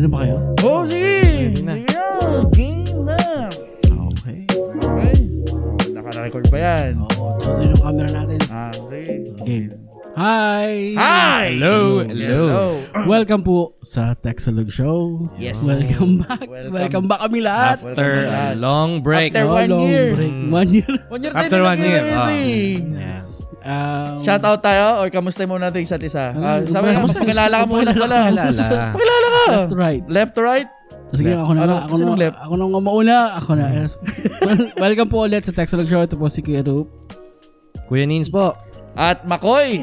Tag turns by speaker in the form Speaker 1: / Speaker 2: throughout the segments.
Speaker 1: Oh, sige!
Speaker 2: Ready na.
Speaker 1: Sige na. Game na!
Speaker 2: Okay.
Speaker 1: Okay. Naka-record pa yan.
Speaker 2: Oo, tuloy yung camera natin.
Speaker 1: Ah, sige.
Speaker 2: Okay. Hi!
Speaker 1: Hi!
Speaker 2: Hello!
Speaker 1: Yes.
Speaker 2: Hello! Welcome po sa Texalog Show.
Speaker 1: Yes.
Speaker 2: Welcome back.
Speaker 1: Welcome.
Speaker 2: Welcome, back kami lahat.
Speaker 1: Welcome
Speaker 3: After
Speaker 1: back.
Speaker 3: a long break.
Speaker 1: After one
Speaker 2: long
Speaker 1: year.
Speaker 2: break.
Speaker 3: Mm.
Speaker 2: One year.
Speaker 1: One year
Speaker 3: After
Speaker 1: tayo
Speaker 3: one year,
Speaker 1: nag-iwala
Speaker 3: ah.
Speaker 1: eh.
Speaker 3: Yeah.
Speaker 2: Um,
Speaker 1: Shout out tayo or kamusta mo natin isa't isa? Ah,
Speaker 2: Ano,
Speaker 1: sabi nga,
Speaker 2: kamusta?
Speaker 1: pakilala ka muna pala.
Speaker 3: Pakilala.
Speaker 1: Pakilala ka.
Speaker 2: Left to right.
Speaker 1: Left to right?
Speaker 2: Sige,
Speaker 3: Left.
Speaker 2: ako na.
Speaker 1: Ano,
Speaker 2: nga. ako na,
Speaker 1: sinong left?
Speaker 2: Ako na ang mauna. Ako na. Yes. Well, Welcome po ulit sa Texalog Show. Ito po si Kuya Rup.
Speaker 3: Kuya Nins po.
Speaker 1: At Makoy.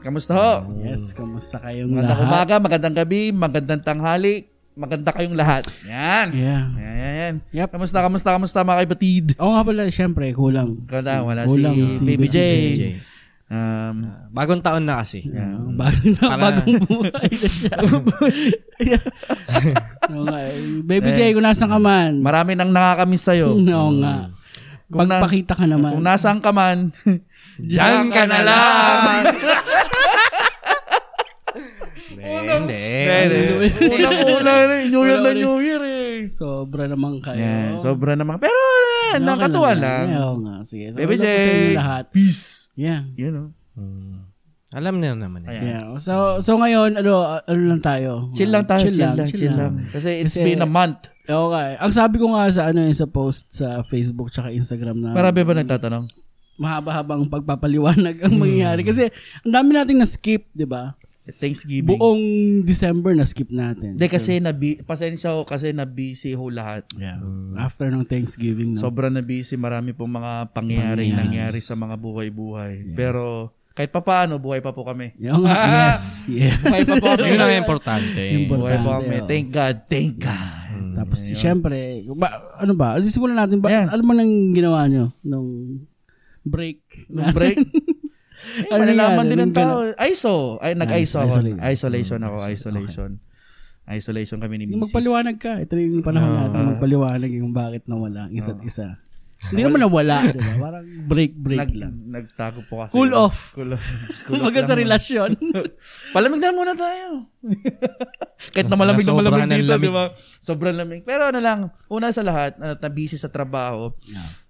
Speaker 1: Kamusta ho?
Speaker 2: Yes, kamusta kayong
Speaker 1: Magandang
Speaker 2: lahat?
Speaker 1: umaga, magandang gabi, magandang tanghali, maganda kayong lahat. Yan.
Speaker 2: Yeah.
Speaker 1: Yan, yan, yan.
Speaker 2: Yep.
Speaker 1: Kamusta, kamusta, kamusta mga kaibatid?
Speaker 2: Oo nga pala, syempre, kulang.
Speaker 1: Wala, wala
Speaker 2: Kulang si
Speaker 1: si, Baby J.
Speaker 2: Baby
Speaker 3: JJ.
Speaker 1: Um,
Speaker 3: Bagong taon na kasi.
Speaker 2: Yeah. Bagong,
Speaker 3: Para-
Speaker 2: bagong buhay na siya. Oo nga, eh. Baby J, kung nasan ka man.
Speaker 1: marami nang nakakamiss sa'yo.
Speaker 2: Oo nga.
Speaker 1: Kung na-
Speaker 2: Pagpakita ka naman.
Speaker 1: Kung nasaan ka man,
Speaker 3: Diyan ka na lang! Hindi.
Speaker 1: Ano?
Speaker 3: Ano?
Speaker 1: Pwede. Unang-una na, New Year na New Year eh.
Speaker 2: Sobra naman kayo.
Speaker 1: Yan, sobra naman. Pero,
Speaker 2: Okay
Speaker 1: yan, nakakatuwa Ah, lang.
Speaker 2: lang. Yeah, Oo nga, sige. So,
Speaker 1: Baby
Speaker 2: hello
Speaker 1: J,
Speaker 2: po sa inyo lahat.
Speaker 1: peace.
Speaker 2: Yeah.
Speaker 1: You know.
Speaker 3: Hmm. Alam na naman eh.
Speaker 1: Ayan.
Speaker 2: Yeah. So, so ngayon, ano, ano lang tayo?
Speaker 1: Chill lang tayo, chill, lang, chill, lang. Kasi it's
Speaker 2: Kasi-
Speaker 1: been a month.
Speaker 2: Okay. Ang sabi ko nga sa ano yung sa post sa Facebook tsaka Instagram na
Speaker 1: Marami ba nagtatanong?
Speaker 2: mahaba-habang pagpapaliwanag
Speaker 1: Hmm.
Speaker 2: ang mangyayari. Kasi ang dami nating na-skip, di ba?
Speaker 1: Thanksgiving.
Speaker 2: Buong December na-skip natin.
Speaker 1: Hindi kasi na pasensya ho kasi na busy ho lahat.
Speaker 2: Yeah. Mm. After ng Thanksgiving, no?
Speaker 1: Sobrang na busy, marami pong mga
Speaker 2: Mm. Pangyayari.
Speaker 1: pangyaring nangyari sa mga buhay-buhay. Pero kahit papaano buhay pa po kami.
Speaker 2: Yung, yes. Yes.
Speaker 1: Buhay pa po kami.
Speaker 3: Yun ang importante.
Speaker 2: Impor-
Speaker 1: buhay pa kami.
Speaker 2: oh.
Speaker 1: Thank God, thank God.
Speaker 2: Tapos,
Speaker 1: Mm,
Speaker 2: syempre, ba, ano ba? Sisimulan natin ba?
Speaker 1: Yeah.
Speaker 2: Alam mo nang ginawa nyo nung break?
Speaker 1: Nung break, eh,
Speaker 2: Ano
Speaker 1: malalaman
Speaker 2: nangyari?
Speaker 1: din ng
Speaker 2: Nung
Speaker 1: tao. ISO. Ay, nag-ISO ako.
Speaker 2: Isolate.
Speaker 1: Isolation ako. Isolation. Isolation kami ni
Speaker 2: Yung
Speaker 1: Mrs.
Speaker 2: Magpaliwanag ka. Ito yung
Speaker 1: Ah.
Speaker 2: panahon natin. Magpaliwanag yung bakit nawala ang isa't isa. Hindi naman nawala, di ba? Parang break-break
Speaker 1: Nag,
Speaker 2: lang.
Speaker 1: nagtago po kasi.
Speaker 2: Cool off.
Speaker 1: Cool off. Cool off
Speaker 2: Kumbaga
Speaker 1: lang.
Speaker 2: sa relasyon.
Speaker 1: Palamig na muna tayo. Kahit na malamig na
Speaker 3: Sobrang
Speaker 1: malamig dito,
Speaker 3: lamig.
Speaker 1: di ba? Sobrang lamig. Pero ano lang, una sa lahat, ano, na busy sa trabaho.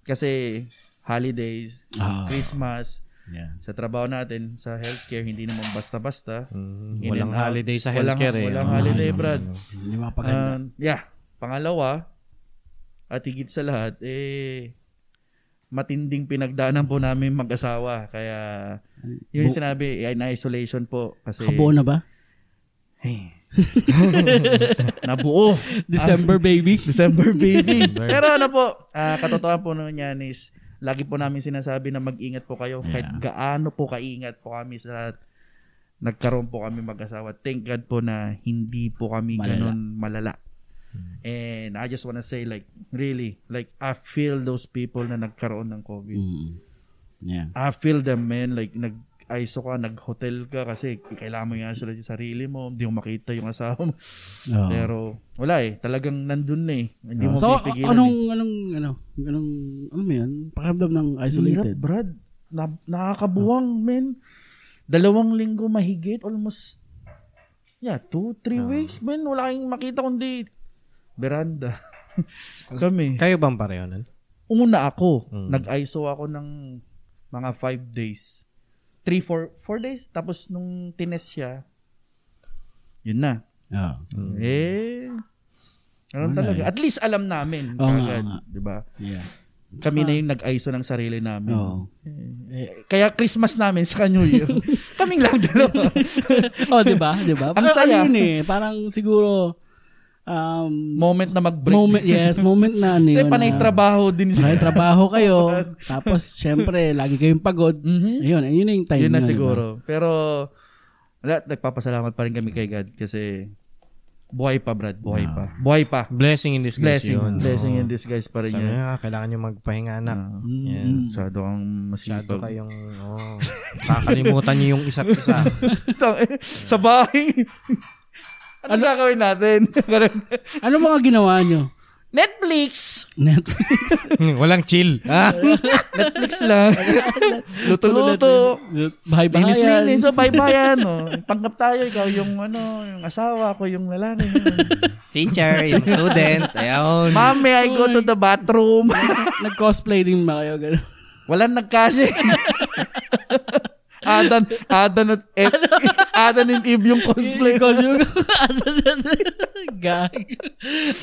Speaker 1: Kasi holidays,
Speaker 2: Ah.
Speaker 1: Christmas,
Speaker 2: yeah.
Speaker 1: sa trabaho natin, sa healthcare, hindi naman basta-basta.
Speaker 3: Hmm.
Speaker 1: In
Speaker 3: Walang
Speaker 1: and out.
Speaker 3: holiday sa
Speaker 1: Walang-
Speaker 3: healthcare eh.
Speaker 1: Walang
Speaker 3: Ah,
Speaker 1: holiday,
Speaker 3: yun.
Speaker 1: Brad.
Speaker 2: Hindi mapaganda.
Speaker 1: Um, yeah. Pangalawa, at higit sa lahat, eh, matinding pinagdaanan po namin mag-asawa. Kaya, yun yung sinabi, in isolation po. Kasi, Ah.
Speaker 2: Kabuo na ba?
Speaker 1: Hey. Nabuo.
Speaker 2: December, baby.
Speaker 1: December baby. Pero ano po, ah, katotohan po naman yan is, lagi po namin sinasabi na mag-ingat po kayo. Kahit gaano po kaingat po kami sa nagkaroon po kami mag-asawa. Thank God po na hindi po kami
Speaker 2: Malala. Hmm.
Speaker 1: ganun malala. And I just wanna say like, really, like I feel those people na nagkaroon ng COVID.
Speaker 2: Mm. Yeah.
Speaker 1: I feel them, man. Like, nag ISO ka, nag-hotel ka kasi kailangan mo i-isolate yung sarili mo. Hindi mo makita yung asawa mo.
Speaker 2: Oo.
Speaker 1: Pero, wala eh. Talagang nandun na eh. Hindi
Speaker 2: Ah.
Speaker 1: mo
Speaker 2: so,
Speaker 1: pipigilan eh.
Speaker 2: anong, anong, ano, anong, ano mo yun? Pakiramdam ng
Speaker 1: Hirap,
Speaker 2: isolated. Ah.
Speaker 1: Brad. Na- nakakabuwang, men. Dalawang linggo mahigit. Almost, yeah, two, three
Speaker 2: Ah.
Speaker 1: weeks, men. Wala kang makita kundi veranda. Kami.
Speaker 3: Kayo bang pareho nun?
Speaker 1: Una ako,
Speaker 2: Hmm.
Speaker 3: Mm.
Speaker 1: nag-ISO ako ng mga five days. Three, four, four days. Tapos nung tinest siya, yun na.
Speaker 2: Oo.
Speaker 1: Eh, ano
Speaker 2: Wala
Speaker 1: talaga. At least alam namin.
Speaker 2: Oo nga,
Speaker 1: kagad,
Speaker 2: oo nga.
Speaker 1: di ba?
Speaker 2: Yeah.
Speaker 1: Kami na yung nag-ISO ng sarili namin.
Speaker 2: Oo.
Speaker 1: Eh, kaya Christmas namin sa New Year. kaming lang dalawa.
Speaker 2: oh, di ba? Di ba?
Speaker 1: Ang
Speaker 2: Parang
Speaker 1: saya.
Speaker 2: ano yun eh. Parang siguro, um,
Speaker 1: moment na mag-break.
Speaker 2: moment, yes, moment na ano
Speaker 1: Kasi
Speaker 2: yun.
Speaker 1: panay
Speaker 2: na-
Speaker 1: trabaho din
Speaker 2: May
Speaker 1: siya.
Speaker 2: trabaho kayo. tapos, syempre, lagi kayong pagod.
Speaker 1: Mhm.
Speaker 2: Ayun, ayun na yung time.
Speaker 1: Yun na
Speaker 2: nyo,
Speaker 1: siguro. Pero, wala, nagpapasalamat pa rin kami kay God kasi buhay pa, Brad. Buhay pa. Buhay pa.
Speaker 3: Blessing in disguise
Speaker 1: Blessing.
Speaker 3: yun.
Speaker 1: Blessing
Speaker 3: Oo.
Speaker 1: in disguise pa rin
Speaker 3: Sabi
Speaker 1: yun.
Speaker 3: nga, kailangan nyo magpahinga anak. Yan.
Speaker 1: Masyado kang
Speaker 3: Masyado
Speaker 1: masipag.
Speaker 3: kayong, oh, kakalimutan nyo yung isa't isa.
Speaker 1: sa bahay. ano gagawin natin? Ganun.
Speaker 2: Diba? Ano mga ginawa nyo?
Speaker 1: Netflix!
Speaker 2: Netflix.
Speaker 3: Walang chill. Ah,
Speaker 1: Netflix lang. Luto-luto.
Speaker 2: Bahay-bahayan.
Speaker 1: Linis-linis. So, bye-bye. Ano. Panggap tayo. Ikaw yung ano, yung asawa ko, yung lalaki. Ano.
Speaker 3: teacher, yung student. Ayun.
Speaker 1: Ma'am, may I go to the bathroom?
Speaker 2: Nag-cosplay din ba kayo? Ganun.
Speaker 1: Walang nagkasi. Adan, Adan at Eve. Adan and Eve yung cosplay.
Speaker 2: Ikaw yung... Ano Gag.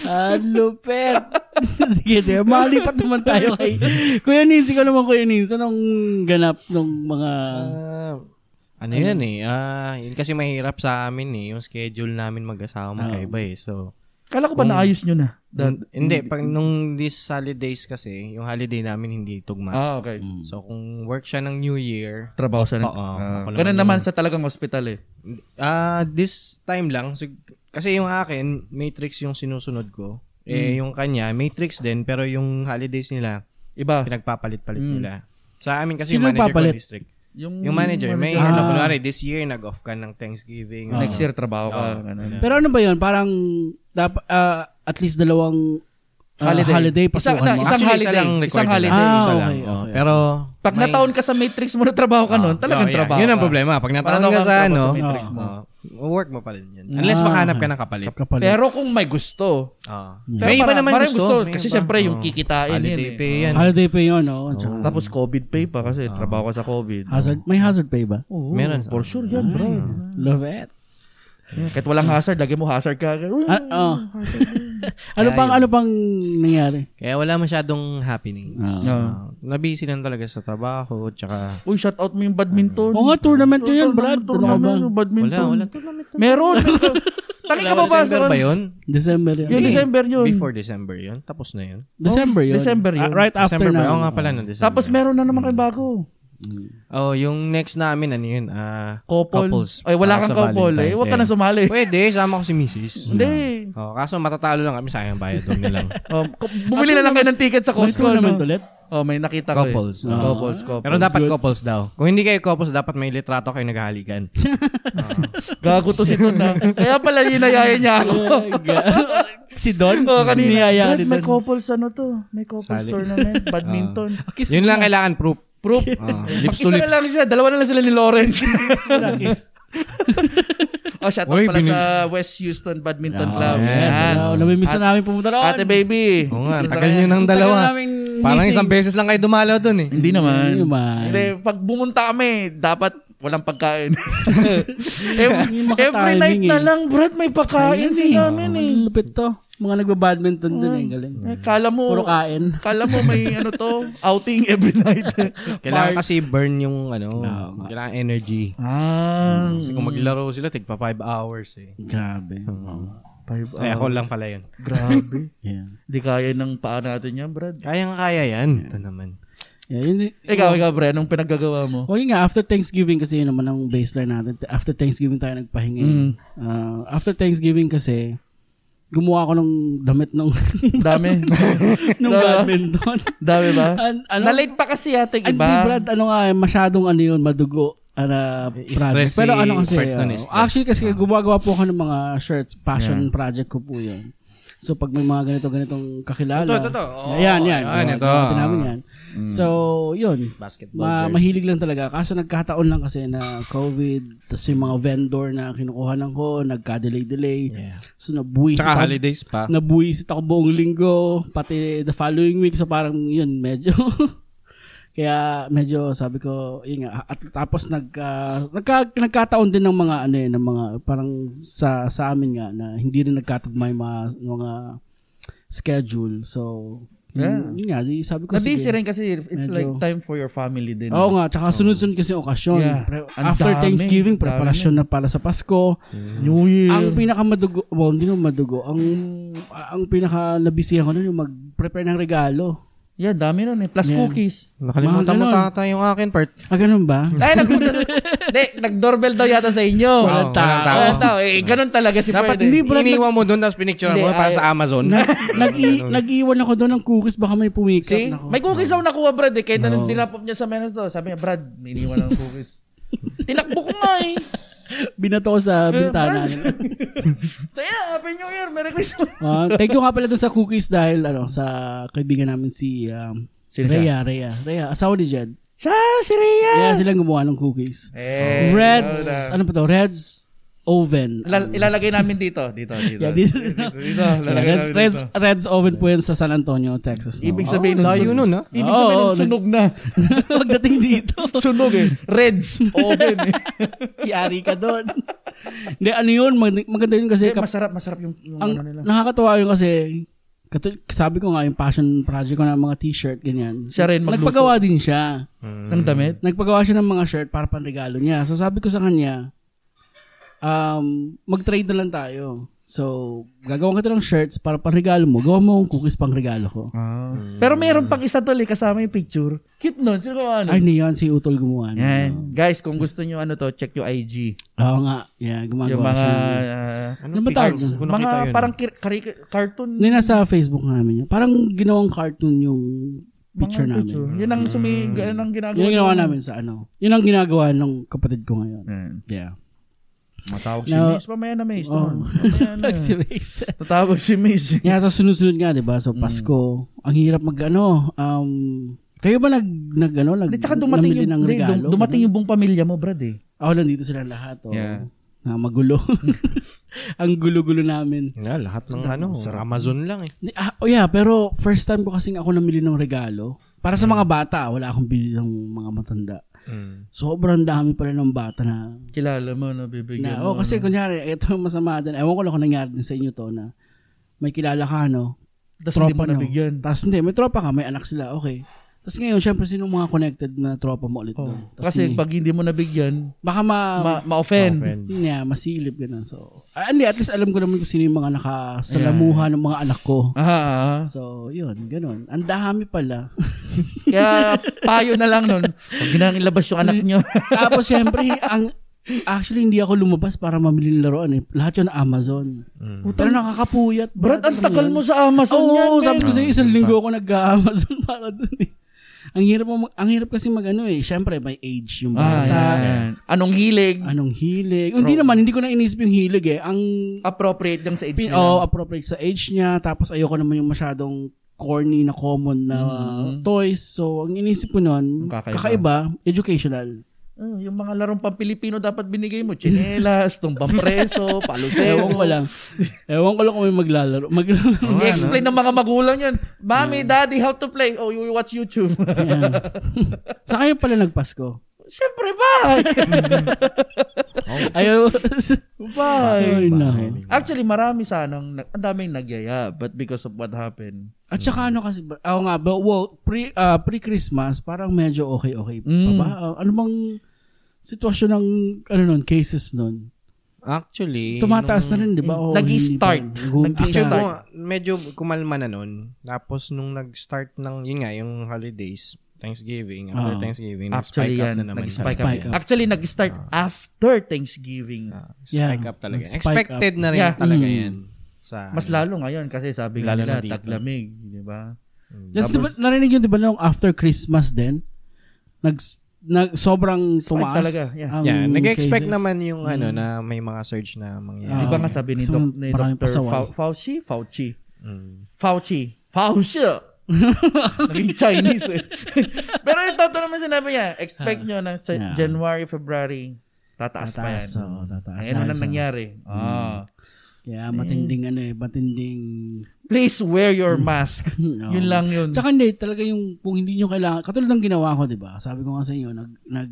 Speaker 2: Ang lupet. Sige, sige. Malipat naman tayo kay... Kuya Nins, ikaw naman Kuya Nins. Anong ganap ng mga...
Speaker 3: Ah, ano yan eh. Ah, yun kasi mahirap sa amin eh. Yung schedule namin
Speaker 1: Ah,
Speaker 3: mag-asawa magkaiba eh. So,
Speaker 1: Kala ko ba naayos nyo na?
Speaker 3: Hin- hindi,
Speaker 1: mm,
Speaker 3: pag nung these holidays kasi, yung holiday namin hindi tugma.
Speaker 1: Ah, okay.
Speaker 3: So, kung work siya ng New Year,
Speaker 1: Trabaho sa
Speaker 3: Oo, ako
Speaker 1: Mm. Ah, Ganun naman sa talagang hospital eh.
Speaker 3: ah this time lang, sig- kasi yung akin, Matrix yung sinusunod ko. Eh,
Speaker 1: Mm.
Speaker 3: yung kanya, Matrix din, pero yung holidays nila,
Speaker 1: Iba. Mm.
Speaker 3: pinagpapalit-palit nila. Sa amin kasi
Speaker 2: Sino
Speaker 3: yung manager
Speaker 2: nagpapalit?
Speaker 3: ko district. Yung manager, may
Speaker 1: manager. Ah.
Speaker 3: ano, kunwari, this year nag-off ka ng Thanksgiving.
Speaker 1: Next year, trabaho ka. ganun.
Speaker 2: Pero ano ba yun? Parang dap- ah, at least dalawang ah, holiday,
Speaker 1: Isang,
Speaker 2: pasukan
Speaker 1: na,
Speaker 2: mo.
Speaker 1: isang
Speaker 3: Actually, isa
Speaker 1: holiday.
Speaker 3: lang
Speaker 1: Isang,
Speaker 3: required nila.
Speaker 1: holiday.
Speaker 2: Ah,
Speaker 1: isa
Speaker 2: okay,
Speaker 1: lang.
Speaker 2: okay.
Speaker 3: Oh, pero,
Speaker 1: Pag
Speaker 3: may-
Speaker 1: nataon ka sa matrix mo na trabaho ka nun, talagang
Speaker 3: Oh, yeah.
Speaker 1: trabaho
Speaker 3: Yun ang
Speaker 1: ka.
Speaker 3: problema. Pag nataon
Speaker 1: Parang
Speaker 3: ka sa
Speaker 1: nakakatawa
Speaker 3: ano,
Speaker 1: sa matrix mo.
Speaker 3: oh, work mo pa rin yun. Unless makahanap ka ng Ah. kapalit.
Speaker 2: Kapalit.
Speaker 1: Pero kung may gusto.
Speaker 3: Oo.
Speaker 1: Pero
Speaker 3: May iba
Speaker 1: parang-
Speaker 3: naman
Speaker 1: parang
Speaker 3: gusto.
Speaker 1: Kasi syempre yung kikitain yun.
Speaker 3: Holiday
Speaker 1: eh.
Speaker 3: pay yan.
Speaker 2: holiday pay yun, no? Tsaka-
Speaker 1: Tapos COVID pay pa kasi
Speaker 2: Ah.
Speaker 1: trabaho ka sa COVID.
Speaker 2: Hazard, may hazard pay ba?
Speaker 1: Oo,
Speaker 3: Meron.
Speaker 1: For sure yan, bro.
Speaker 2: Love it.
Speaker 1: Yeah, Kahit walang hazard, lagi mo hazard ka. Uy,
Speaker 2: Ah, oh. ano pang ano pang nangyari?
Speaker 3: Kaya wala masyadong happenings.
Speaker 1: No.
Speaker 3: Uh, nabisi lang talaga sa trabaho, tsaka
Speaker 1: Uy, shout out mo yung badminton.
Speaker 2: Oo nga, tournament nyo yun, Brad. Ano
Speaker 1: Tournament,
Speaker 2: ba?
Speaker 1: yung badminton.
Speaker 3: wala, wala. Tournament.
Speaker 1: Meron. Tangin ka ba ba?
Speaker 3: December ba yun?
Speaker 2: December yun.
Speaker 1: Yung December yun.
Speaker 3: Before December yun? Tapos na yun?
Speaker 2: December yun.
Speaker 1: December yun.
Speaker 2: Ah, right after
Speaker 3: December ba?
Speaker 2: na.
Speaker 3: Oo nga pala na December.
Speaker 1: Tapos meron na naman kayo bago.
Speaker 3: oh, yung next namin, ano yun? Ah,
Speaker 1: Couple.
Speaker 3: Couples.
Speaker 1: Ay, wala
Speaker 3: Ah,
Speaker 1: kang
Speaker 3: sa
Speaker 1: couple. Eh.
Speaker 3: Valentine's,
Speaker 1: Huwag ka
Speaker 3: eh.
Speaker 1: na sumali.
Speaker 3: Pwede, sama ko si Mrs.
Speaker 1: Hindi.
Speaker 3: Oh, kaso matatalo lang kami sa aking bayad. Huwag na lang.
Speaker 1: Oh, k- bumili na lang kayo ng ticket sa
Speaker 2: May
Speaker 1: Costco.
Speaker 2: tournament
Speaker 1: No?
Speaker 2: ulit.
Speaker 1: Oh, may nakita ko. eh.
Speaker 3: Couples.
Speaker 1: Ah, Couples, couples.
Speaker 3: Pero dapat couples daw. Kung hindi kayo couples, dapat may litrato kayo naghahalikan.
Speaker 1: Gago to si Don na. Kaya pala inayaya niya ako.
Speaker 2: si Don?
Speaker 1: Oh, kanina.
Speaker 2: Niyaya ni
Speaker 1: Brad, may
Speaker 2: Don.
Speaker 1: couples ano to? May couples
Speaker 3: Sali.
Speaker 1: tournament. Badminton.
Speaker 2: Kiss
Speaker 3: Yun lang kailangan proof.
Speaker 1: Proof.
Speaker 3: Ah,
Speaker 1: Lips
Speaker 3: lips to
Speaker 1: na lang
Speaker 3: lips.
Speaker 1: sila. Dalawa na lang sila ni Lawrence.
Speaker 2: mo na, kiss.
Speaker 1: oh, shout out
Speaker 3: Uy,
Speaker 1: pala
Speaker 3: binil-
Speaker 1: sa West Houston Badminton Club.
Speaker 3: yes.
Speaker 1: Yan.
Speaker 2: Oh, namimiss na namin pumunta doon.
Speaker 1: Ate baby.
Speaker 3: Oo nga, tagal nyo ng dalawa.
Speaker 2: Tagal namin
Speaker 3: Parang
Speaker 2: missing.
Speaker 3: isang beses lang kayo dumalaw dun eh.
Speaker 1: Hindi naman.
Speaker 2: Hindi naman.
Speaker 1: Hindi, pag bumunta kami, dapat walang pagkain. every,
Speaker 2: Yung mga
Speaker 1: every night
Speaker 2: timing
Speaker 1: na
Speaker 2: eh.
Speaker 1: lang, Brad, may pagkain sila namin eh.
Speaker 2: Ang lupit to. Mga nagbabadminton din eh. Galing.
Speaker 1: Kala mo,
Speaker 2: Puro kain.
Speaker 1: kala mo may ano to, outing every night.
Speaker 3: Kailangan kasi burn yung ano, kailangan energy.
Speaker 1: ah,
Speaker 3: Kasi kung maglaro sila, tigpa 5 hours eh.
Speaker 2: Grabe.
Speaker 1: five
Speaker 3: Ay, ako lang pala yun.
Speaker 1: Grabe.
Speaker 2: Yeah.
Speaker 1: Hindi kaya ng paa natin yan, Brad.
Speaker 3: Kayang kaya yan. Ito naman.
Speaker 2: Yeah, yun,
Speaker 1: Ikaw, ikaw, Brad, anong pinaggagawa mo?
Speaker 2: O yun nga, after Thanksgiving kasi yun naman ang baseline natin. After Thanksgiving tayo nagpahinga.
Speaker 1: Mm.
Speaker 2: Ah, after Thanksgiving kasi, gumawa ako ng damit ng,
Speaker 1: Dami.
Speaker 2: ng badminton.
Speaker 1: Dami ba?
Speaker 2: An, ano?
Speaker 1: Na-late pa kasi yata
Speaker 3: Diba?
Speaker 2: Ay,
Speaker 1: yung iba.
Speaker 2: di, Brad, ano nga, eh, masyadong ano yun, madugo. Ano, project.
Speaker 3: Stress
Speaker 2: Pero
Speaker 3: si
Speaker 2: ano kasi,
Speaker 3: Bert eh, nun,
Speaker 2: oh,
Speaker 3: eh, stress. Ah.
Speaker 2: actually kasi gumagawa po ako ng mga shirts, passion project ko po yun. So pag may mga ganito-ganitong kakilala.
Speaker 3: Ito, ito, ito. Oo,
Speaker 2: Ayan, yan. Gawa-
Speaker 3: ayan, ito.
Speaker 2: gawa namin yan.
Speaker 3: Mm.
Speaker 2: So, yun.
Speaker 3: Basketball
Speaker 2: Ma-
Speaker 3: jersey.
Speaker 2: mahilig lang talaga. Kaso nagkataon lang kasi na COVID, tapos yung mga vendor na kinukuhanan ko, nagka-delay-delay.
Speaker 3: Yeah.
Speaker 2: So nabuwisit
Speaker 3: Tsaka
Speaker 2: ako,
Speaker 3: holidays
Speaker 1: Ah.
Speaker 3: pa.
Speaker 2: nabuwisit ako buong linggo, pati the following week. So parang yun, medyo... Kaya medyo sabi ko, yun nga, at tapos nag, ah, nagka, nagkataon din ng mga ano eh, ng mga parang sa, sa amin nga na hindi rin nagkatugma yung mga, mga schedule. So,
Speaker 1: Yeah.
Speaker 2: yun, yun nga, di, sabi ko, sige.
Speaker 1: Na-busy rin kasi it's
Speaker 2: Medyo-
Speaker 1: like time for your family din.
Speaker 2: Oo nga, tsaka sunod-sunod kasi yung okasyon.
Speaker 1: Yeah.
Speaker 2: Pre-
Speaker 1: Ang
Speaker 2: After
Speaker 1: dami,
Speaker 2: Thanksgiving,
Speaker 1: dami. Mm.
Speaker 2: preparasyon na para sa Pasko.
Speaker 1: New Year.
Speaker 2: Ang pinakamadugo, well, hindi naman madugo, ang, ang pinaka nabisihan ko nun yung mag-prepare ng regalo.
Speaker 1: yeah, dami nun eh. Plus
Speaker 2: Yeah.
Speaker 1: cookies.
Speaker 3: Nakalimutan
Speaker 2: Mga
Speaker 3: mo
Speaker 2: ganun.
Speaker 3: tata yung akin part.
Speaker 2: Ah, ganun ba?
Speaker 1: Ay, nagpunta sa... Hindi, nag-doorbell daw yata sa inyo.
Speaker 2: Walang tao.
Speaker 1: Walang tao. Eh, ganun talaga si
Speaker 3: Oh, Dapat
Speaker 1: Fred. eh.
Speaker 3: hindi Iniwan mo dun, tapos pinicture mo
Speaker 1: Hindi,
Speaker 3: para
Speaker 1: ay-
Speaker 3: sa Amazon.
Speaker 2: Nag-i- Nag-iwan ako doon ng cookies, baka may pumikap.
Speaker 1: See?
Speaker 2: Nako.
Speaker 1: May cookies daw nakuha, Brad. Eh. Kahit na dinapop niya sa menos to. Sabi niya, Brad, may iniwan ng cookies. Tinakbo ko nga eh.
Speaker 2: Binato ko
Speaker 1: Ano
Speaker 2: sa bintana.
Speaker 1: So yeah, Happy New Year! Merry Christmas!
Speaker 2: Ah, thank you nga pala dun sa cookies dahil ano sa kaibigan namin si um,
Speaker 1: Sino siya?
Speaker 2: Rhea, Rhea. Rhea, asawa ni Jed.
Speaker 1: Siya, si Rhea!
Speaker 2: Kaya silang gumawa ng cookies.
Speaker 1: Eh,
Speaker 2: Reds, ano
Speaker 1: ano na.
Speaker 2: pa to? Reds Oven.
Speaker 1: Ilal- ilalagay namin dito. Dito, dito.
Speaker 2: Yeah, dito.
Speaker 1: dito.
Speaker 2: Yeah,
Speaker 1: Ilalagay
Speaker 2: Reds,
Speaker 1: namin
Speaker 2: Reds,
Speaker 1: dito.
Speaker 2: Reds Oven po yan sa San Antonio, Texas. no?
Speaker 1: Ibig sabihin, nun,
Speaker 3: Oh, layo
Speaker 1: sun-
Speaker 3: nun, ha?
Speaker 1: Ibig sabihin,
Speaker 2: Oo,
Speaker 1: nun,
Speaker 2: nag-
Speaker 1: sunog na.
Speaker 2: Pagdating dito,
Speaker 1: sunog eh. Reds, oven eh.
Speaker 2: yari ka doon. Hindi, ano yun, mag- maganda yun kasi
Speaker 1: Eh,
Speaker 2: kap-
Speaker 1: masarap, masarap yung, yung
Speaker 2: ang
Speaker 1: ano nila.
Speaker 2: nakakatawa yun kasi katu- sabi ko nga yung passion project ko ng mga t-shirt, ganyan.
Speaker 1: Siya rin magluto.
Speaker 2: Nagpagawa din siya.
Speaker 1: Ng damit.
Speaker 2: Nagpagawa siya ng mga shirt para panregalo niya. So sabi ko sa kanya, um, mag-trade na lang tayo. So, gagawa kita ng shirts para panregalo mo. Gawa mo ang cookies pang regalo ko.
Speaker 1: Pero meron pang isa tol eh, kasama yung picture. Cute nun. Sino ko ano?
Speaker 2: Ay, hindi yan. Si Utol gumawa. nun.
Speaker 1: Yan. Guys, kung gusto nyo ano to, check yung IG.
Speaker 2: Oo nga. Yeah,
Speaker 1: Yung
Speaker 2: gumagawa
Speaker 1: mga...
Speaker 2: siya.
Speaker 1: ah,
Speaker 2: Ano ba tawag
Speaker 3: pictures?
Speaker 2: nun?
Speaker 3: Kung nakita
Speaker 1: Ano mga
Speaker 3: yun.
Speaker 1: parang kir- kari- cartoon
Speaker 2: Hindi, nasa Facebook namin yun. Parang ginawang cartoon yung picture
Speaker 1: Mga
Speaker 2: namin.
Speaker 1: picture. Yun ang sumig, yun ang ginagawa.
Speaker 2: Yun ang ginawa
Speaker 1: ng-
Speaker 2: namin sa ano. Yun ang ginagawa ng kapatid ko ngayon.
Speaker 1: Yan.
Speaker 2: Yeah.
Speaker 1: Matawag si
Speaker 2: Now-
Speaker 1: Miss. Pamaya na, Miss.
Speaker 2: Oh.
Speaker 1: Tol. Mamaya na.
Speaker 2: si Mace.
Speaker 1: Tatawag si Miss.
Speaker 2: Yeah, tapos sunod-sunod nga, di ba? So, Pasko. Ang hirap mag, ano, um, kayo ba nag, nag, ano, nag,
Speaker 1: Hindi, tsaka dumating
Speaker 2: namili
Speaker 1: yung,
Speaker 2: ng
Speaker 1: hindi, dum-
Speaker 2: regalo?
Speaker 1: dumating yung buong pamilya mo, brad eh.
Speaker 2: Ako nandito sila lahat, oh.
Speaker 1: Yeah.
Speaker 2: Na magulo. ang gulo-gulo namin.
Speaker 3: Yeah, lahat ng ano, Amazon lang eh.
Speaker 2: Ni- Ah, oh yeah, pero first time ko kasing ako namili ng regalo. Para sa mga bata, wala akong bili ng mga matanda. Sobrang dami pala ng bata na
Speaker 1: Kilala mo, nabibigyan
Speaker 2: Na, oh, kasi kunyari, ito yung masama din. Ewan ko lang kung nangyari din sa inyo to na may kilala ka, no?
Speaker 1: Tapos hindi mo
Speaker 2: nyo.
Speaker 1: nabigyan.
Speaker 2: Tapos hindi, may tropa ka, may anak sila, okay. Tapos ngayon, syempre, sino mga connected na tropa mo ulit doon? Tas
Speaker 1: Oh, Kasi
Speaker 2: Oh, si- Ah.
Speaker 1: pag hindi mo nabigyan,
Speaker 2: baka ma,
Speaker 1: ma- ma-offend.
Speaker 2: yun nga, masilip, gano'n. So, ah, hindi, at least alam ko naman kung sino yung mga nakasalamuha ng mga anak ko.
Speaker 1: Ah, ah, ah.
Speaker 2: So, yun, gano'n. Ang dami pala.
Speaker 1: Kaya payo na lang nun. Huwag na ilabas yung anak nyo.
Speaker 2: Tapos, syempre, ang, actually, hindi ako lumabas para mamili ng laruan. Eh. Lahat yun Amazon. Pero nakakapuyat.
Speaker 1: Mm. Brad, ang tagal mo sa Amazon
Speaker 2: Oo,
Speaker 1: yan. eh.
Speaker 2: sabi
Speaker 1: man.
Speaker 2: ko sa isang linggo ako nag-Amazon para dun eh. Ang hirap, mo, mag- ang hirap kasi magano eh. Siyempre, may age yung
Speaker 1: Ah,
Speaker 2: bata.
Speaker 1: yan. Anong hilig?
Speaker 2: Anong hilig? Hindi naman, hindi ko na inisip yung hilig eh. Ang
Speaker 1: Appropriate lang sa age
Speaker 2: pin-
Speaker 1: nila.
Speaker 2: oh, appropriate sa age niya. Tapos ayoko naman yung masyadong corny na common na
Speaker 1: Mm-hmm.
Speaker 2: toys. So, ang inisip ko nun,
Speaker 1: Ang kakaiba.
Speaker 2: kakaiba. educational.
Speaker 1: Oh, yung mga larong pampilipino dapat binigay mo. Chinelas, tumbang preso, palusero.
Speaker 2: Ewan ko lang. Ewan ko lang kung may maglalaro. Maglalaro.
Speaker 1: Oh. I-explain
Speaker 3: ano?
Speaker 1: ng mga magulang yan. Mommy, daddy, how to play? Oh, you watch YouTube.
Speaker 2: Yan. sa kayo pala nagpasko.
Speaker 1: Siyempre, bye! Oh.
Speaker 2: Ayaw.
Speaker 1: bye!
Speaker 2: Ay, na.
Speaker 1: Actually, marami sanang, nag- ang daming nagyaya. But because of what happened,
Speaker 2: At saka ano kasi, ba- ako nga, but, well, pre, ah, pre-Christmas, parang medyo okay-okay pa
Speaker 1: Mm.
Speaker 2: ba? Ah, ano bang sitwasyon ng, ano nun, cases nun?
Speaker 3: Actually,
Speaker 2: Tumataas na
Speaker 3: Eh, nung-
Speaker 2: rin, di ba? O
Speaker 1: Nag-i-start.
Speaker 2: hindi pa? Nag-umpisa.
Speaker 3: Actually,
Speaker 1: Start.
Speaker 3: kung- medyo kumalma na nun. Tapos, nung nag-start ng, yun nga, yung holidays, Thanksgiving, after
Speaker 2: Ah.
Speaker 3: Thanksgiving,
Speaker 1: actually
Speaker 3: nag-spike
Speaker 1: yan,
Speaker 3: up na naman.
Speaker 1: nag-spike
Speaker 2: Spike
Speaker 1: up.
Speaker 2: up.
Speaker 1: Actually, nag-start after Thanksgiving.
Speaker 3: Ah, spike
Speaker 2: Yeah,
Speaker 3: up talaga.
Speaker 2: nag-spike
Speaker 3: Expected na rin
Speaker 1: Yeah.
Speaker 3: talaga
Speaker 2: Mm.
Speaker 3: yan. Sa,
Speaker 1: Mas lalo ngayon kasi sabi nga
Speaker 3: Lalo na
Speaker 1: nila,
Speaker 3: dito.
Speaker 1: taglamig, di ba?
Speaker 2: That's, diba, narinig yun, di ba, nung after Christmas din? Nag, nag, sobrang tumaas.
Speaker 1: talaga, yeah.
Speaker 2: ang
Speaker 3: yeah, nag-expect
Speaker 2: cases.
Speaker 3: naman yung ano na may mga surge na mangyayari.
Speaker 1: Hmm. Ah. Di ba
Speaker 2: Um,
Speaker 1: nga sabi ni,
Speaker 2: kasi
Speaker 1: Doc, ni
Speaker 2: maraming
Speaker 1: Dr.
Speaker 2: pasaway.
Speaker 1: Fau- Fauci? Fauci.
Speaker 3: Mm.
Speaker 1: Fauci. Fauci. Naging Chinese eh. Ah. Pero yung totoo naman sinabi niya, expect nyo ng sa-
Speaker 2: Yeah.
Speaker 1: January, February, tataas, pa yan.
Speaker 2: Tataas, oo, tataas.
Speaker 1: Ayun ang
Speaker 2: Tataas,
Speaker 1: nangyari. Ah.
Speaker 2: Kaya matinding ano eh, matinding...
Speaker 1: Please wear your mask.
Speaker 2: Oo.
Speaker 1: Yun lang yun.
Speaker 2: Tsaka hindi, talaga yung kung hindi nyo kailangan, katulad ng ginawa ko, di ba? Sabi ko nga sa inyo, nag, nag,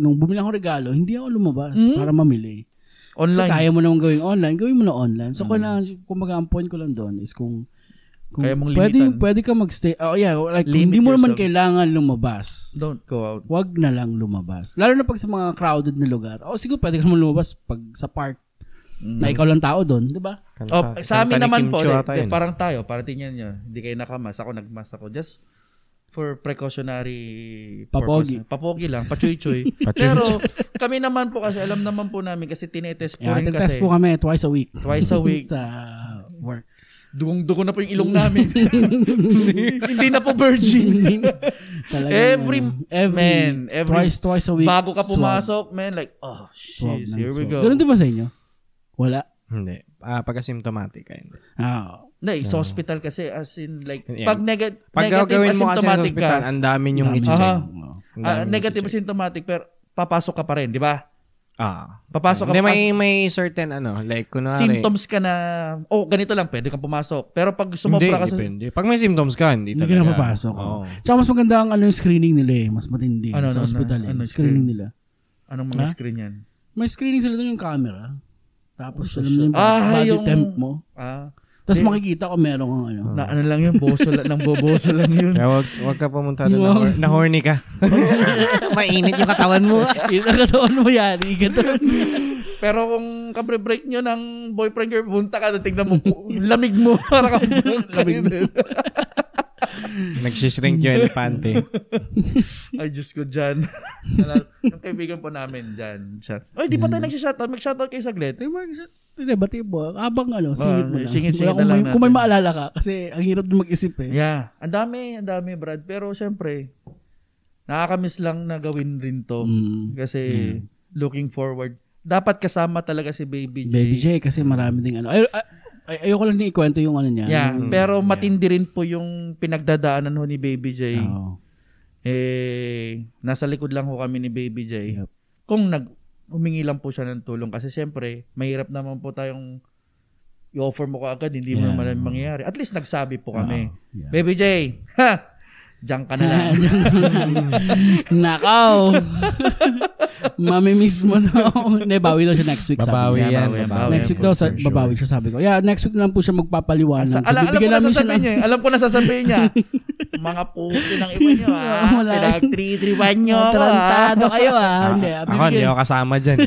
Speaker 2: nung bumili ako ng regalo, hindi ako lumabas
Speaker 3: Hmm?
Speaker 2: para mamili. Kasi
Speaker 1: Online. Mm.
Speaker 2: kaya mo naman gawing online, gawin mo na online. So, kailangan, kumbaga, ang point ko lang doon is kung, kung
Speaker 1: Kaya mong
Speaker 2: pwede,
Speaker 1: limitan.
Speaker 2: pwede ka magstay. Oh, yeah, like, kung
Speaker 1: Limit
Speaker 2: hindi mo naman
Speaker 1: yourself.
Speaker 2: kailangan lumabas.
Speaker 1: Don't go out.
Speaker 2: Wag na lang lumabas. Lalo na pag sa mga crowded na lugar. O oh, siguro pwede ka naman lumabas pag sa park
Speaker 1: Mm.
Speaker 2: na ikaw lang tao doon, di ba?
Speaker 3: Kanta-
Speaker 1: Oh, sa amin
Speaker 3: kanta ni
Speaker 1: naman
Speaker 3: Kim
Speaker 1: po,
Speaker 3: Chua
Speaker 1: di-
Speaker 3: tayo,
Speaker 1: di-
Speaker 3: no?
Speaker 1: parang tayo, parang tingnan nyo, hindi kayo nakamas. Ako nagmas ako. Just for precautionary
Speaker 2: Papogi.
Speaker 1: purpose. Papogi lang, pachuy-chuy. Pero kami naman po kasi, alam naman po namin kasi tinetest po
Speaker 2: Yeah,
Speaker 1: rin
Speaker 2: test
Speaker 1: kasi
Speaker 2: po kami twice a week.
Speaker 1: twice a week.
Speaker 2: sa work.
Speaker 1: Dugong-dugo na po yung ilong namin. Hindi na po virgin.
Speaker 2: Talaga
Speaker 1: Every-
Speaker 2: naman. ano, every,
Speaker 1: man, every-
Speaker 2: twice, twice a week.
Speaker 1: Bago ka
Speaker 2: swab.
Speaker 1: pumasok, man, like, oh,
Speaker 2: Swab
Speaker 1: shit,
Speaker 2: ng
Speaker 1: here we
Speaker 2: swab.
Speaker 1: go.
Speaker 2: Ganun din ba sa inyo? Wala.
Speaker 3: Hindi. Ah, pagka-symptomatic. ah, Hindi.
Speaker 2: Ah,
Speaker 1: Hindi, sa hospital kasi, as in, like,
Speaker 3: Yeah.
Speaker 1: pag nega-
Speaker 3: Pag
Speaker 1: negative
Speaker 3: gagawin mo kasi sa
Speaker 1: asymptomatic
Speaker 3: hospital,
Speaker 1: ka,
Speaker 3: ang dami yung
Speaker 2: Dami. Oh.
Speaker 3: i-check.
Speaker 1: Aha.
Speaker 2: oo.
Speaker 3: Ang
Speaker 1: ah,
Speaker 3: dami yung
Speaker 1: negative
Speaker 3: i-check.
Speaker 1: asymptomatic, pero papasok ka pa rin, di ba?
Speaker 3: Ah.
Speaker 1: Papasok ka
Speaker 3: Hindi,
Speaker 1: pa
Speaker 3: may, may certain ano, like kunwari.
Speaker 1: symptoms ka na, oh, ganito lang, pwede kang pumasok. Pero pag
Speaker 3: Hindi,
Speaker 1: sumobra ka sa,
Speaker 3: depende. Pag may symptoms ka, hindi
Speaker 2: Hindi
Speaker 3: talaga.
Speaker 2: ka na papasok.
Speaker 3: Oo.
Speaker 2: Tsaka mas maganda ang ano yung screening nila eh. Mas matindi
Speaker 1: Ano,
Speaker 2: sa
Speaker 1: ano,
Speaker 2: hospital eh.
Speaker 1: ano,
Speaker 2: screening
Speaker 1: screen?
Speaker 2: nila.
Speaker 1: anong mga
Speaker 2: Ha?
Speaker 1: screen yan?
Speaker 2: May screening sila doon yung camera. Tapos alam
Speaker 1: shit.
Speaker 2: nyo yung
Speaker 1: Ah,
Speaker 2: body
Speaker 1: yung-
Speaker 2: temp mo.
Speaker 1: Ah,
Speaker 2: Tapos
Speaker 1: Hindi.
Speaker 2: makikita kung meron kang ano.
Speaker 1: na, ano lang yun, boso lang, nang boboso lang yun.
Speaker 3: Kaya wag, wag ka pumunta doon na,
Speaker 2: Wow.
Speaker 3: hor- na horny ka. Mainit yung katawan mo.
Speaker 2: Yung nakatawan mo yan. yung ganun.
Speaker 1: Pero kung kabre-break nyo ng boyfriend girl, punta ka, tignan mo, lamig mo. Para kang lamig
Speaker 3: Nagsishrink yung elepante.
Speaker 1: Ay, Diyos ko, Jan. Nalal- yung kaibigan po namin, Jan. Jan. Ay, di pa tayo nagsishoutout. Mag-shoutout kayo saglit.
Speaker 2: Di ba, Hindi, bati mo. Habang ano, singit mo lang.
Speaker 1: Ah, singit-singit
Speaker 2: Kung
Speaker 1: na lang
Speaker 2: may- Kung may
Speaker 1: natin.
Speaker 2: maalala ka. Kasi ang hirap din mag-isip eh.
Speaker 1: Yeah. Ang dami, ang dami, Brad. Pero, syempre, nakakamiss lang na gawin rin to.
Speaker 2: Mm.
Speaker 1: Kasi, looking forward. Dapat kasama talaga si Baby J.
Speaker 2: Baby J kasi marami ding ano. Ay, ay, ayoko lang din ikwento yung ano niya.
Speaker 1: Hmm. Yeah.
Speaker 2: Yung-
Speaker 1: Pero matindi rin po yung pinagdadaanan ho ni Baby J.
Speaker 2: Oo.
Speaker 1: eh, nasa likod lang ho kami ni Baby J.
Speaker 2: Yep.
Speaker 1: Kung nag humingi lang po siya ng tulong kasi siyempre, mahirap naman po tayong i-offer mo ko agad, hindi mo
Speaker 2: Yeah.
Speaker 1: naman alam yung mangyayari. At least nagsabi po kami.
Speaker 2: Yeah.
Speaker 1: Baby J, ha! Diyan ka na lang.
Speaker 2: Nakaw. Mamimiss mo na ako. Hindi, bawi daw siya next week. sabi
Speaker 3: Babawi
Speaker 2: niya.
Speaker 1: Yeah,
Speaker 3: yan.
Speaker 1: babawi yan,
Speaker 3: babawi
Speaker 2: Next
Speaker 3: yan
Speaker 2: week daw,
Speaker 3: for
Speaker 2: sa,
Speaker 3: sure.
Speaker 2: babawi siya sabi ko. Yeah, next week lang po siya magpapaliwanag.
Speaker 1: Sa,
Speaker 2: So,
Speaker 1: ala, alam ko
Speaker 2: bibigyan
Speaker 1: na
Speaker 2: namin siya
Speaker 1: sasabihin niya. eh. Alam ko na sasabihin niya. Mga puti ng iba niyo, ha?
Speaker 2: Wala.
Speaker 1: Pinag 331 niyo ako, ha?
Speaker 2: Tarantado kayo ah.
Speaker 3: Ah,
Speaker 2: Hindi,
Speaker 3: ako, hindi ako kasama dyan.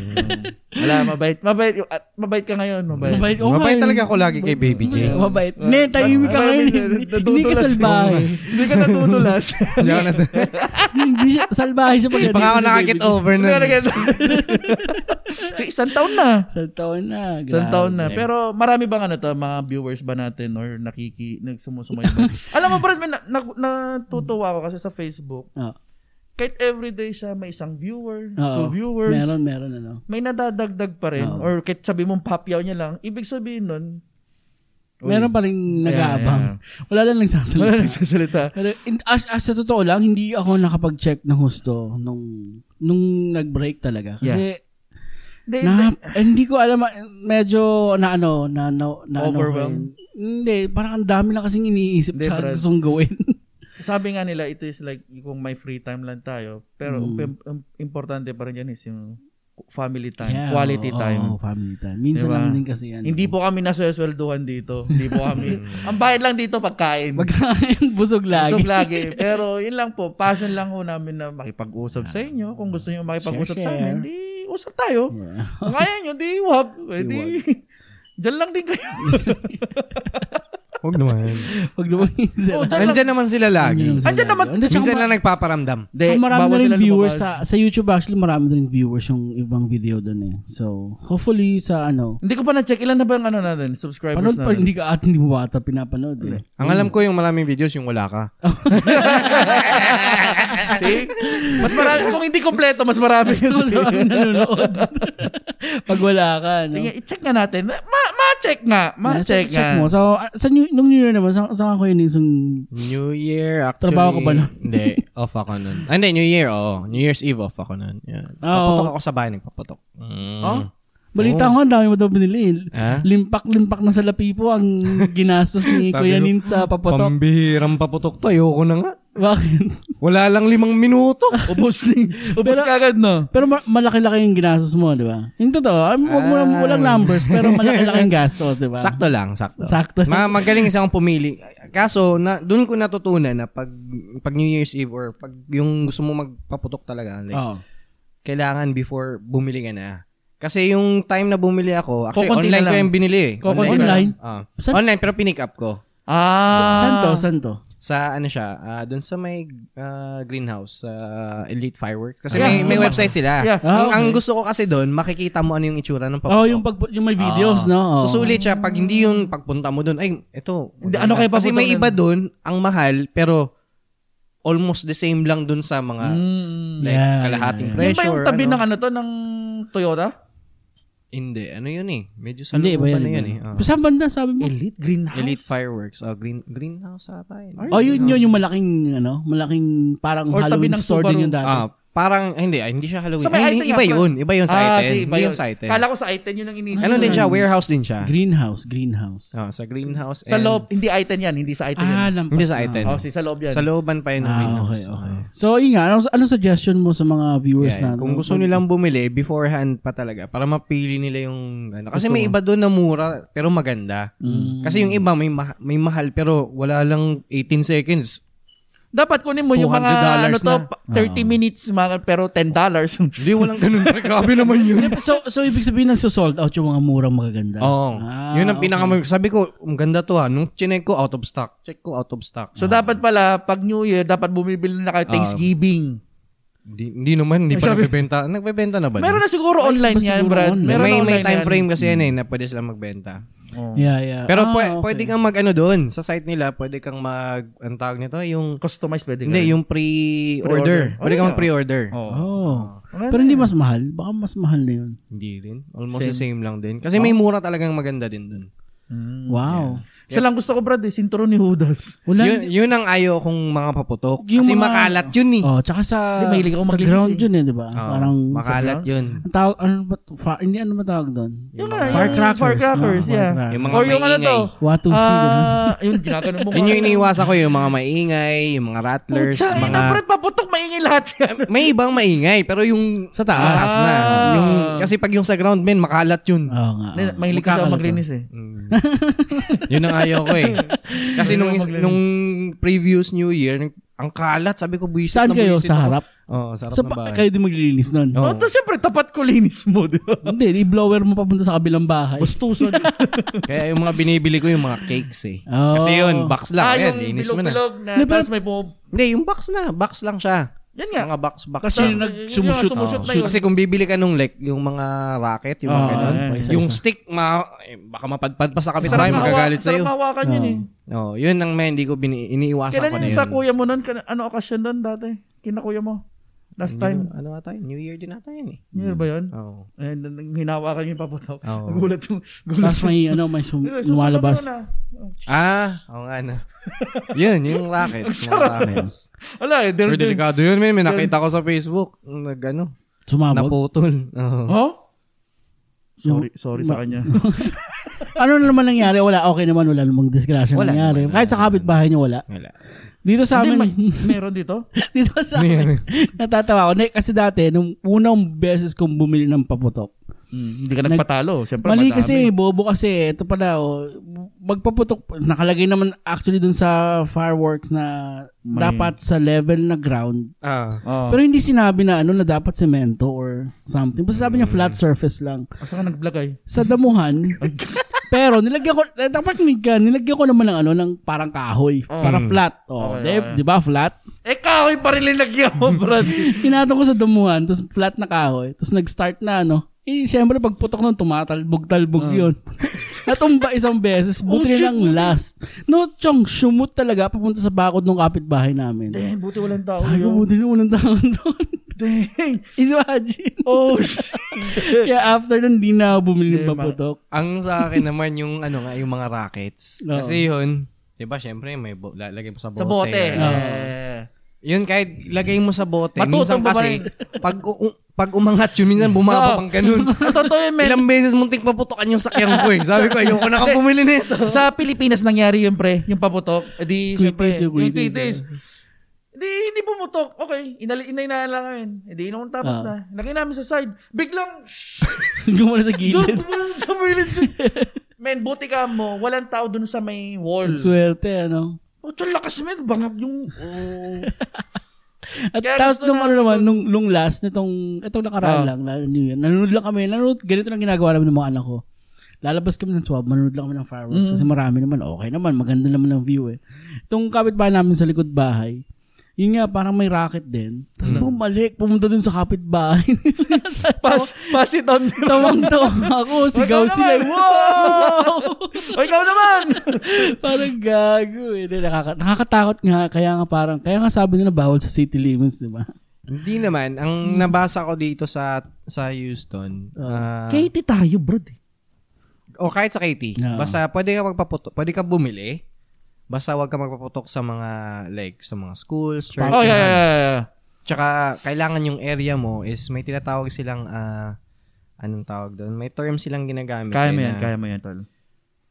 Speaker 1: Wala, mabait. Mabait, at mabait ka ngayon, mabait.
Speaker 2: Mabait, oo nga
Speaker 3: Mabait
Speaker 2: eh.
Speaker 3: talaga ako lagi kay Baby J.
Speaker 2: Mabait. Ne, tahimik ka ngayon. Hindi ka
Speaker 1: Nadudulas
Speaker 2: salbahe.
Speaker 1: ka. Hindi ka natutulas.
Speaker 3: Hindi ako nat-
Speaker 2: Hindi siya, salbahe siya pag
Speaker 3: Baka ako
Speaker 2: si
Speaker 3: nakakit
Speaker 2: Baby J.
Speaker 3: over
Speaker 1: Hindi
Speaker 3: na.
Speaker 1: ka natutulas. So, eh. isang taon na.
Speaker 2: Isang taon na.
Speaker 1: Isang
Speaker 2: grabe.
Speaker 1: taon na. Pero marami bang ano to, mga viewers ba natin or nakiki, nagsumusumay ba? Alam mo, Brad, may na, na, natutuwa ako kasi sa Facebook,
Speaker 2: Oh,
Speaker 1: kahit everyday siya may isang viewer,
Speaker 2: Oo.
Speaker 1: two viewers,
Speaker 2: meron, meron ano.
Speaker 1: may nadadagdag pa rin.
Speaker 2: Oo.
Speaker 1: Or kahit sabi mong papyaw niya lang, ibig sabihin nun, uy,
Speaker 2: Meron pa rin nag-aabang.
Speaker 1: yeah,
Speaker 2: Wala lang nagsasalita.
Speaker 1: Wala nagsasalita.
Speaker 2: Pero in, as, as sa totoo lang, hindi ako nakapag-check ng husto nung nung nag-break talaga. Kasi
Speaker 1: Hindi,
Speaker 2: na, eh, hindi ko alam, medyo na ano, na, na, na ano ko
Speaker 1: Overwhelmed?
Speaker 2: rin. hindi, parang ang dami na kasing iniisip
Speaker 1: Hindi,
Speaker 2: sa
Speaker 1: Brad.
Speaker 2: gustong gawin.
Speaker 1: sabi nga nila, it is like kung may free time lang tayo. Pero
Speaker 2: Mm.
Speaker 1: um- um- importante pa rin yan is yung family time,
Speaker 2: Yeah,
Speaker 1: quality
Speaker 2: oo,
Speaker 1: time.
Speaker 2: oo, family time. Minsan
Speaker 1: Diba?
Speaker 2: lang din kasi yan.
Speaker 1: Hindi po kami naswelduhan dito. Hindi po kami.
Speaker 2: Mm.
Speaker 1: ang bayad lang dito pagkain.
Speaker 2: Pagkain, busog lagi.
Speaker 1: Busog lagi. Pero yun lang po, passion lang ho namin na makipag-usap sa inyo. Kung gusto niyo makipag-usap
Speaker 2: Share,
Speaker 1: sa
Speaker 2: share.
Speaker 1: amin, di usap tayo.
Speaker 2: Yeah.
Speaker 1: Kung kaya nyo, di wag. Eh, di, dyan lang din kayo.
Speaker 3: eh. Huwag naman.
Speaker 2: Pag lumaki sila.
Speaker 1: oh, dyan lang.
Speaker 3: Nandyan naman sila lagi.
Speaker 1: Andyan naman.
Speaker 2: Hindi, tsaka
Speaker 3: Minsan lang nagpaparamdam.
Speaker 1: Di,
Speaker 2: Ang marami
Speaker 1: Eh, bawal
Speaker 2: na rin
Speaker 1: sila
Speaker 2: viewers
Speaker 1: lumabas.
Speaker 2: sa, sa YouTube actually marami na rin viewers yung ibang video doon eh. So, hopefully sa ano,
Speaker 1: Hindi ko pa na-check. Ilan na ba yung ano natin? Subscribers
Speaker 2: panood pa
Speaker 1: natin?
Speaker 2: hindi ka at hindi mo ata pinapanood eh.
Speaker 3: Ang alam ko yung maraming videos yung wala ka.
Speaker 1: See? Mas marami. Kung hindi kompleto, mas marami yung
Speaker 2: Wala ang nanonood. Pag wala ka, no?
Speaker 1: Sige, i-check nga natin. Ma- Ma-check nga. Ma-check
Speaker 2: check
Speaker 1: nga.
Speaker 2: mo. So, ah, sa new, nung New Year naman, sa, saan ko yun isang...
Speaker 3: New Year, actually.
Speaker 2: Trabaho ka ba nun?
Speaker 3: Hindi, off ako nun. Ah, Hindi, New Year, oo. New Year's Eve, off ako nun. Yan.
Speaker 2: Ah, Oo.
Speaker 3: Paputok ako sa bahay, nagpaputok. Mm.
Speaker 2: Oh? Balita ko, ang dami mo daw binili. eh.
Speaker 3: Ha?
Speaker 2: Limpak-limpak na sa lapipo ang ginastos ni
Speaker 3: Sabi
Speaker 2: Kuya
Speaker 3: ko,
Speaker 2: Nin sa papotok.
Speaker 3: Pambihirang paputok to, ayoko na nga.
Speaker 2: Bakit?
Speaker 3: Wala lang limang minuto.
Speaker 1: Ubus ni.
Speaker 2: Pero-
Speaker 1: Ubus ka agad, no?
Speaker 2: Pero ma- malaki-laki yung ginastos mo, di ba? Yung totoo, ah, wag mo na-
Speaker 3: Ah.
Speaker 2: walang numbers, pero malaki-laki yung gastos, di ba?
Speaker 3: Sakto lang, sakto.
Speaker 2: Sakto.
Speaker 3: Ma magaling kasi akong pumili. Kaso, na, doon ko natutunan na pag, pag New Year's Eve or pag yung gusto mo magpaputok talaga, like,
Speaker 2: Oo.
Speaker 3: kailangan before bumili ka na. Kasi yung time na bumili ako, actually
Speaker 1: Kukunti na
Speaker 3: online ko
Speaker 1: lang.
Speaker 3: yung binili eh.
Speaker 2: na
Speaker 1: Kukunti
Speaker 3: ko
Speaker 2: lang.
Speaker 3: lang. Ah.
Speaker 2: San-
Speaker 3: online, pero pinick up ko.
Speaker 1: Ah.
Speaker 2: Santo, santo.
Speaker 3: sa ano siya, ah, doon sa may ah, greenhouse, sa Elite Fireworks. Kasi
Speaker 1: Ah, Yeah.
Speaker 3: may, may website sila.
Speaker 1: Yeah. Ah,
Speaker 2: Ah,
Speaker 3: Ang, ang
Speaker 2: okay.
Speaker 3: gusto ko kasi doon, makikita mo ano yung itsura ng paputok.
Speaker 2: Oh, yung, pag, yung may videos, no? Oo.
Speaker 3: Ah. Susulit siya pag hindi yung pagpunta mo doon. Ay, ito.
Speaker 1: Hindi, ano kayo
Speaker 3: Kasi may
Speaker 1: paputok
Speaker 3: iba doon, ang mahal, pero almost the same lang doon sa mga
Speaker 1: Mm.
Speaker 3: like,
Speaker 2: Yeah,
Speaker 3: kalahating
Speaker 2: yeah,
Speaker 1: Yung
Speaker 3: presyo.
Speaker 1: ba yung
Speaker 3: or
Speaker 1: tabi
Speaker 3: ano.
Speaker 1: ng ano to, ng Toyota?
Speaker 3: Hindi, ano yun eh. Medyo sa
Speaker 2: Hindi, iba
Speaker 3: loob pa
Speaker 2: yun.
Speaker 3: na
Speaker 2: iba
Speaker 3: yun eh.
Speaker 2: yun.
Speaker 3: Ah.
Speaker 2: Saan banda, sabi mo?
Speaker 1: Elite Greenhouse?
Speaker 3: Elite Fireworks. Oh, green, greenhouse ata yun.
Speaker 2: Oh, yun yun, yung malaking, ano, malaking parang
Speaker 1: Or tabi
Speaker 2: Halloween
Speaker 1: ng
Speaker 2: store
Speaker 1: Subaru.
Speaker 2: din yung dati.
Speaker 3: Ah, parang, ay, hindi, ay, hindi siya Halloween.
Speaker 1: Sa may
Speaker 3: Ay,
Speaker 1: item
Speaker 3: iba
Speaker 1: yata.
Speaker 3: yun. Iba yun sa
Speaker 1: Ah,
Speaker 3: item.
Speaker 1: si, iba
Speaker 3: Hindi
Speaker 1: yun.
Speaker 3: yun sa item.
Speaker 1: Kala ko sa item yun ang inisip.
Speaker 3: Ano
Speaker 1: ko.
Speaker 3: din siya? Warehouse din siya.
Speaker 2: Greenhouse, greenhouse.
Speaker 3: Ah, sa greenhouse.
Speaker 1: Sa
Speaker 3: and-
Speaker 1: loob, hindi item yan, hindi sa item
Speaker 2: ah,
Speaker 1: yan.
Speaker 2: lampas
Speaker 3: Hindi sa
Speaker 2: na.
Speaker 3: item.
Speaker 1: Oh, si sa loob yan.
Speaker 3: Sa looban pa yun ng
Speaker 2: Ah,
Speaker 3: greenhouse.
Speaker 2: okay, okay. So, yun nga, ano, ano suggestion mo sa mga viewers
Speaker 3: Yeah,
Speaker 2: na?
Speaker 3: kung gusto nilang bumili, beforehand pa talaga. Para mapili nila yung... Ano. Kasi
Speaker 2: Gusto
Speaker 3: may
Speaker 2: mo.
Speaker 3: iba doon na mura, pero maganda.
Speaker 2: Mm.
Speaker 3: Kasi yung iba, may, ma- may mahal, pero wala lang 18 seconds.
Speaker 1: Dapat kunin mo yung mga
Speaker 3: $200
Speaker 1: ano to,
Speaker 3: na. Ah.
Speaker 1: pa- 30 minutes mga pero $10. dollars.
Speaker 3: Hindi, walang ganun. Grabe naman yun.
Speaker 2: so, so, ibig sabihin nagsosold out yung mga murang magaganda.
Speaker 3: Oo.
Speaker 2: Ah,
Speaker 3: yun ang
Speaker 2: okay.
Speaker 3: pinaka Sabi ko, ang ganda to ha. Nung chinek ko, out of stock. Check ko, out of stock. Ah,
Speaker 1: so dapat pala pag New Year dapat bumibili na kayo Thanksgiving.
Speaker 3: Hindi, hindi naman, hindi pa nagbebenta. Nagbebenta na ba?
Speaker 1: Meron na siguro
Speaker 2: iba
Speaker 1: online yan,
Speaker 2: siguro
Speaker 1: Brad.
Speaker 2: online.
Speaker 1: Meron
Speaker 3: may, may
Speaker 1: online
Speaker 3: time
Speaker 1: yan.
Speaker 3: frame kasi yan eh, na pwede silang magbenta.
Speaker 1: Oh.
Speaker 2: Yeah, yeah.
Speaker 3: Pero
Speaker 2: Ah,
Speaker 3: pwe-
Speaker 2: okay.
Speaker 3: pwede kang mag-ano doon, sa site nila, pwede kang mag, ang tawag nito, yung,
Speaker 1: Customized pwede ka
Speaker 3: hindi,
Speaker 1: rin.
Speaker 3: yung pre-order.
Speaker 1: Pre-order.
Speaker 3: Pwede
Speaker 1: Oh,
Speaker 3: kang
Speaker 1: yeah.
Speaker 3: mag-pre-order.
Speaker 1: Oh.
Speaker 2: Oh.
Speaker 1: Maganda
Speaker 2: Pero hindi
Speaker 1: yan.
Speaker 2: mas mahal. Baka mas mahal na yun.
Speaker 3: Hindi rin. Almost the same lang din. Kasi may mura talagang maganda din doon. Mm,
Speaker 2: Wow.
Speaker 1: Siya lang gusto ko, Brad, eh, sinturon ni Judas.
Speaker 2: Wala.
Speaker 3: Yun, yun ang ayaw kong mga paputok.
Speaker 2: Yung
Speaker 3: kasi
Speaker 2: mga-
Speaker 3: makalat yun eh.
Speaker 2: oh, tsaka sa,
Speaker 1: Hindi, mahilig ako
Speaker 2: sa
Speaker 1: maglinis
Speaker 2: ground
Speaker 1: eh.
Speaker 2: yun eh, di ba?
Speaker 3: Oo,
Speaker 2: Parang
Speaker 3: makalat yun.
Speaker 2: Ang tawag, ano ba, fa- hindi ano ba tawag doon?
Speaker 1: Yung,
Speaker 3: mga-
Speaker 1: ano, yung
Speaker 2: Firecrackers.
Speaker 1: Firecrackers,
Speaker 2: Ah,
Speaker 1: yeah.
Speaker 2: firecrackers.
Speaker 3: Yung mga
Speaker 1: Or yung ano to.
Speaker 3: maingay.
Speaker 2: What to see, ganun.
Speaker 1: Ah, yun, ginaganon mo.
Speaker 3: Yun yung iniiwasan ko, yung mga maingay, yung mga rattlers,
Speaker 1: Putsa, ina,
Speaker 3: mga...
Speaker 1: eh, Brad, paputok, maingay lahat yan.
Speaker 3: May ibang maingay, pero yung
Speaker 2: Sa taas.
Speaker 3: na.
Speaker 1: Ah.
Speaker 3: Yung, kasi pag yung sa ground, men, makalat yun.
Speaker 2: Oo nga.
Speaker 1: Hindi, Mahilig ka sa maglinis eh.
Speaker 3: Mm. yun ang ayaw ko eh. Kasi nung, is- nung previous New Year, nung- ang kalat, sabi ko, buisit
Speaker 2: Saan
Speaker 3: na
Speaker 2: kayo?
Speaker 3: buisit
Speaker 2: Sa
Speaker 3: ako.
Speaker 2: harap?
Speaker 3: Oo, sa harap
Speaker 2: Sa
Speaker 3: ng
Speaker 2: pa-
Speaker 3: bahay.
Speaker 2: kayo din maglilinis nun?
Speaker 1: Oh. to siyempre, tapat ko linis mo, di ba?
Speaker 2: Hindi, i-blower mo papunta sa kabilang bahay.
Speaker 1: Bustusan.
Speaker 3: Kaya yung mga binibili ko, yung mga cakes eh.
Speaker 2: Oo.
Speaker 3: Kasi yun, box lang.
Speaker 1: ah,
Speaker 3: Ayan,
Speaker 1: yung
Speaker 3: linis mo na.
Speaker 1: bilog-bilog na.
Speaker 2: Hindi, pero-
Speaker 1: Tapos may bum...
Speaker 3: Hindi, yung box na. Box lang siya.
Speaker 1: Yan nga.
Speaker 3: Mga Oh, box-box.
Speaker 2: Kasi yung nag-sumushoot.
Speaker 1: sumushoot na
Speaker 3: So,
Speaker 1: yun.
Speaker 3: kasi kung bibili ka nung like, yung mga racket, yung mga
Speaker 2: Oo,
Speaker 3: ganun,
Speaker 2: yeah, Ah, isa-isa.
Speaker 3: yung stick, ma, eh, baka mapadpad pa sa
Speaker 1: Sarap
Speaker 3: kapitbahay,
Speaker 1: mahawa-
Speaker 3: magagalit
Speaker 1: sarap
Speaker 3: sa'yo.
Speaker 1: mahawakan yun eh.
Speaker 3: Oo, yun ang may hindi ko bini- iniiwasan ko
Speaker 1: Kailan
Speaker 3: na
Speaker 1: yun
Speaker 3: yun.
Speaker 1: sa kuya mo nun? Kan- Ano okasyon nun dati? Kina kuya mo? Last time.
Speaker 3: Ano ata yun? New Year din ata yun eh.
Speaker 1: Year ba yun?
Speaker 2: Oh.
Speaker 3: Oo.
Speaker 1: And then, nang Eh, hinawakan yung paputok.
Speaker 3: Oo.
Speaker 1: Gulat yung... Gulat
Speaker 2: Tapos may, ano, may sum-
Speaker 1: Susunod
Speaker 2: lumalabas.
Speaker 1: na.
Speaker 3: Ah, oo nga na. yun, yung rackets. mga rackets.
Speaker 1: Wala eh.
Speaker 3: Pero
Speaker 1: Pero
Speaker 3: delikado yun, men. May nakita ko sa Facebook. Nag, ano,
Speaker 2: Sumabog.
Speaker 3: naputol. Oo.
Speaker 1: Oh? Sorry, sorry sa kanya.
Speaker 2: Ano na naman nangyari? Wala, okay naman. Wala namang disgrasya
Speaker 3: Wala
Speaker 2: nangyari.
Speaker 3: naman.
Speaker 2: Kahit sa kapitbahay niyo, wala.
Speaker 3: Wala.
Speaker 2: Dito sa
Speaker 1: Hindi,
Speaker 2: amin,
Speaker 1: may, ano. meron dito?
Speaker 2: dito sa amin, natatawa ko. Na- Kasi dati, nung unang beses kong bumili ng paputok,
Speaker 1: Mm, hindi ka nagpatalo. Siyempre,
Speaker 2: Mali
Speaker 1: madami.
Speaker 2: kasi, bobo kasi. Ito pala, oh, magpaputok. Nakalagay naman actually dun sa fireworks na
Speaker 1: May-
Speaker 2: dapat sa level na ground.
Speaker 3: Ah.
Speaker 1: Oh.
Speaker 2: Pero hindi sinabi na ano na dapat semento or something. Basta sabi
Speaker 1: Mm.
Speaker 2: niya flat surface lang.
Speaker 1: Asa ka nagblagay?
Speaker 2: Sa damuhan, pero nilagyan ko, eh, dapat nilagyan, nilagyan ko naman ng ano, ng parang kahoy. Para flat. Oh,
Speaker 1: Mm. Okay,
Speaker 2: di,
Speaker 1: okay.
Speaker 2: di ba flat?
Speaker 1: Eh, kahoy pa rin linagyan mo, brad.
Speaker 2: Tinato ko sa damuhan, tapos flat na kahoy. Tapos nag-start na ano. Eh, syempre, pag putok nun, tumatalbog-talbog yun. Natumba isang beses,
Speaker 1: Oh,
Speaker 2: buti na
Speaker 1: shit.
Speaker 2: lang last. No, chong, sumut talaga papunta sa bakod ng kapitbahay namin.
Speaker 1: Dang, buti walang tao
Speaker 2: Sabi ko,
Speaker 1: yun.
Speaker 2: buti na unang tangan doon.
Speaker 1: Dang.
Speaker 2: Imagine.
Speaker 1: Oh, shit.
Speaker 2: Kaya after nun, di na ako bumili ng
Speaker 1: Hindi, ma-
Speaker 2: paputok.
Speaker 3: Ang sa akin naman yung ano nga yung mga rackets.
Speaker 2: Oo.
Speaker 3: Kasi yun, 'di ba, syempre may bo- lalagay mo sa bote.
Speaker 1: Sa bote. Eh.
Speaker 3: Yun kahit lagay mo sa bote, minsan
Speaker 1: Matutong ba
Speaker 3: kasi
Speaker 1: ba
Speaker 3: pag u- pag umangat yun, minsan bumaba
Speaker 1: Oo.
Speaker 3: pang ganun.
Speaker 1: Ang totoo yun, men.
Speaker 3: Ilang beses muntik paputokan yung sakyang ko eh. Sabi ko, ayoko na kang bumili nito.
Speaker 1: Sa Pilipinas nangyari yun, pre. Yung paputok. Eh di,
Speaker 2: Quick
Speaker 1: syempre,
Speaker 2: taste yung
Speaker 1: yung
Speaker 2: quick
Speaker 1: quick
Speaker 2: taste,
Speaker 1: taste. Di, hindi pumutok. Okay, inali, inay lang kami. Eh di, inom tapos
Speaker 2: Ah.
Speaker 1: na. Lagay namin sa side. Biglang,
Speaker 2: Gumano sa gilid.
Speaker 1: sa wilid siya. Men, buti ka mo, walang tao dun sa may wall.
Speaker 2: Swerte, ano.
Speaker 1: Oh, tsang lakas, men. Bangap yung... Oh.
Speaker 2: At
Speaker 1: Kaya
Speaker 2: tapos
Speaker 1: gusto
Speaker 2: nung ano
Speaker 1: namin
Speaker 2: naman, nung, nung last, nitong, itong nakaraan
Speaker 1: Ah.
Speaker 2: lang, na, New Year, nanonood lang kami, nanonood, ganito lang ginagawa namin ng mga anak ko. lalabas kami ng 12, manood lang kami ng fireworks
Speaker 1: Mm.
Speaker 2: kasi marami naman, okay naman, maganda naman ang view eh. Itong kapitbahay namin sa likod bahay, yun nga, parang may racket din. Tapos
Speaker 1: Mm.
Speaker 2: bumalik, pumunta dun sa kapitbahay.
Speaker 1: Pass, pass it on.
Speaker 2: Tawang to ako, sigaw
Speaker 1: Ikaw
Speaker 2: sila. eh.
Speaker 1: naman, wow! o ikaw naman!
Speaker 2: parang gago eh. Di, Nakaka- nakakatakot nga, kaya nga parang, kaya nga sabi nila bawal sa city limits, di ba?
Speaker 3: Hindi naman. Ang nabasa ko dito sa sa Houston, ah,
Speaker 2: Katie tayo, bro.
Speaker 3: o kahit sa KT,
Speaker 2: Oo.
Speaker 3: basta pwede ka magpaputok, pwede ka bumili. Basta wag ka magpaputok sa mga like sa mga schools, church.
Speaker 1: Oh, yeah, yeah, yeah, yeah.
Speaker 3: Tsaka kailangan yung area mo is may tinatawag silang ah, anong tawag doon? May term silang ginagamit.
Speaker 1: Kaya mo
Speaker 3: eh
Speaker 1: yan,
Speaker 3: na,
Speaker 1: kaya mo yan, tol.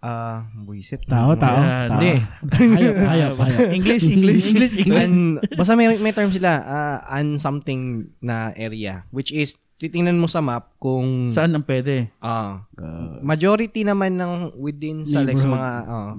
Speaker 3: Ah, buisit.
Speaker 2: Tao, tao.
Speaker 1: Ayan,
Speaker 2: tao.
Speaker 3: Hindi.
Speaker 2: Hayop, hayop, hayop.
Speaker 1: English, English. English,
Speaker 3: An, basta may, may term sila, ah, an something na area. Which is, titingnan mo sa map kung...
Speaker 1: Saan ang pwede?
Speaker 3: Ah. majority naman ng within sa like, sa
Speaker 2: Neighborhood.
Speaker 3: mga ah,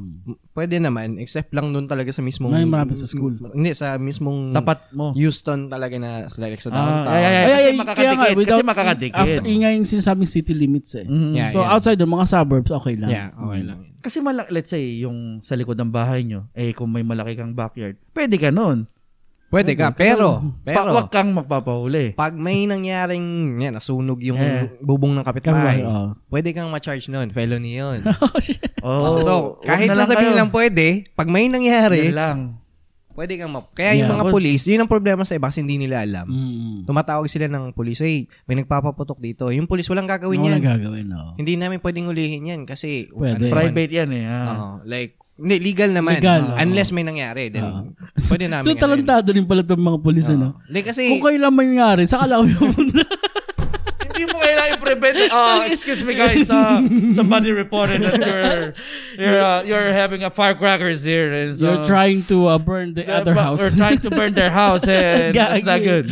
Speaker 3: pwede naman except lang doon talaga sa mismong
Speaker 2: May marami sa school.
Speaker 3: Hindi sa mismong
Speaker 1: Tapat mo.
Speaker 3: Houston talaga na sa like sa
Speaker 1: Ah,
Speaker 3: downtown.
Speaker 1: ay, ay, ay,
Speaker 2: Ay,
Speaker 1: kasi
Speaker 2: ay, kaya nga,
Speaker 1: makakadikit. kasi
Speaker 2: without-
Speaker 1: makakadikit.
Speaker 2: After, yun nga yung sinasabing city limits eh.
Speaker 1: Mm.
Speaker 3: Yeah,
Speaker 2: So
Speaker 3: yeah.
Speaker 2: outside doon, mga suburbs, okay lang.
Speaker 3: Yeah, okay lang. yun.
Speaker 1: Kasi malaki, let's say, yung sa likod ng bahay nyo, eh kung may malaki kang backyard, pwede ka nun.
Speaker 3: Pwede ka, pero,
Speaker 1: Pa-
Speaker 3: pero,
Speaker 1: wag kang magpapahuli.
Speaker 3: pag may nangyaring, yan, nasunog yung
Speaker 1: Yeah.
Speaker 3: bubong ng
Speaker 2: Kapitbahay, oh.
Speaker 3: kapitbahay,
Speaker 2: oo.
Speaker 3: pwede kang ma-charge nun. Felony yun.
Speaker 1: Oh,
Speaker 3: so, kahit
Speaker 1: na
Speaker 3: na sabihin
Speaker 1: kayo.
Speaker 3: lang pwede, pag may
Speaker 1: Yun
Speaker 3: nangyari,
Speaker 1: lang.
Speaker 3: pwede kang ma- Kaya yung
Speaker 2: Yeah.
Speaker 3: mga
Speaker 1: Tapos-
Speaker 3: police, yun ang problema sa iba kasi hindi nila alam.
Speaker 2: Mm.
Speaker 3: Tumatawag sila ng police, hey, may nagpapaputok dito. Yung police, walang gagawin
Speaker 2: Ano
Speaker 3: yan.
Speaker 2: na gagawin, no?
Speaker 3: hindi namin pwedeng ulihin yan kasi
Speaker 2: Pwede.
Speaker 3: naman?
Speaker 1: Private yan eh. ah.
Speaker 3: Oo, like, hindi, legal naman. Ah.
Speaker 2: Legal, oo.
Speaker 3: Unless may nangyari. Then,
Speaker 2: Oo.
Speaker 3: pwede namin.
Speaker 2: So talentado rin pala itong mga pulis, ano?
Speaker 3: Like, kasi,
Speaker 2: Kung kayo lang mangyari, sa kalaw yung punta.
Speaker 1: Hindi mo kailangan i-prevent. Ah, excuse me guys, ah, somebody reported that you're you're ah, you're having a firecrackers here and so
Speaker 2: You're trying to uh, burn the
Speaker 1: Yeah,
Speaker 2: other
Speaker 1: but
Speaker 2: house.
Speaker 1: We're trying to burn their house eh, and that's not
Speaker 2: Gagi.
Speaker 1: good.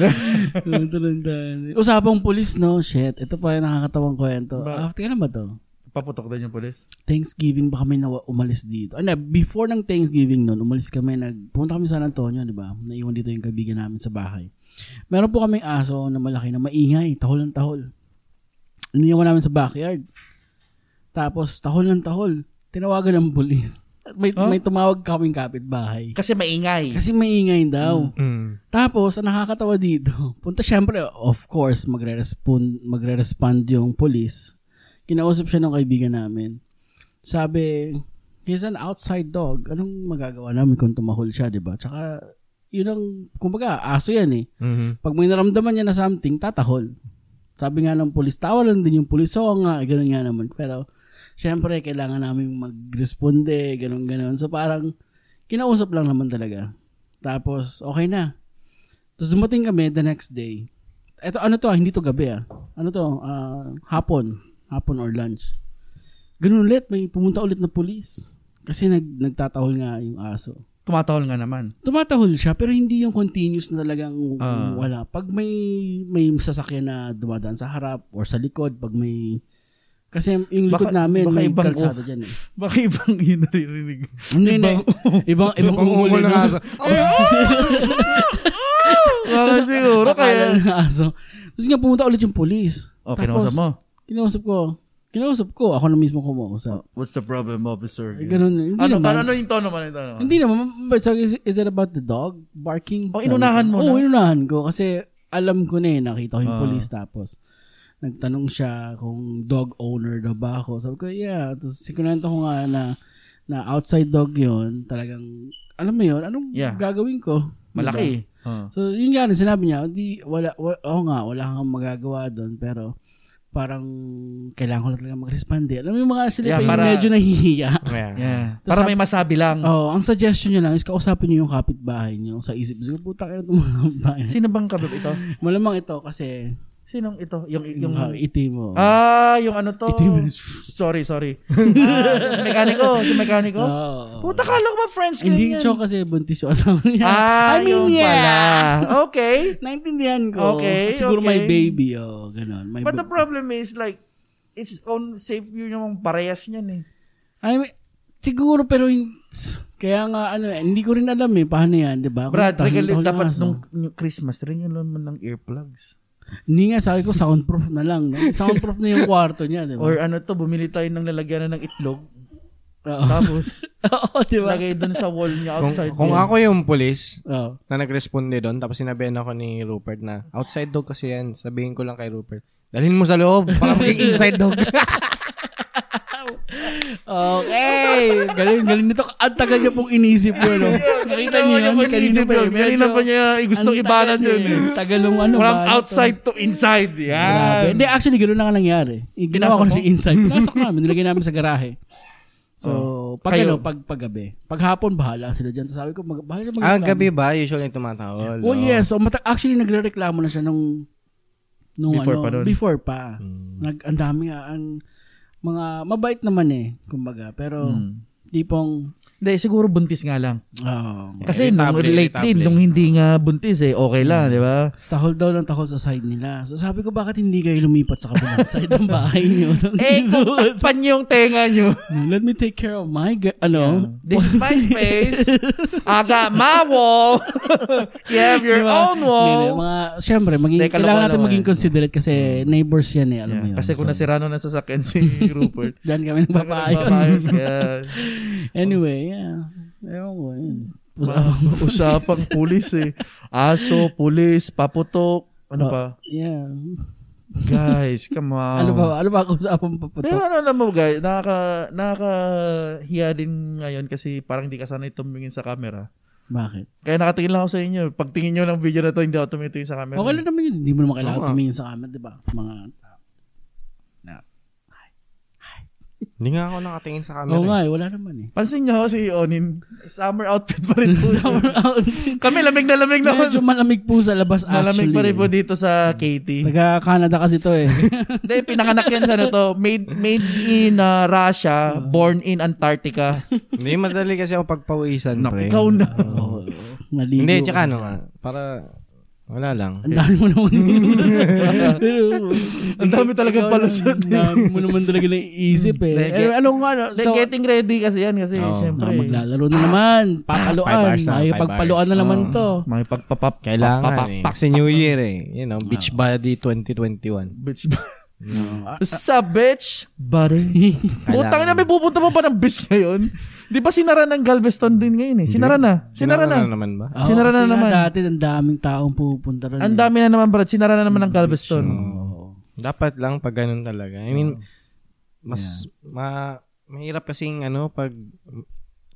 Speaker 2: Talentado. Usapang pulis, no? Shit, ito pa yung nakakatawang kwento.
Speaker 1: Ba-
Speaker 2: After na ba to?
Speaker 1: Paputok din yung polis.
Speaker 2: Thanksgiving ba kami na umalis dito? Ano, before ng Thanksgiving noon, umalis kami, nag, pumunta kami sa San Antonio, di ba? Naiwan dito yung kaibigan namin sa bahay. Meron po kaming aso na malaki na maingay, tahol ng tahol. Iniwan namin sa backyard. Tapos, tahol ng tahol. Tinawagan ng pulis. At may,
Speaker 1: Huh?
Speaker 2: may tumawag kaming kapitbahay.
Speaker 1: Kasi maingay.
Speaker 2: Kasi maingay daw.
Speaker 3: mm,
Speaker 2: Tapos, ang nakakatawa dito, punta siyempre, of course, magre-respond, magre-respond yung police. Kinausap siya ng kaibigan namin. Sabi, he's an outside dog. Anong magagawa namin kung tumahol siya, di ba? Tsaka, yun ang, kumbaga, aso yan eh.
Speaker 3: mhm.
Speaker 2: Pag may naramdaman niya na something, tatahol. Sabi nga ng police, tawa lang din yung police. Oo nga, ganun nga naman. Pero, syempre, kailangan namin mag-responde, ganun, ganun. So, parang, kinausap lang naman talaga. Tapos, okay na. Tapos, dumating kami the next day. Eto, ano to, ah, hindi to gabi ah. Ano to, ah, hapon. Hapon or lunch. Ganun ulit, may pumunta ulit na police. Kasi nag, nagtatahol nga yung aso
Speaker 1: Tumatahol nga naman.
Speaker 2: tumatahol siya pero hindi yung continuous na talagang
Speaker 1: Ah.
Speaker 2: wala. Pag may may sasakyan na dumadaan sa harap or sa likod, pag may kasi yung likod
Speaker 1: Baka-
Speaker 2: namin
Speaker 1: baka
Speaker 2: may
Speaker 1: ibang-
Speaker 2: kalsada diyan eh.
Speaker 1: Baka ibang yun naririnig.
Speaker 2: Hindi, hindi. Ibang ibang ungol ng aso.
Speaker 1: Baka ah! siguro
Speaker 2: Akala
Speaker 1: kaya.
Speaker 2: ng aso. Tapos nga pumunta ulit yung police.
Speaker 1: Okay, Oh, kinausap mo.
Speaker 2: Kinausap ko. Kinausap ko. Ako na mismo kumausap.
Speaker 1: What's the problem, officer?
Speaker 2: Eh, ganun. Hindi
Speaker 1: Oh, Ano,
Speaker 2: naman.
Speaker 1: paano ano yung tono mo? Ano yung tono mo?
Speaker 2: Hindi naman. But so is, is it about the dog barking?
Speaker 1: Oh, inunahan mo
Speaker 2: Oo,
Speaker 1: na?
Speaker 2: inunahan ko. Kasi alam ko na eh. Nakita ko yung
Speaker 1: Ah.
Speaker 2: police tapos nagtanong siya kung dog owner daw ba ako. Sabi ko, yeah. Tapos sikunento ko nga na, na outside dog yon Talagang, alam mo yon Anong
Speaker 1: Yeah.
Speaker 2: gagawin ko? Diba?
Speaker 1: Malaki. Ah.
Speaker 2: So, yun nga, sinabi niya, di, wala, wala, oo nga, wala kang magagawa doon, pero parang kailangan ko na talaga mag-responde. Alam mo yung mga sila
Speaker 1: Yeah,
Speaker 2: pa yung
Speaker 1: para-
Speaker 2: medyo nahihiya.
Speaker 3: Yeah.
Speaker 1: Yeah. Para may masabi lang.
Speaker 2: Oh, ang suggestion niya lang is kausapin niyo yung kapitbahay niyo sa isip niyo. Puta ka na itong mga kapitbahay.
Speaker 1: Sino bang kabib ito?
Speaker 2: Malamang ito kasi
Speaker 1: Sinong ito? Yung, yung,
Speaker 2: yung itim mo.
Speaker 1: ah, yung ano to?
Speaker 2: Itim yun.
Speaker 1: Sorry, sorry. ah, mekaniko, si mekaniko.
Speaker 2: Oo.
Speaker 1: Puta, kala ko ba friends
Speaker 2: Ah.
Speaker 1: kayo
Speaker 2: Hindi
Speaker 1: yan?
Speaker 2: siya kasi buntis yung asawa niya. I
Speaker 1: Ah,
Speaker 2: mean,
Speaker 1: yun
Speaker 2: yeah.
Speaker 1: pala. Okay.
Speaker 2: Naintindihan ko.
Speaker 1: Okay,
Speaker 2: At siguro may
Speaker 1: okay.
Speaker 2: baby. Oh, ganun. May
Speaker 1: But the
Speaker 2: bu-
Speaker 1: problem is like, it's on safe view yung parehas niyan eh.
Speaker 2: I mean, siguro pero yung, kaya nga ano, eh, hindi ko rin alam eh paano yan, 'di ba? Kung
Speaker 1: Brad,
Speaker 2: tahol- tahol
Speaker 1: regalo
Speaker 2: ng
Speaker 1: dapat
Speaker 2: aso.
Speaker 1: nung, nung Christmas, ringan lang mo ng earplugs.
Speaker 2: Hindi nga, sabi ko, soundproof na lang. No? Soundproof na yung kwarto niya, di ba?
Speaker 1: Or ano to, bumili tayo ng lalagyanan ng itlog.
Speaker 2: Oo. Diba?
Speaker 1: Tapos,
Speaker 2: Oo, di ba?
Speaker 1: lagay dun sa wall niya
Speaker 3: Kung,
Speaker 1: outside.
Speaker 3: kung
Speaker 1: niya.
Speaker 3: ako yung police
Speaker 2: Oo.
Speaker 3: na nagresponde doon, tapos sinabihan ako ni Rupert na, outside dog kasi yan, sabihin ko lang kay Rupert, dalhin mo sa loob para maging inside dog.
Speaker 2: Okay. Galing, galing nito. Ang tagal niya pong inisip ko, no? Nakita niyo yun? Kanina pa yun.
Speaker 1: Kanina pa niya gustong
Speaker 2: Ang tagal
Speaker 1: ibanan
Speaker 2: niya,
Speaker 1: yun.
Speaker 2: eh.
Speaker 1: eh.
Speaker 2: Tagal ng ano.
Speaker 1: Walang
Speaker 2: balat,
Speaker 1: outside to inside.
Speaker 2: oh. Grabe.
Speaker 1: Yan.
Speaker 2: Hindi, actually, ganoon na nga nangyari. I- Ginawa
Speaker 1: Pinasok
Speaker 2: ko na
Speaker 1: mo?
Speaker 2: si Inside. Pinasok namin. Nilagay namin sa garahe. So, pag
Speaker 1: Kayo?
Speaker 2: ano, pag paggabi. Pag hapon, bahala sila dyan. So, sabi ko, mag, bahala sila
Speaker 3: ah,
Speaker 2: mag-reklamo.
Speaker 3: gabi ba? Usually tumatawal.
Speaker 2: Oh,
Speaker 3: oo.
Speaker 2: yes. So, mata- actually, nagre-reklamo na siya nung, nung
Speaker 1: Before
Speaker 2: ano,
Speaker 1: pa doon.
Speaker 2: before pa.
Speaker 3: Mm.
Speaker 2: Nag, ang dami nga, ang mga, mabait naman eh, kumbaga. Pero, tipong,
Speaker 1: Hindi, siguro buntis nga lang.
Speaker 2: oh,
Speaker 1: Kasi nung
Speaker 3: Irritable,
Speaker 1: lately,
Speaker 3: irritable.
Speaker 1: nung hindi nga buntis eh, okay lang, di ba?
Speaker 2: tahol daw ng tahol sa side nila. So, sabi ko, bakit hindi kayo lumipat sa kabilang side ng bahay niyo? Ano?
Speaker 1: Eh, kung takpan niyo yung tenga niyo.
Speaker 2: Let me take care of my, ga- ano,
Speaker 1: This is my space. I got my wall. Ah, you have
Speaker 2: Diba?
Speaker 1: your own wall.
Speaker 2: Ganyan, mga, syempre, maging,
Speaker 1: Teka,
Speaker 2: kailangan natin
Speaker 1: lokohan. Mm.
Speaker 2: maging considerate kasi neighbors yan eh, alam mo
Speaker 1: Yeah,
Speaker 2: yun.
Speaker 1: Kasi kung nasirano na sasakyan si Rupert,
Speaker 2: Diyan kami
Speaker 1: Papayos,
Speaker 2: nagpapayos.
Speaker 1: kaya
Speaker 2: anyway, yeah. Ewan ko yun.
Speaker 1: Diba? ma- usapang pulis eh. Aso, pulis, paputok, ano
Speaker 2: Oh.
Speaker 1: pa?
Speaker 2: Yeah.
Speaker 1: Guys, come on.
Speaker 2: Ano ba? Ano ba kung saan
Speaker 1: Pero
Speaker 2: papatok?
Speaker 1: ano alam mo guys, nakaka, nakakahiya din ngayon kasi parang hindi ka sanay tumingin sa camera.
Speaker 2: Bakit?
Speaker 1: Kaya nakatingin lang ako sa inyo. Pagtingin nyo ng video na to, hindi ako tumitingin sa camera.
Speaker 2: Okay lang naman yun. Hindi mo naman kailangan
Speaker 3: Oo nga.
Speaker 2: tumingin sa camera, di ba? Mga
Speaker 3: Hindi nga ako nakatingin sa camera.
Speaker 2: Oo nga, eh,
Speaker 3: eh.
Speaker 2: wala naman eh.
Speaker 1: Pansin nyo si Onin, summer outfit pa rin po.
Speaker 2: Summer outfit.
Speaker 1: Kami lamig na lamig na.
Speaker 2: Medyo malamig po sa labas
Speaker 1: Malamig
Speaker 2: actually.
Speaker 1: pa rin po
Speaker 2: eh.
Speaker 1: dito sa Katie.
Speaker 2: Taga Canada kasi to eh.
Speaker 1: Hindi, pinanganak yan sa ano to. Made, made in
Speaker 2: Ah.
Speaker 1: uh, Russia, born in Antarctica.
Speaker 3: Hindi, madali kasi ako pagpawisan,
Speaker 1: Naku,
Speaker 3: pre.
Speaker 1: ikaw eh. na.
Speaker 2: Oo. Naligo.
Speaker 3: Hindi, tsaka ano nga, para, wala lang.
Speaker 2: Ang dami mo naman. Pero,
Speaker 1: Ang dami talagang
Speaker 2: ikaw
Speaker 1: palusot.
Speaker 2: lang, Ang dami mo naman talaga naiisip eh.
Speaker 1: Hindi,
Speaker 2: Anyway, ano nga, ano,
Speaker 1: Hindi,
Speaker 2: so,
Speaker 1: getting ready kasi yan. Kasi
Speaker 3: Oo.
Speaker 1: syempre.
Speaker 2: ah, maglalaro na naman.
Speaker 3: Five
Speaker 2: Pakaluan.
Speaker 3: hours na,
Speaker 2: May
Speaker 3: five
Speaker 2: pagpaluan
Speaker 3: hours.
Speaker 2: na naman
Speaker 3: Oo.
Speaker 2: to.
Speaker 1: May pagpapap.
Speaker 3: Kailangan eh.
Speaker 1: papapak-
Speaker 3: Kasi New Year eh. You know, Beach
Speaker 1: Ah.
Speaker 3: Body 2021.
Speaker 1: Bitch. sa bitch, buddy. Putang na, may pupunta pa ba ng bitch ngayon? Di ba sinara ng Galveston din ngayon eh? Sinara na. Sinara na.
Speaker 3: naman ba?
Speaker 2: Oo,
Speaker 1: Sinara
Speaker 2: kasi
Speaker 1: na
Speaker 2: nga
Speaker 1: naman.
Speaker 2: Dati, ang daming taong pupunta rin.
Speaker 1: Ang
Speaker 2: eh.
Speaker 1: dami na naman, Brad. Sinara na naman ng Galveston.
Speaker 3: Dapat lang pag ganun talaga. I mean, mas ma mahirap kasing ano pag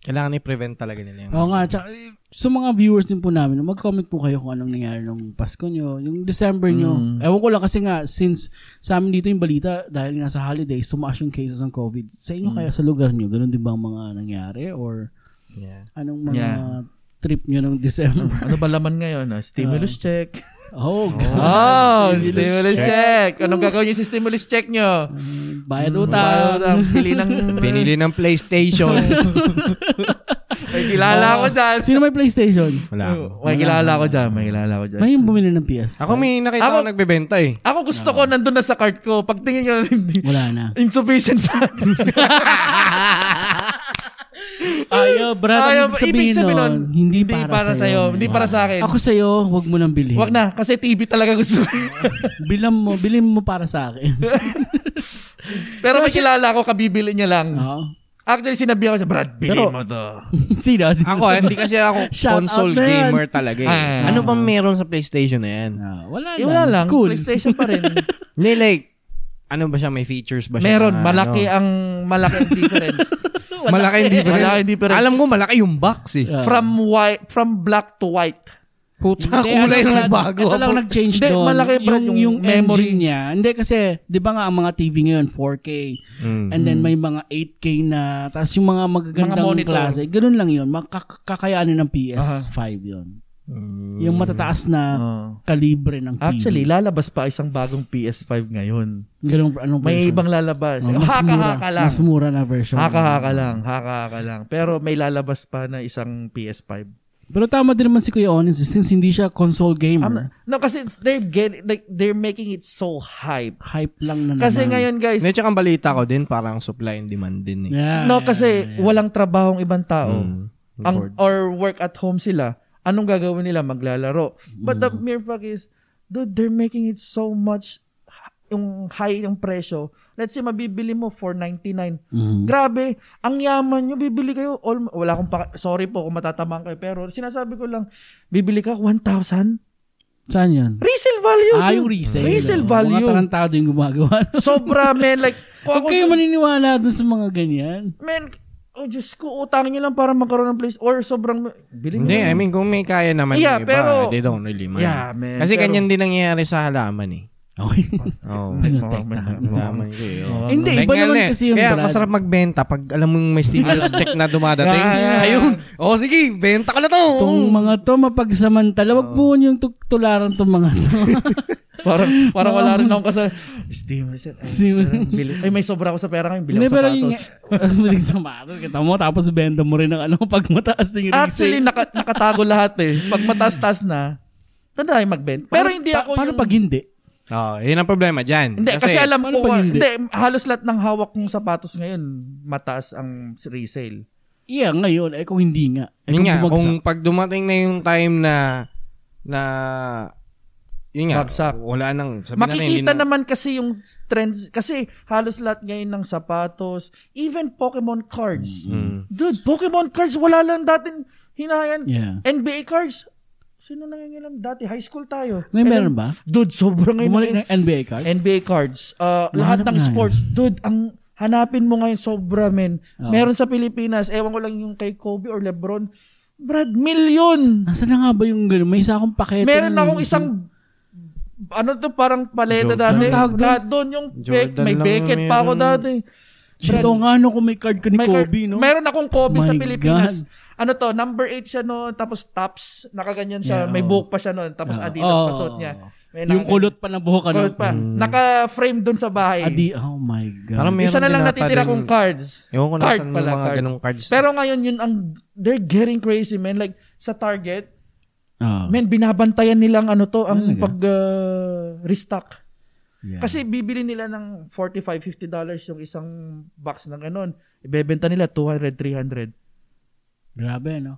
Speaker 3: kailangan i-prevent talaga nila yung
Speaker 2: Oo nga, tsaka, eh, sa mga viewers din po namin, mag-comment po kayo kung anong nangyari nung Pasko nyo, yung December nyo. Ewan ko lang kasi nga, since sa amin dito yung balita, dahil nga sa holidays, sumaas yung cases ng COVID. Sa inyo kaya sa lugar nyo, ganun din ba ang mga nangyari? Or
Speaker 3: yeah.
Speaker 2: anong mga
Speaker 1: Yeah.
Speaker 2: trip nyo nung December?
Speaker 1: Ano ba laman ngayon? ah? Stimulus check.
Speaker 2: oh, God.
Speaker 1: Oh, stimulus check. Anong gagawin niyo sa stimulus check niyo?
Speaker 2: Mm, Bayad
Speaker 1: Tayo
Speaker 2: utang.
Speaker 1: lang, pili ng...
Speaker 3: Binili ng PlayStation.
Speaker 1: May kilala ko dyan.
Speaker 2: Sino may PlayStation?
Speaker 3: Wala ako.
Speaker 1: May kilala ko dyan. May kilala ko dyan.
Speaker 2: May yung bumili ng PS.
Speaker 3: Ako may nakita
Speaker 1: Ako-
Speaker 3: ako nagbebenta eh.
Speaker 1: Ako gusto ko, nandun na sa cart ko. Pagtingin ko, hindi.
Speaker 2: Wala na.
Speaker 1: Insufficient fund.
Speaker 2: Ayaw, brad.
Speaker 1: Ayaw,
Speaker 2: ang ibig sabihin nun, hindi, para, sa'yo. Ah.
Speaker 1: Hindi para sa akin.
Speaker 2: Ako sa'yo, huwag mo nang bilhin.
Speaker 1: Wag na, kasi TV talaga gusto ko.
Speaker 2: Bilam mo, bilhin mo para sa akin.
Speaker 1: Pero may kilala ko, kabibili niya lang.
Speaker 2: Oo.
Speaker 1: Actually, sinabi ako siya, Brad, bili
Speaker 3: Pero-
Speaker 1: mo to.
Speaker 2: Sino? Sino?
Speaker 3: Ako eh, hindi kasi ako
Speaker 2: Shout
Speaker 3: consoles
Speaker 2: out na yan.
Speaker 3: gamer talaga eh.
Speaker 1: Ah.
Speaker 3: ano bang meron sa PlayStation na yan?
Speaker 2: Ah, wala
Speaker 1: Eh, wala lang.
Speaker 2: Cool.
Speaker 1: PlayStation pa rin.
Speaker 3: Hindi like ano ba siya may features ba siya?
Speaker 1: Meron,
Speaker 3: na
Speaker 1: malaki
Speaker 3: ano?
Speaker 1: ang malaki ang difference.
Speaker 3: malaki ang difference.
Speaker 1: Malaki ang difference.
Speaker 3: Alam ko malaki yung box eh.
Speaker 2: Ah.
Speaker 1: from white, from black to white.
Speaker 3: Puta,
Speaker 2: Hindi,
Speaker 3: kulay
Speaker 2: ano, Brad,
Speaker 3: lang nagbago.
Speaker 2: Ito lang nag-change
Speaker 1: Hindi,
Speaker 2: doon.
Speaker 1: malaki, Brad, yung memory.
Speaker 2: engine niya. Hindi kasi, di ba nga ang mga TV ngayon, 4K.
Speaker 3: Mm.
Speaker 2: And then may mga 8K na. Tapos yung mga magagandang
Speaker 1: Mm-hmm. Mga monitor.
Speaker 2: klase. Ganun lang yun. Makak- Kakayaanin ng PS5 yun.
Speaker 1: Mm.
Speaker 2: Yung matataas na kalibre ng TV.
Speaker 1: Ah. Actually, lalabas pa isang bagong PS5 ngayon.
Speaker 2: Ganun, anong
Speaker 1: May
Speaker 2: version?
Speaker 1: ibang lalabas.
Speaker 2: Oh, mas mura,
Speaker 1: Haka-haka lang.
Speaker 2: Mas mura na version.
Speaker 1: Haka-haka lang. Haka-haka lang. Pero may lalabas pa na isang PS5.
Speaker 2: Pero tama din naman si Kuya Onis since hindi siya console gamer.
Speaker 1: Um, no, kasi it's- they're get, like, they're making it so hype.
Speaker 2: hype lang na naman.
Speaker 1: Kasi ngayon, guys,
Speaker 3: Hindi, tsaka ang balita ko din, parang supply and demand din eh.
Speaker 2: Yeah.
Speaker 1: no, kasi walang trabahong ibang tao.
Speaker 3: Mm.
Speaker 1: ang
Speaker 2: Mm.
Speaker 1: or work at home sila, anong gagawin nila? Maglalaro. But the mere fact is, dude, they're making it so much yung high yung presyo. Let's say, mabibili mo for 99.
Speaker 2: Mhm.
Speaker 1: Grabe, ang yaman nyo, bibili kayo. All, wala akong, paka- sorry po kung matatamang kayo, pero sinasabi ko lang, bibili ka 1,000?
Speaker 2: Saan yun?
Speaker 1: Resale value.
Speaker 2: Ah,
Speaker 1: dude.
Speaker 2: yung resale.
Speaker 1: Resale
Speaker 2: Oo,
Speaker 1: value.
Speaker 2: Mga tarantado yung gumagawa.
Speaker 1: Sobra, man. Like, kung
Speaker 2: Huwag
Speaker 1: ako
Speaker 2: kayo
Speaker 1: sa-
Speaker 2: maniniwala dun sa mga ganyan.
Speaker 1: man, oh Diyos ko, utangin nyo lang para magkaroon ng place or sobrang, bili nyo
Speaker 3: Hindi,
Speaker 1: lang.
Speaker 3: I mean, kung may kaya naman
Speaker 1: Yeah,
Speaker 3: yung iba, eh,
Speaker 1: pero-
Speaker 3: they don't really mind.
Speaker 1: Yeah, man.
Speaker 3: Kasi
Speaker 1: Pero- Oh.
Speaker 3: ganyan din nangyayari sa halaman eh.
Speaker 2: Okay.
Speaker 3: Oo.
Speaker 1: Ay,
Speaker 2: Ano,
Speaker 1: mga-
Speaker 2: teka,
Speaker 1: mga-
Speaker 2: ano?
Speaker 3: Halaman ko eh. oo.
Speaker 2: Hindi,
Speaker 3: Kaya
Speaker 2: iba
Speaker 3: nga
Speaker 2: naman
Speaker 3: eh,
Speaker 2: kasi yung
Speaker 3: Kaya
Speaker 2: brand.
Speaker 3: masarap magbenta pag alam mong may stimulus check na dumadating.
Speaker 1: Yeah, yeah.
Speaker 3: Ayun. O sige, benta ko na to.
Speaker 2: Itong mga to, mapagsamantala. Huwag po yung tug- tularan tong mga to.
Speaker 1: parang, parang wala rin akong kasal. Stimulus. Ay,
Speaker 2: Stimulus.
Speaker 1: parang Ah, bili- Ay, may sobra ako sa pera ngayon. Bili
Speaker 2: Hindi,
Speaker 1: ako
Speaker 2: pero yung
Speaker 1: sapatos.
Speaker 2: Bilig sa matos. Kita mo, tapos benda mo rin ng ano pag mataas na yung resale.
Speaker 1: Actually, naka, nakatago lahat eh. Pag matastas na, tanda ay magbenta. Pero hindi
Speaker 2: Pa-
Speaker 1: ako
Speaker 2: Paano
Speaker 1: yung...
Speaker 2: pag hindi?
Speaker 3: Oh, yun ang problema dyan.
Speaker 1: Hindi, kasi, alam
Speaker 2: paano
Speaker 1: ko,
Speaker 2: pag
Speaker 1: ah,
Speaker 2: hindi?
Speaker 1: hindi, halos lahat ng hawak kong sapatos ngayon, mataas ang resale.
Speaker 2: Iya, ngayon. Eh, kung hindi nga. Eh, kung
Speaker 3: Yun nga,
Speaker 2: bumagsak.
Speaker 3: kung pag dumating na yung time na na yun nga,
Speaker 1: Bagsak.
Speaker 3: wala nang sabi
Speaker 1: Makikita
Speaker 3: natin, hindi
Speaker 1: naman kasi yung trends, kasi halos lahat ngayon ng sapatos, even Pokemon cards.
Speaker 3: Mm.
Speaker 1: Dude, Pokemon cards, wala lang dating hinayan.
Speaker 2: Yeah.
Speaker 1: NBA cards, sino nangingilam dati? High school tayo.
Speaker 2: Ngayon
Speaker 1: And
Speaker 2: meron
Speaker 1: then,
Speaker 2: ba?
Speaker 1: Dude, sobrang ngayon.
Speaker 2: Bumalik ng NBA card?
Speaker 1: NBA cards. Uh, lahat
Speaker 2: Hanap
Speaker 1: ng
Speaker 2: nga
Speaker 1: sports. Dude, ang hanapin mo ngayon sobra, men.
Speaker 2: Oo.
Speaker 1: Meron sa Pilipinas. Ewan ko lang yung kay Kobe or Lebron. Brad, million!
Speaker 2: Nasaan na nga ba yung gano'n? May isa akong pakete.
Speaker 1: Meron akong isang ano to parang paleta
Speaker 3: Jordan.
Speaker 1: dati.
Speaker 2: Anong tawag doon?
Speaker 1: Lahat doon yung Beck-
Speaker 3: Jordan
Speaker 1: may
Speaker 3: lang
Speaker 1: Beckett pa ako
Speaker 3: meron.
Speaker 1: dati.
Speaker 2: Shit, oo nga no, kung may card ka ni
Speaker 1: May car-
Speaker 2: Kobe, no?
Speaker 1: Meron akong Kobe sa
Speaker 2: My
Speaker 1: Pilipinas. Ano to, number 8 siya noon, tapos tops, nakaganyan siya,
Speaker 2: Yeah,
Speaker 1: may
Speaker 2: oo.
Speaker 3: oh.
Speaker 1: buhok pa siya noon, tapos
Speaker 2: Oo.
Speaker 1: Adidas pa
Speaker 2: Oo.
Speaker 1: suot niya. May
Speaker 2: Oh. yung
Speaker 1: nakaganyan.
Speaker 2: kulot pa na buhok, ano?
Speaker 1: Kulot pa.
Speaker 3: Mm.
Speaker 1: Naka-frame doon sa bahay.
Speaker 2: Adi, oh my God.
Speaker 3: Parang may-
Speaker 1: Isa
Speaker 3: Meron
Speaker 1: na lang
Speaker 3: din ata
Speaker 1: natitira
Speaker 3: din-
Speaker 1: kong cards.
Speaker 3: Ewan ko
Speaker 1: Card
Speaker 3: nasan yung
Speaker 1: pala,
Speaker 3: mga
Speaker 1: card.
Speaker 3: ganong cards.
Speaker 1: Pero ngayon yun ang they're getting crazy man like sa Target,
Speaker 2: Oh,
Speaker 1: men binabantayan nilang ano to ang
Speaker 2: Talaga?
Speaker 1: pag uh, restock.
Speaker 2: yeah.
Speaker 1: Kasi bibili nila ng 45 50 dollars yung isang box ng ganun. Ibebenta nila 200 300.
Speaker 2: Grabe, no?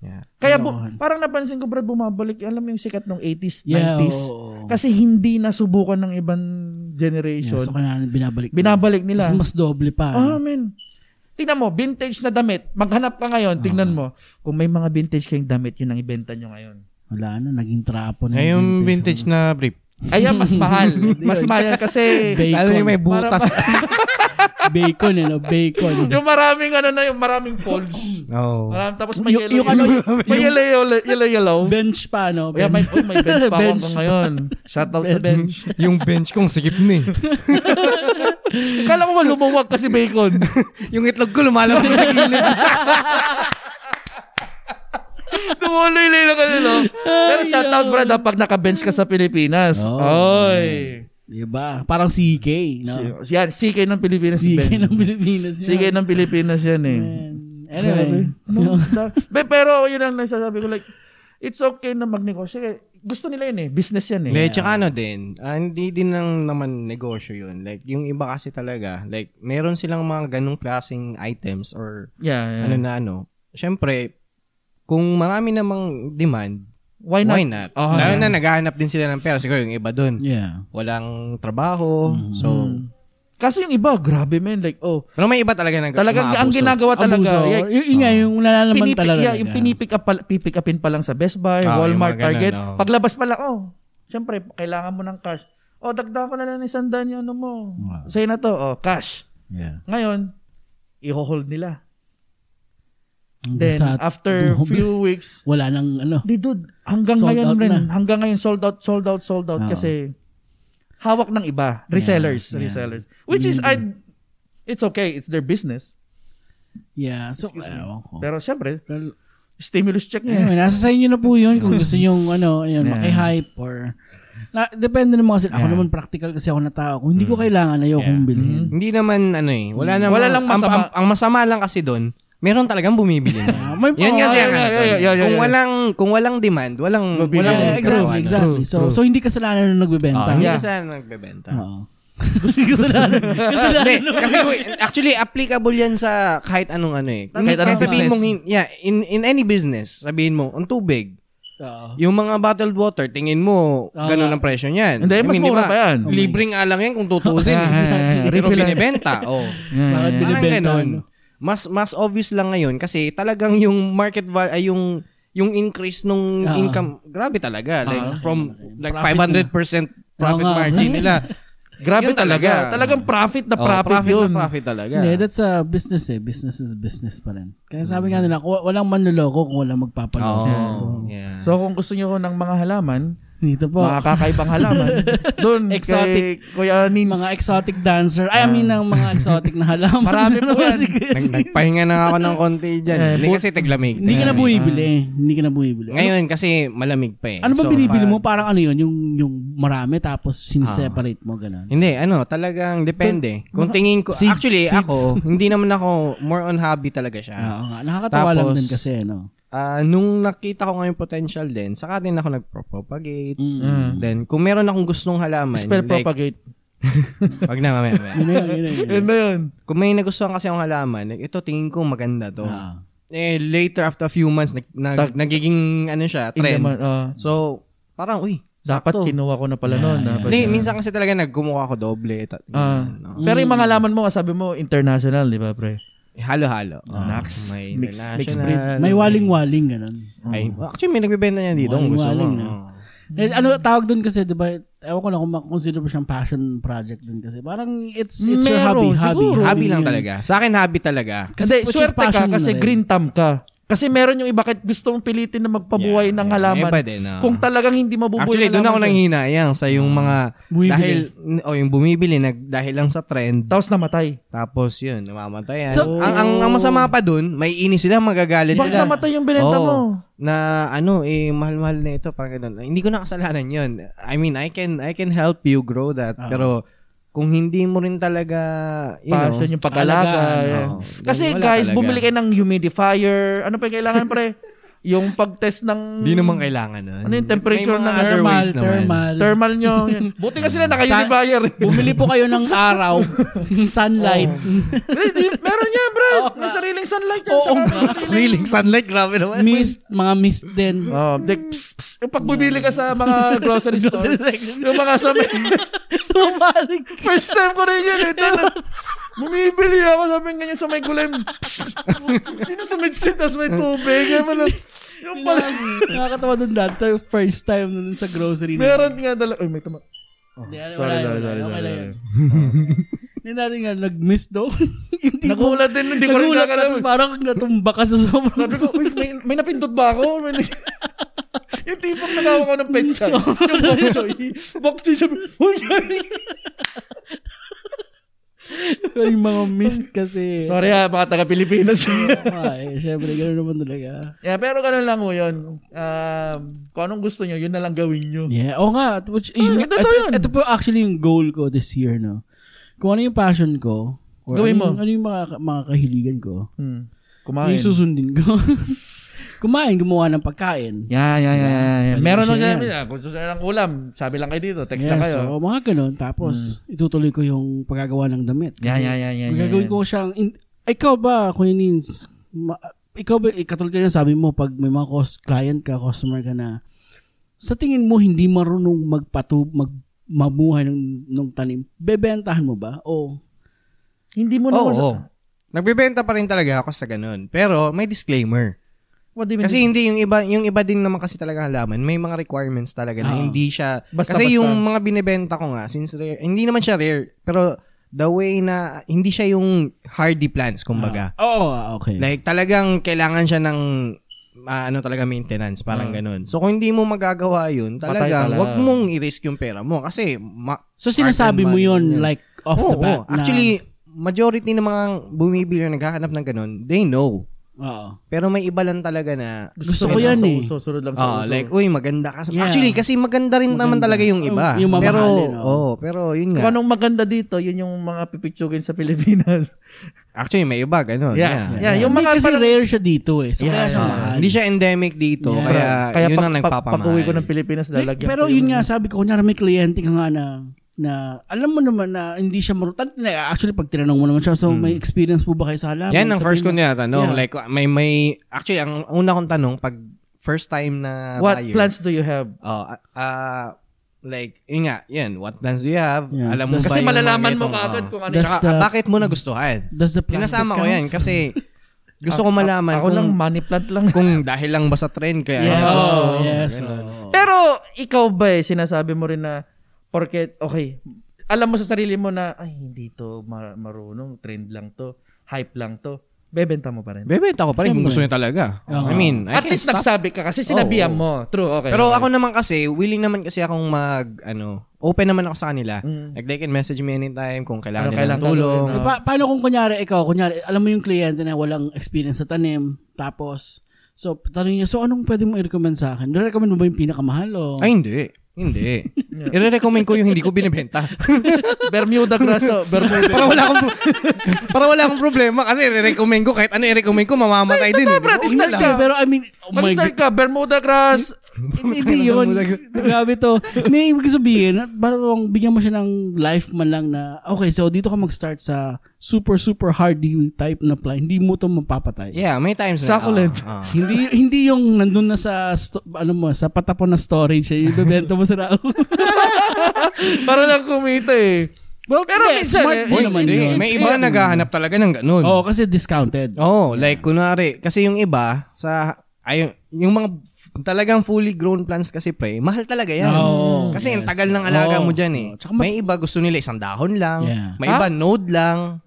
Speaker 3: Yeah.
Speaker 1: Kaya bu-
Speaker 2: Kalokohan.
Speaker 1: parang napansin ko Brad bumabalik alam mo yung sikat ng 80s,
Speaker 2: Yeah,
Speaker 1: 90s.
Speaker 2: oo.
Speaker 1: Kasi hindi nasubukan ng ibang generation.
Speaker 2: Yeah, so, kailangan binabalik.
Speaker 1: Binabalik nila.
Speaker 2: Tapos mas doble pa.
Speaker 1: Ah, men. Tingnan mo, vintage na damit. Maghanap ka ngayon,
Speaker 2: Ah.
Speaker 1: tingnan mo. Kung may mga vintage kayong damit, yun ang ibenta nyo ngayon.
Speaker 2: Wala na, naging trapo na.
Speaker 3: Ngayon, vintage na brief.
Speaker 1: Ayan, mas mahal. mas mahal kasi
Speaker 2: Bacon.
Speaker 3: Lalo yung may butas.
Speaker 2: bacon, eh, no? Bacon.
Speaker 1: yung maraming ano na, yung maraming folds.
Speaker 3: Oo.
Speaker 1: Maraming, tapos may
Speaker 2: Yung-
Speaker 1: yellow,
Speaker 2: yung ano,
Speaker 1: may yellow, yellow, yellow, yellow.
Speaker 2: bench pa, no?
Speaker 1: Kaya may, oh, may bench pa ako
Speaker 2: Bench.
Speaker 1: hanggang ngayon. Shout out sa bench.
Speaker 3: yung bench kong sigip na eh.
Speaker 1: Kala ko ba lumuwag kasi bacon.
Speaker 3: yung itlog ko lumalabas sa gilid.
Speaker 1: Tumuloy lang yung kanilo. Pero
Speaker 2: Ay,
Speaker 1: shout out, brad, ha, pag naka-bench ka sa Pilipinas.
Speaker 2: Oh.
Speaker 1: Oy.
Speaker 2: Diba? Parang CK, no?
Speaker 1: Si, yan, CK ng Pilipinas.
Speaker 2: CK
Speaker 1: bench.
Speaker 2: ng Pilipinas. yun.
Speaker 1: Sige ng Pilipinas yan eh.
Speaker 2: Anyway.
Speaker 1: No, da- Be- pero yun ang nasasabi ko like it's okay na magnegosyo. Sige, Gusto nila yun eh. Business yan eh.
Speaker 3: Hindi, tsaka ano din, ah, hindi din lang naman negosyo yun. Like, yung iba kasi talaga, like, meron silang mga ganong klaseng items or
Speaker 1: Yeah, yeah.
Speaker 3: ano na ano. Siyempre, kung marami namang demand,
Speaker 1: why
Speaker 3: why
Speaker 1: not?
Speaker 3: not?
Speaker 1: Oh, yeah.
Speaker 3: Lalo na naghahanap din sila ng pera. Siguro yung iba dun,
Speaker 2: Yeah.
Speaker 3: walang trabaho.
Speaker 1: Mm-hmm.
Speaker 3: So,
Speaker 1: Kaso yung iba, grabe men. Like, oh,
Speaker 3: pero may iba talaga nag
Speaker 1: talagang ang ginagawa talaga.
Speaker 2: Abuso.
Speaker 1: yeah,
Speaker 2: Yun- yun nga, yung nalalaman
Speaker 1: pinipi-
Speaker 2: talaga.
Speaker 1: yeah, yung pinipick up, pa- pipick upin pa lang sa Best Buy,
Speaker 3: Ah, yung
Speaker 1: Walmart,
Speaker 3: mga ganun,
Speaker 1: Target.
Speaker 3: oh.
Speaker 1: Paglabas pa lang, oh, syempre, kailangan mo ng cash. Oh, dagdagan ko na lang isang daan yung ano mo.
Speaker 2: Wow.
Speaker 1: Sa'yo na to, oh, cash.
Speaker 2: Yeah.
Speaker 1: Ngayon, i-hold nila.
Speaker 2: Hanggang
Speaker 1: Then,
Speaker 2: sa-
Speaker 1: after
Speaker 2: dumoble.
Speaker 1: few weeks,
Speaker 2: Wala nang ano.
Speaker 1: Di dude, hanggang
Speaker 2: Sold
Speaker 1: ngayon
Speaker 2: out
Speaker 1: rin,
Speaker 2: na.
Speaker 1: hanggang ngayon sold out, sold out, sold out
Speaker 2: Oo.
Speaker 1: kasi hawak ng iba, resellers,
Speaker 2: yeah. Mm.
Speaker 1: resellers. Which is I it's okay, it's their business.
Speaker 2: Yeah. So,
Speaker 1: Excuse me.
Speaker 2: ewan ko.
Speaker 1: Pero syempre,
Speaker 2: Pero,
Speaker 1: stimulus check niya.
Speaker 2: Anyway, nasa sa inyo na po yun kung gusto nyo ano, yun,
Speaker 1: Yeah.
Speaker 2: maki-hype or na, depende naman kasi ako
Speaker 3: Yeah.
Speaker 2: naman practical kasi ako na tao. Kung hindi ko kailangan, ayokong
Speaker 3: Yeah.
Speaker 2: bilhin.
Speaker 3: Hindi naman ano eh. Wala namang,
Speaker 1: Mm-hmm. Wala lang
Speaker 3: ang-
Speaker 1: masama.
Speaker 3: Ang, ang masama lang kasi doon, meron talagang bumibili
Speaker 2: Ah,
Speaker 3: na.
Speaker 2: may-
Speaker 3: Yun
Speaker 2: oh,
Speaker 3: kasi
Speaker 1: yeah,
Speaker 3: ang ano
Speaker 1: yeah,
Speaker 3: doon.
Speaker 1: yeah, yeah, yeah,
Speaker 3: Kung
Speaker 1: yeah.
Speaker 3: walang kung walang demand, walang
Speaker 1: Bumibili.
Speaker 3: walang
Speaker 2: Yeah,
Speaker 3: karoon,
Speaker 2: exactly,
Speaker 3: ano.
Speaker 2: exactly. So, so hindi kasalanan nung
Speaker 3: Ah,
Speaker 2: nagbebenta.
Speaker 3: hindi
Speaker 1: Yeah. Ah.
Speaker 3: kasi ano nagbebenta.
Speaker 2: Oo. Gusto kasalanan. kasalanan.
Speaker 3: Hindi, kasi kung- actually applicable yan sa kahit anong ano eh.
Speaker 1: Kahit
Speaker 3: Kahit,
Speaker 1: anong
Speaker 3: sabihin
Speaker 1: business.
Speaker 3: mong hin- yeah, in in any business, sabihin mo, ang tubig.
Speaker 2: Oo.
Speaker 3: Yung mga bottled water, tingin
Speaker 2: Oo
Speaker 3: mo,
Speaker 2: nga.
Speaker 3: ganun ang presyo
Speaker 1: Ah.
Speaker 3: niyan.
Speaker 1: Hindi,
Speaker 3: I
Speaker 1: mas
Speaker 3: mean, di
Speaker 1: mura
Speaker 3: ba?
Speaker 1: pa yan.
Speaker 3: Libreng alang yan kung tutusin.
Speaker 1: Ah,
Speaker 3: Pero
Speaker 1: refill lang.
Speaker 3: binibenta.
Speaker 1: Yeah,
Speaker 3: Oh.
Speaker 2: Bakit
Speaker 1: yeah, yeah.
Speaker 3: Parang
Speaker 2: Binibenta,
Speaker 3: ganun.
Speaker 2: ano?
Speaker 3: Mas, mas obvious lang ngayon kasi talagang yung market value, ay yung yung increase nung
Speaker 2: Ah.
Speaker 3: income, grabe talaga. Like,
Speaker 2: Ah.
Speaker 3: from like
Speaker 2: Profit
Speaker 3: 500% profit
Speaker 2: Oo nga.
Speaker 3: margin nila.
Speaker 1: Grabe
Speaker 3: Yun talaga.
Speaker 1: talaga. Talagang profit na
Speaker 3: Oh,
Speaker 1: profit,
Speaker 3: profit
Speaker 1: yun.
Speaker 3: na profit talaga.
Speaker 2: Hindi, that's a business eh. Business is business pa rin. Kaya sabi nga nila, wa- walang manloloko kung walang magpapaloko.
Speaker 3: Mm-hmm. Oo.
Speaker 2: So,
Speaker 3: yeah.
Speaker 1: So kung gusto niyo ng mga halaman,
Speaker 2: dito po,
Speaker 1: mga kakaibang halaman, doon kay
Speaker 2: Exotic.
Speaker 1: Kuya Nins.
Speaker 2: mga exotic dancer. Ay, I mean, ng mga exotic na halaman.
Speaker 1: Marami po yan.
Speaker 3: Nag, nagpahinga na ako ng konti dyan.
Speaker 1: Eh,
Speaker 3: Hindi
Speaker 1: but-
Speaker 3: kasi tiglamig.
Speaker 2: Hindi ka na
Speaker 3: tiglamig.
Speaker 2: buibili. Hindi ka na buibili. Ano-
Speaker 3: Ah. Ngayon kasi malamig pa eh.
Speaker 2: Ano ba
Speaker 3: So,
Speaker 2: binibili
Speaker 3: parang-
Speaker 2: mo? Parang ano yun, yung, yung marami tapos siniseparate mo, gano'n.
Speaker 3: Ah. Hindi, ano, talagang depende. Kung tingin ko,
Speaker 2: Seeds,
Speaker 3: actually
Speaker 2: seeds.
Speaker 3: ako, hindi naman ako more on hobby talaga siya.
Speaker 2: Ah, Oo nga. Nakakatawa lang
Speaker 3: Tapos-
Speaker 2: din kasi, no?
Speaker 3: Ah, nung nakita ko ngayon potential din, saka din ako nag-propagate.
Speaker 2: Mm.
Speaker 3: Then, kung meron akong gustong halaman,
Speaker 1: Spell
Speaker 3: like,
Speaker 1: propagate.
Speaker 3: wag na, mamaya, mamaya.
Speaker 2: Yun na yun, yun na yun.
Speaker 1: Yun na yun.
Speaker 3: kung may nagustuhan kasi akong halaman, like, ito tingin ko maganda to.
Speaker 2: Ah.
Speaker 3: Eh, later after a few months, nag, nag-
Speaker 1: Tag-
Speaker 3: nagiging, ano siya,
Speaker 1: Yun naman,
Speaker 3: trend.
Speaker 1: ah.
Speaker 3: So, parang, uy,
Speaker 1: dapat
Speaker 3: sakto.
Speaker 1: kinuha ko na pala ah, noon. dapat
Speaker 3: Hindi,
Speaker 1: na.
Speaker 3: minsan kasi talaga nagkumuha ako doble. Ta-
Speaker 1: Ah.
Speaker 3: ano.
Speaker 1: Pero yung mga halaman mo, sabi mo, international, di ba, pre?
Speaker 3: Halo-halo.
Speaker 1: Ah, Nax.
Speaker 3: May
Speaker 1: Mix- mixed
Speaker 3: national,
Speaker 1: breed. Ah.
Speaker 2: May waling-waling, gano'n.
Speaker 3: Ay, actually may nagbebenta niya dito. kung gusto
Speaker 2: Waling-waling,
Speaker 3: mo.
Speaker 2: no?
Speaker 3: Oo.
Speaker 2: Eh, ano tawag doon kasi, di ba, ewan ko lang kung makonsider mo siyang passion project doon kasi. Parang it's, it's your hobby.
Speaker 1: Meron,
Speaker 2: hobby,
Speaker 1: siguro.
Speaker 3: Hobby lang
Speaker 2: yun.
Speaker 3: talaga. Sa akin, hobby talaga.
Speaker 1: Kasi
Speaker 2: Which is
Speaker 1: swerte ka,
Speaker 2: passion mo
Speaker 1: kasi
Speaker 2: na rin.
Speaker 1: green thumb ka. Kasi meron yung iba, kahit gusto mong pilitin na magpabuhay
Speaker 3: Yeah,
Speaker 1: ng
Speaker 3: yeah.
Speaker 1: halaman,
Speaker 3: Iba din, ah.
Speaker 1: kung talagang hindi mabubuhay
Speaker 3: Actually,
Speaker 1: ng
Speaker 3: doon ako
Speaker 1: halaman sa'yo.
Speaker 3: nanghinayang sa
Speaker 1: Ah,
Speaker 3: yung mga
Speaker 2: Bumibili.
Speaker 3: dahil o yung bumibili nag dahil lang sa trend.
Speaker 1: Tapos namatay.
Speaker 3: Tapos yun, namamatayan.
Speaker 2: So-
Speaker 3: ang, ang, ang masama pa doon, may inis sila, magagalit
Speaker 1: Bakit
Speaker 3: sila.
Speaker 1: namatay yung binenta
Speaker 3: Oo.
Speaker 1: mo?
Speaker 3: Na ano, eh, mahal-mahal na ito, parang ganun. Hindi ko na kasalanan yun. I mean, I can I can help you grow
Speaker 1: Ah.
Speaker 3: that. Pero kung hindi mo rin talaga, you
Speaker 1: Passion,
Speaker 3: know,
Speaker 1: yung pag-alaga.
Speaker 2: alagaan.
Speaker 1: yan.
Speaker 3: Oo.
Speaker 1: Kasi
Speaker 3: Wala
Speaker 1: guys,
Speaker 3: talaga.
Speaker 1: bumili kayo ng humidifier. Ano pa yung kailangan, pre? yung pag-test ng
Speaker 3: hindi naman kailangan
Speaker 1: Mm.
Speaker 3: nun.
Speaker 1: Ano yung temperature
Speaker 3: May mga
Speaker 1: ng
Speaker 3: other
Speaker 2: Thermal,
Speaker 3: ways naman.
Speaker 2: thermal.
Speaker 1: thermal nyo. Yan. Buti kasi na naka-humidifier.
Speaker 2: Bumili po kayo ng araw, yung sunlight.
Speaker 1: Eh, di- Meron yan, bro. May sariling sunlight yan.
Speaker 2: Oo,
Speaker 1: sa
Speaker 2: nga.
Speaker 1: mga
Speaker 3: Sariling sunlight, grabe naman.
Speaker 2: mist, mga mist din.
Speaker 1: Oh, like, pss, pss, yung pagbibili ka sa mga grocery store. yung mga sa
Speaker 2: Tumalik.
Speaker 1: First time ko rin yun. Ito, na, bumibili ako sabi ganyan sa may kulay. Pss, Sino sa may sitas may tubig? Yan mo lang. Yung pala.
Speaker 2: Nakakatawa doon dati, first time nun sa grocery.
Speaker 1: Meron nga talaga. Ay, may tama.
Speaker 2: Hindi, ano,
Speaker 1: Sorry,
Speaker 2: wala yun, wala
Speaker 1: sorry, sorry,
Speaker 2: yun,
Speaker 1: sorry,
Speaker 2: wala
Speaker 1: sorry.
Speaker 2: yun. Oh. Hindi natin nga, nag-miss daw. yung tipo,
Speaker 1: Nagulat din. Hindi ko rin
Speaker 2: nagulat ka,
Speaker 1: kakalaman.
Speaker 2: tapos parang natumba ka sa sobrang.
Speaker 1: Sabi ko, uy, may, may napindot ba ako? May na- yung tipong nagawa ko ng petsa. yung bok choy. Bok choy sabi, uy, yari.
Speaker 2: yung mga mist kasi.
Speaker 1: Sorry ha, mga taga-Pilipinas.
Speaker 2: Ah, eh, syempre, gano'n naman talaga.
Speaker 1: yeah, pero ganun lang ho yun. Um, kung anong gusto nyo, yun na lang gawin nyo.
Speaker 2: Yeah, oo nga. Which, yun,
Speaker 1: Ah, ito
Speaker 2: ito,
Speaker 1: to
Speaker 2: ito,
Speaker 1: yun.
Speaker 2: po actually yung goal ko this year, no? Kung ano yung passion ko, or
Speaker 1: Gawin
Speaker 2: ano, yung-
Speaker 1: mo.
Speaker 2: ano yung mga, mga kahiligan ko,
Speaker 1: Hmm.
Speaker 2: yun
Speaker 1: Kumain.
Speaker 2: yung susundin ko. Kumain, gumawa ng pagkain.
Speaker 1: Yeah, yeah, yeah. yeah, yeah.
Speaker 2: Pwede
Speaker 1: Meron
Speaker 2: siya
Speaker 1: nung sabi
Speaker 2: yan.
Speaker 1: na, kung gusto nyo ng ulam, sabi lang kayo dito, text lang
Speaker 2: Yes,
Speaker 1: kayo. Hmm.
Speaker 2: so, mga ganun. Tapos, itutuloy ko yung paggagawa ng damit.
Speaker 1: Yeah,
Speaker 2: Kasi
Speaker 1: yeah, yeah, yeah. yeah,
Speaker 2: Magagawin
Speaker 1: yeah.
Speaker 2: ko siyang, in, ikaw ba, Kuya Nins, ma- ikaw ba, eh, katulad ka na sabi mo, pag may mga cos- client ka, customer ka na, sa tingin mo, hindi marunong magpatu, mag, mamuhay ng, ng tanim, bebentahan mo ba? O,
Speaker 1: Hindi mo na
Speaker 3: Oo.
Speaker 1: mas-
Speaker 3: oo. Nagbebenta pa rin talaga ako sa ganun. Pero may disclaimer.
Speaker 1: What do you mean?
Speaker 3: Kasi hindi yung iba, yung iba din naman kasi talaga halaman, may mga requirements talaga na
Speaker 2: Oo.
Speaker 3: hindi siya
Speaker 1: Basta,
Speaker 3: kasi
Speaker 1: basta.
Speaker 3: yung mga binebenta ko nga since rare, hindi naman siya rare, pero the way na hindi siya yung hardy plants kumbaga.
Speaker 2: oo, ah, okay.
Speaker 3: Like talagang kailangan siya ng ah, ano talaga maintenance,
Speaker 2: Ah.
Speaker 3: parang ganun. So kung hindi mo magagawa yun,
Speaker 1: pala.
Speaker 3: talaga wag mong i-risk yung pera mo kasi ma-
Speaker 2: so, sinasabi
Speaker 3: art and
Speaker 2: mo
Speaker 3: money,
Speaker 2: yun,
Speaker 3: ganyan.
Speaker 2: like, off the
Speaker 3: Oo,
Speaker 2: bat.
Speaker 3: oo.
Speaker 2: na-
Speaker 3: Actually, majority ng mga bumibili na naghahanap ng ganun, they know.
Speaker 2: oo.
Speaker 3: Pero may iba lang talaga na
Speaker 2: Gusto
Speaker 1: Sunod
Speaker 2: ko yan
Speaker 1: lang sa
Speaker 2: eh.
Speaker 1: uso, sunod lang sa
Speaker 3: Ah,
Speaker 1: uso.
Speaker 3: like, uy, maganda ka. sa-
Speaker 2: Yeah.
Speaker 3: Actually, kasi maganda rin naman
Speaker 2: Maganda.
Speaker 3: talaga yung iba.
Speaker 2: Yung mamahalin, oo.
Speaker 3: pero, oh, pero yun
Speaker 1: Kung ano-
Speaker 3: nga.
Speaker 1: anong maganda dito, yun yung mga pipitsugin sa Pilipinas.
Speaker 3: Actually, may iba, ganun.
Speaker 1: Yeah.
Speaker 3: Yeah. Ah,
Speaker 1: Yeah, yung
Speaker 2: Hindi,
Speaker 1: mga
Speaker 2: kasi
Speaker 1: parang-
Speaker 2: rare siya dito eh. So,
Speaker 1: Yeah,
Speaker 2: kaya siya
Speaker 1: yeah.
Speaker 2: mahal.
Speaker 3: Hindi siya endemic dito,
Speaker 2: Yeah.
Speaker 3: kaya,
Speaker 1: pag-
Speaker 3: yun ang
Speaker 1: pag-
Speaker 3: nagpapamahal.
Speaker 1: Pag-uwi ko ng Pilipinas, lalagyan
Speaker 2: Pero
Speaker 1: ko yung- ano.
Speaker 2: yun nga, sabi ko, kunyari may kliyente ka nga na, na alam mo naman na hindi siya marunong. Actually, pag tinanong mo naman siya, so may experience po ba kayo sa halaman?
Speaker 3: Hmm. Yan ang
Speaker 2: Sabi
Speaker 3: first ko
Speaker 2: niya,
Speaker 3: niya tanong.
Speaker 2: Yeah.
Speaker 3: Like, may, may, actually, ang una kong tanong, pag first time na
Speaker 1: What
Speaker 3: buyer.
Speaker 1: plans do you have?
Speaker 3: Oh, ah, ah, like, yun nga, yun, what plans do you have?
Speaker 2: Yeah.
Speaker 3: Alam
Speaker 2: Kasi
Speaker 3: mo ba
Speaker 1: Kasi
Speaker 3: yung mga
Speaker 1: malalaman mo
Speaker 3: ganitong-
Speaker 1: kaagad
Speaker 3: oh.
Speaker 1: kung ano
Speaker 2: That's
Speaker 1: yung
Speaker 3: Tsaka,
Speaker 2: the-
Speaker 3: ah, bakit mo nagustuhan?
Speaker 2: Does the plastic
Speaker 3: Sinasama ko yan
Speaker 2: counts?
Speaker 3: kasi gusto ko malaman
Speaker 1: Ako
Speaker 3: kung,
Speaker 1: lang, money plant lang.
Speaker 3: kung dahil lang ba sa trend
Speaker 2: Yeah.
Speaker 3: kaya yun ang gusto.
Speaker 2: Oh, yes.
Speaker 3: Ganun.
Speaker 2: oo.
Speaker 1: Pero ikaw ba eh, sinasabi mo rin na porket, okay, alam mo sa sarili mo na, ay, hindi to ma- marunong, trend lang to, hype lang to, bebenta mo pa rin.
Speaker 3: Bebenta ko pa rin kung gusto niya talaga. I mean,
Speaker 1: At
Speaker 3: I can
Speaker 1: least
Speaker 3: stop.
Speaker 1: nagsabi ka kasi sinabihan mo.
Speaker 3: Oo.
Speaker 1: True, okay.
Speaker 3: Pero
Speaker 1: okay.
Speaker 3: ako naman kasi, willing naman kasi akong mag, ano, open naman ako sa kanila.
Speaker 1: Mm.
Speaker 3: Like, they can message me anytime kung
Speaker 1: Ano
Speaker 3: kailangan nila
Speaker 1: kailangan
Speaker 3: ng tulong.
Speaker 1: gagawin,
Speaker 2: Pa- paano kung kunyari ikaw, kunyari, alam mo yung kliyente na walang experience sa tanim, tapos, so, tanong niya, so anong pwede mo i-recommend sa akin? Recommend mo ba yung pinakamahal o?
Speaker 3: Ay, hindi. Hindi. I-recommend ko yung hindi ko binibenta.
Speaker 1: Bermuda grass, oh, Bermuda.
Speaker 3: para wala akong para wala akong problema kasi i-recommend ko kahit ano i-recommend ko mamamatay din. eh.
Speaker 1: Brad,
Speaker 3: Oo,
Speaker 1: start
Speaker 3: wala.
Speaker 1: ka.
Speaker 2: Pero I mean, oh my
Speaker 1: Mag-start
Speaker 2: God.
Speaker 1: ka, Bermuda grass.
Speaker 2: Hindi, hindi yun. Grabe to. Hindi, ibig sabihin, parang bigyan mo siya ng life man lang na, okay, so dito ka mag-start sa super, super hardy type na plant. Hindi mo to mapapatay.
Speaker 3: Yeah, may times na.
Speaker 1: Succulent.
Speaker 3: Ah, ah.
Speaker 2: Hindi hindi yung nandun na sa sto- ano mo sa patapon na storage eh, ibebenta mo sa rao.
Speaker 1: Para lang kumita eh.
Speaker 2: well,
Speaker 1: Pero minsan, eh,
Speaker 2: deal
Speaker 1: Oy,
Speaker 2: naman
Speaker 3: Hindi,
Speaker 2: yun.
Speaker 3: may iba naghahanap talaga ng ganun.
Speaker 2: Oo, kasi discounted.
Speaker 3: Oh, like kunwari, kasi yung iba sa ay yung mga f- talagang fully grown plants kasi pre, mahal talaga yan.
Speaker 2: Oo.
Speaker 3: kasi ang
Speaker 2: Yes.
Speaker 3: tagal ng alaga
Speaker 2: Oo.
Speaker 3: mo diyan eh.
Speaker 2: Oo. Tsaka ma-
Speaker 3: May iba gusto nila isang dahon lang,
Speaker 2: Yeah.
Speaker 3: may iba node lang.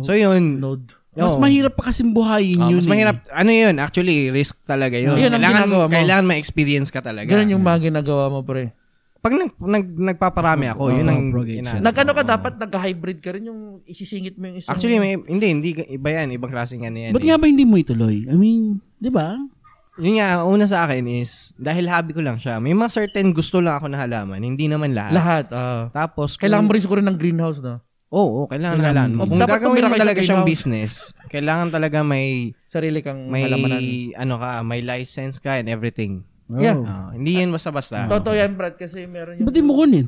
Speaker 3: So yun.
Speaker 1: Node.
Speaker 2: Mas
Speaker 3: Oo.
Speaker 2: mahirap pa kasi buhayin
Speaker 3: Oh,
Speaker 2: yun.
Speaker 3: mas
Speaker 2: eh.
Speaker 3: mahirap. Ano yun? Actually, risk talaga yun.
Speaker 1: Yun ang
Speaker 3: kailangan,
Speaker 1: ginagawa mo.
Speaker 3: Kailangan may experience ka talaga.
Speaker 1: Ganun yung mga ginagawa mo, pre.
Speaker 3: Pag nag, nag, nagpaparami ako, yun
Speaker 2: Oo,
Speaker 3: ang...
Speaker 2: propagation.
Speaker 3: inaano.
Speaker 1: Nag-ano ano ka dapat, nag-hybrid ka rin yung isisingit mo yung isang...
Speaker 3: Actually, may, hindi, hindi. Iba yan. Ibang klaseng ano yan.
Speaker 2: Ba't
Speaker 3: eh.
Speaker 2: nga ba hindi mo ituloy? I mean, di ba?
Speaker 3: Yun nga, una sa akin is, dahil hobby ko lang siya, may mga certain gusto lang ako na halaman. Hindi naman lahat.
Speaker 1: Lahat, ah.
Speaker 3: Tapos, kung-
Speaker 1: Kailangan mo rin siguro ng greenhouse, no?
Speaker 3: Oo, oo, kailangan, na halaman. mo.
Speaker 1: mo.
Speaker 3: Kung
Speaker 1: Dapat
Speaker 3: gagawin
Speaker 1: tumira kayo
Speaker 3: mo
Speaker 1: sa
Speaker 3: talaga siyang
Speaker 1: greenhouse.
Speaker 3: business, kailangan talaga may
Speaker 1: Sarili kang
Speaker 3: may
Speaker 1: halamanan. Oh.
Speaker 3: ano ka, may license ka and everything.
Speaker 1: Yeah.
Speaker 3: Ah, hindi yan basta-basta.
Speaker 1: Totoo yan, Brad, kasi meron yung...
Speaker 2: Ba't di mo kunin?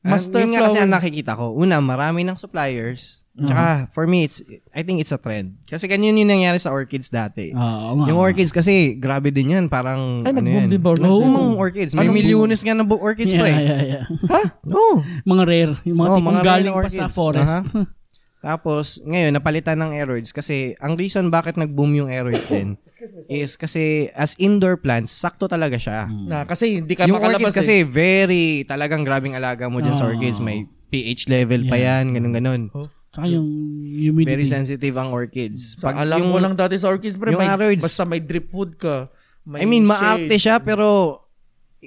Speaker 3: Ah,
Speaker 1: Master
Speaker 3: yun nga kasi
Speaker 1: flower.
Speaker 3: ang nakikita ko. Una, marami ng suppliers.
Speaker 1: Mm.
Speaker 3: Tsaka, for me, it's, I think it's a trend. Kasi ganyan yung nangyari sa orchids dati.
Speaker 2: Ah, Oo nga.
Speaker 3: Yung orchids kasi, grabe din yan. Parang,
Speaker 1: Ay,
Speaker 3: ano
Speaker 1: nag-boom
Speaker 3: yan.
Speaker 1: din ba orchids
Speaker 3: Oo,
Speaker 1: dito?
Speaker 3: mga orchids. May
Speaker 1: Anong
Speaker 3: milyones nga na bu- orchids
Speaker 2: yeah,
Speaker 3: pa eh.
Speaker 2: yeah, yeah.
Speaker 3: Oo.
Speaker 2: Mga rare. Yung mga
Speaker 3: Oo,
Speaker 2: tipong
Speaker 3: Oh, mga rare
Speaker 2: galing pa sa
Speaker 3: na orchids. Uh-huh.
Speaker 2: forest.
Speaker 3: Tapos, ngayon, napalitan ng aeroids kasi ang reason bakit nag-boom yung aeroids din is kasi as indoor plants, sakto talaga siya. eh.
Speaker 1: Na, kasi hindi ka
Speaker 3: Hmm. Yung
Speaker 1: makalabas eh.
Speaker 3: orchids
Speaker 1: kasi...
Speaker 3: kasi very talagang grabing alaga mo dyan sa
Speaker 2: Ah.
Speaker 3: orchids. May pH level pa yan, ganun-ganun.
Speaker 2: Tsaka yung humidity.
Speaker 3: Very sensitive ang orchids.
Speaker 1: Sa alam
Speaker 3: yung-
Speaker 1: mo lang dati sa orchids, pre,
Speaker 3: yung
Speaker 1: may,
Speaker 3: aroids.
Speaker 1: basta may drip food ka. May
Speaker 3: I mean,
Speaker 1: shade.
Speaker 3: maarte siya pero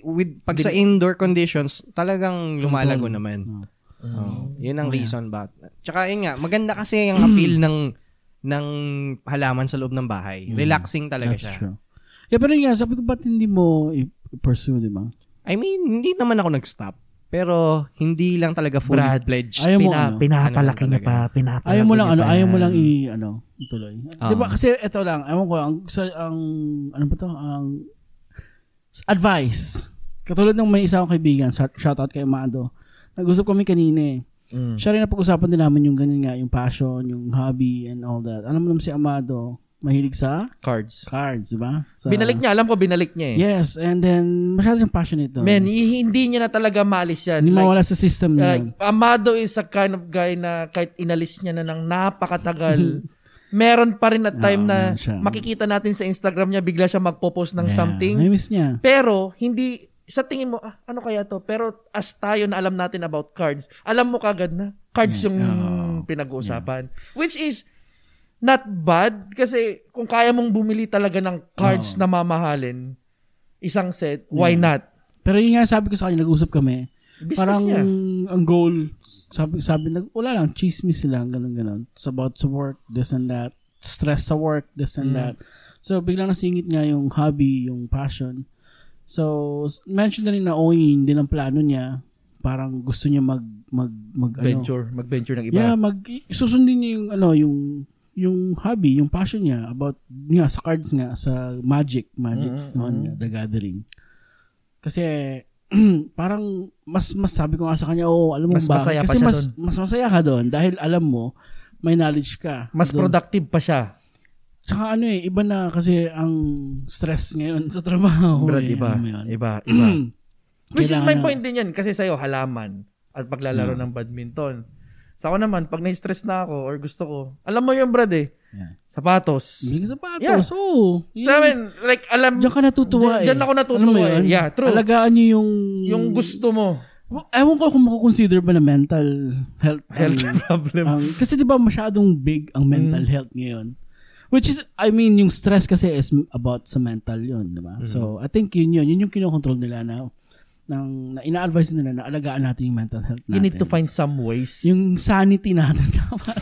Speaker 3: with pag sa indoor conditions, talagang lumalago
Speaker 2: Mm-hmm.
Speaker 3: naman. Oh, yun ang reason ba. Tsaka yun nga, maganda kasi ang appeal ng ng halaman sa loob ng bahay. Relaxing talaga
Speaker 2: Mm-hmm. That's
Speaker 3: siya.
Speaker 2: true. Yeah, pero yun nga, sabi ko, ba't hindi mo i-pursue, di ba?
Speaker 3: I mean, hindi naman ako nag-stop. Pero hindi lang talaga
Speaker 1: Brad,
Speaker 3: full-fledged.
Speaker 2: Ayaw mo,
Speaker 1: Pina,
Speaker 2: ano?
Speaker 1: pinapalaki
Speaker 3: Ano
Speaker 1: niya
Speaker 3: lang
Speaker 1: pa. Pinapalaki
Speaker 2: Ayaw mo lang,
Speaker 1: niya
Speaker 2: ano,
Speaker 1: pa.
Speaker 2: ayaw mo lang i, ano, ituloy.
Speaker 3: Ah.
Speaker 2: Di ba? Kasi ito lang, ayaw ko, ang, sa, ang, ano ba to, ang, s- advice. Katulad ng may isa akong kaibigan, shout shoutout kay Mado. Nag-usap kami kanina eh.
Speaker 3: Hmm.
Speaker 1: Mm.
Speaker 2: Siya rin na pag-usapan din namin yung ganun nga, yung passion, yung hobby, and all that. Alam mo naman si Amado, mahilig sa
Speaker 1: Cards.
Speaker 2: cards, di ba? Sa-
Speaker 1: Binalik niya. Alam ko, binalik niya eh.
Speaker 2: Yes, and then, masyado siyang passionate doon.
Speaker 1: Man, i- hindi niya na talaga maalis yan.
Speaker 2: Hindi
Speaker 1: Like,
Speaker 2: mawala sa system niya.
Speaker 1: Like, uh, Amado is a kind of guy na kahit inalis niya na ng napakatagal, meron pa rin na time
Speaker 2: Oo,
Speaker 1: na
Speaker 2: Ah, meron siya.
Speaker 1: makikita natin sa Instagram niya, bigla siya magpo-post ng
Speaker 2: Yeah,
Speaker 1: something.
Speaker 2: May miss niya.
Speaker 1: Pero, hindi, sa tingin mo, ah, ano kaya to? Pero as tayo na alam natin about cards, alam mo kagad na cards yung pinag-uusapan. Which is, not bad kasi kung kaya mong bumili talaga ng cards na mamahalin, isang set, why not?
Speaker 2: Pero yun nga sabi ko sa kanya, nag-usap kami.
Speaker 1: Business
Speaker 2: parang
Speaker 1: niya.
Speaker 2: ang goal, sabi, sabi nag, wala lang, chismis lang, ganun, ganun. It's about sa work, this and that. Stress sa work, this
Speaker 1: Mm.
Speaker 2: and that. So, biglang nasingit nga yung hobby, yung passion. So, s- mention na rin na, oh, yun din ang plano niya. Parang gusto niya mag, mag, mag, ano,
Speaker 1: Venture, mag-venture ng iba.
Speaker 2: Yeah, mag susundin niya yung ano, yung yung hobby, yung passion niya about yun nga sa cards nga sa Magic, Magic
Speaker 1: Mm-hmm.
Speaker 2: noon, The Gathering. Kasi parang mas mas sabi ko nga sa kanya, oo, alam mo
Speaker 1: Mas
Speaker 2: ba?
Speaker 1: masaya pa
Speaker 2: Kasi
Speaker 1: siya
Speaker 2: mas mas masaya ka doon dahil alam mo may knowledge ka.
Speaker 1: Mas
Speaker 2: doon.
Speaker 1: productive pa siya.
Speaker 2: Tsaka ano eh, iba na kasi ang stress ngayon sa trabaho.
Speaker 1: Brad,
Speaker 2: eh,
Speaker 1: iba,
Speaker 2: alam mo yun.
Speaker 1: iba, iba. Which is
Speaker 2: Kailangan Mm.
Speaker 1: my
Speaker 2: na-
Speaker 1: point din yan. Kasi sa'yo, halaman at paglalaro ng badminton. Sa ako naman, pag na-stress na ako or gusto ko, alam mo yung Brad eh,
Speaker 2: Yeah. Mm.
Speaker 1: sapatos.
Speaker 2: Biling sapatos,
Speaker 1: Yeah.
Speaker 2: oo. Yun.
Speaker 1: I mean, like, alam,
Speaker 2: Diyan ka natutuwa
Speaker 1: Diyan-
Speaker 2: eh.
Speaker 1: diyan ako natutuwa
Speaker 2: Alam mo
Speaker 1: eh.
Speaker 2: yun?
Speaker 1: Yeah, true.
Speaker 2: Alagaan niyo yung...
Speaker 1: yung gusto mo,
Speaker 2: Mm. Ewan ko kung makukonsider ba na mental health. ang-
Speaker 1: health Mm. problem.
Speaker 2: ang, kasi di ba masyadong big ang mental health ngayon. Which is, I mean, yung stress kasi is about sa mental yun, di ba?
Speaker 1: Mm.
Speaker 2: So, I think yun yun. Yun yung kinokontrol nila na, ng, na ina-advise nila na alagaan natin yung mental health natin.
Speaker 1: you need to find some ways.
Speaker 2: Yung sanity natin. tama.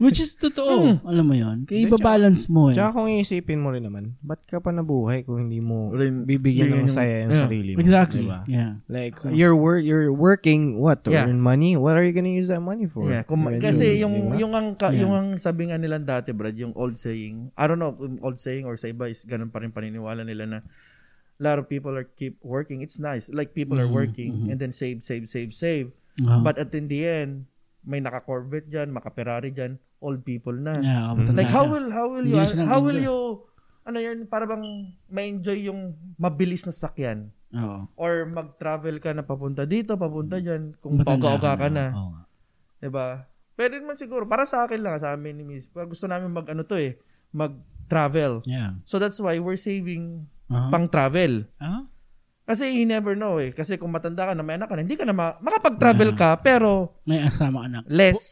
Speaker 2: Which is
Speaker 1: Hmm.
Speaker 2: totoo. Alam mo yun. Kaya ibabalance mo eh.
Speaker 3: Tsaka kung iisipin mo rin naman, ba't ka pa nabuhay kung hindi mo
Speaker 1: Rin-
Speaker 3: bibigyan
Speaker 1: bigyan
Speaker 3: ng
Speaker 1: yung-
Speaker 3: saya yung
Speaker 1: Yeah.
Speaker 3: sarili mo?
Speaker 2: Exactly.
Speaker 3: Diba?
Speaker 2: Yeah.
Speaker 3: Like, you're, wor- you're working, what, to
Speaker 1: Yeah.
Speaker 3: earn money? What are you gonna use that money for?
Speaker 1: Yeah, kung-
Speaker 3: Medyo,
Speaker 1: kasi yung
Speaker 3: diba?
Speaker 1: yung ang ka- yung ang sabi nga nila dati, Brad, yung old saying, I don't know kung old saying or sa iba is ganun pa rin paniniwala nila na a lot of people are keep working. It's nice. Like people are working and then save, save, save, save.
Speaker 2: Mm-hmm. Uh-huh.
Speaker 1: But at in the end, may naka-Corvette diyan, maka-Ferrari diyan, old people na.
Speaker 2: yeah, kapatid
Speaker 1: Like
Speaker 2: na-
Speaker 1: how will how will you
Speaker 2: Hindi sila
Speaker 1: how will
Speaker 2: nag-enjoy.
Speaker 1: you ano yun, para bang ma-enjoy yung mabilis na sakyan
Speaker 2: Oo.
Speaker 1: or mag-travel ka na papunta dito, papunta diyan kung
Speaker 2: Matanda
Speaker 1: pauga-uga ka na.
Speaker 2: Oo nga.
Speaker 1: 'di ba? Diba? Pwede naman siguro para sa akin lang sa amin ni Miss. Pero Gusto namin mag ano to eh, mag-travel.
Speaker 2: Yeah.
Speaker 1: So that's why we're saving
Speaker 2: Uh-huh.
Speaker 1: pang-travel.
Speaker 2: Ah?
Speaker 1: Kasi you never know eh. Kasi kung matanda ka na, may anak ka na, hindi ka na ma- makapag-travel ka, pero
Speaker 2: May asama anak.
Speaker 1: less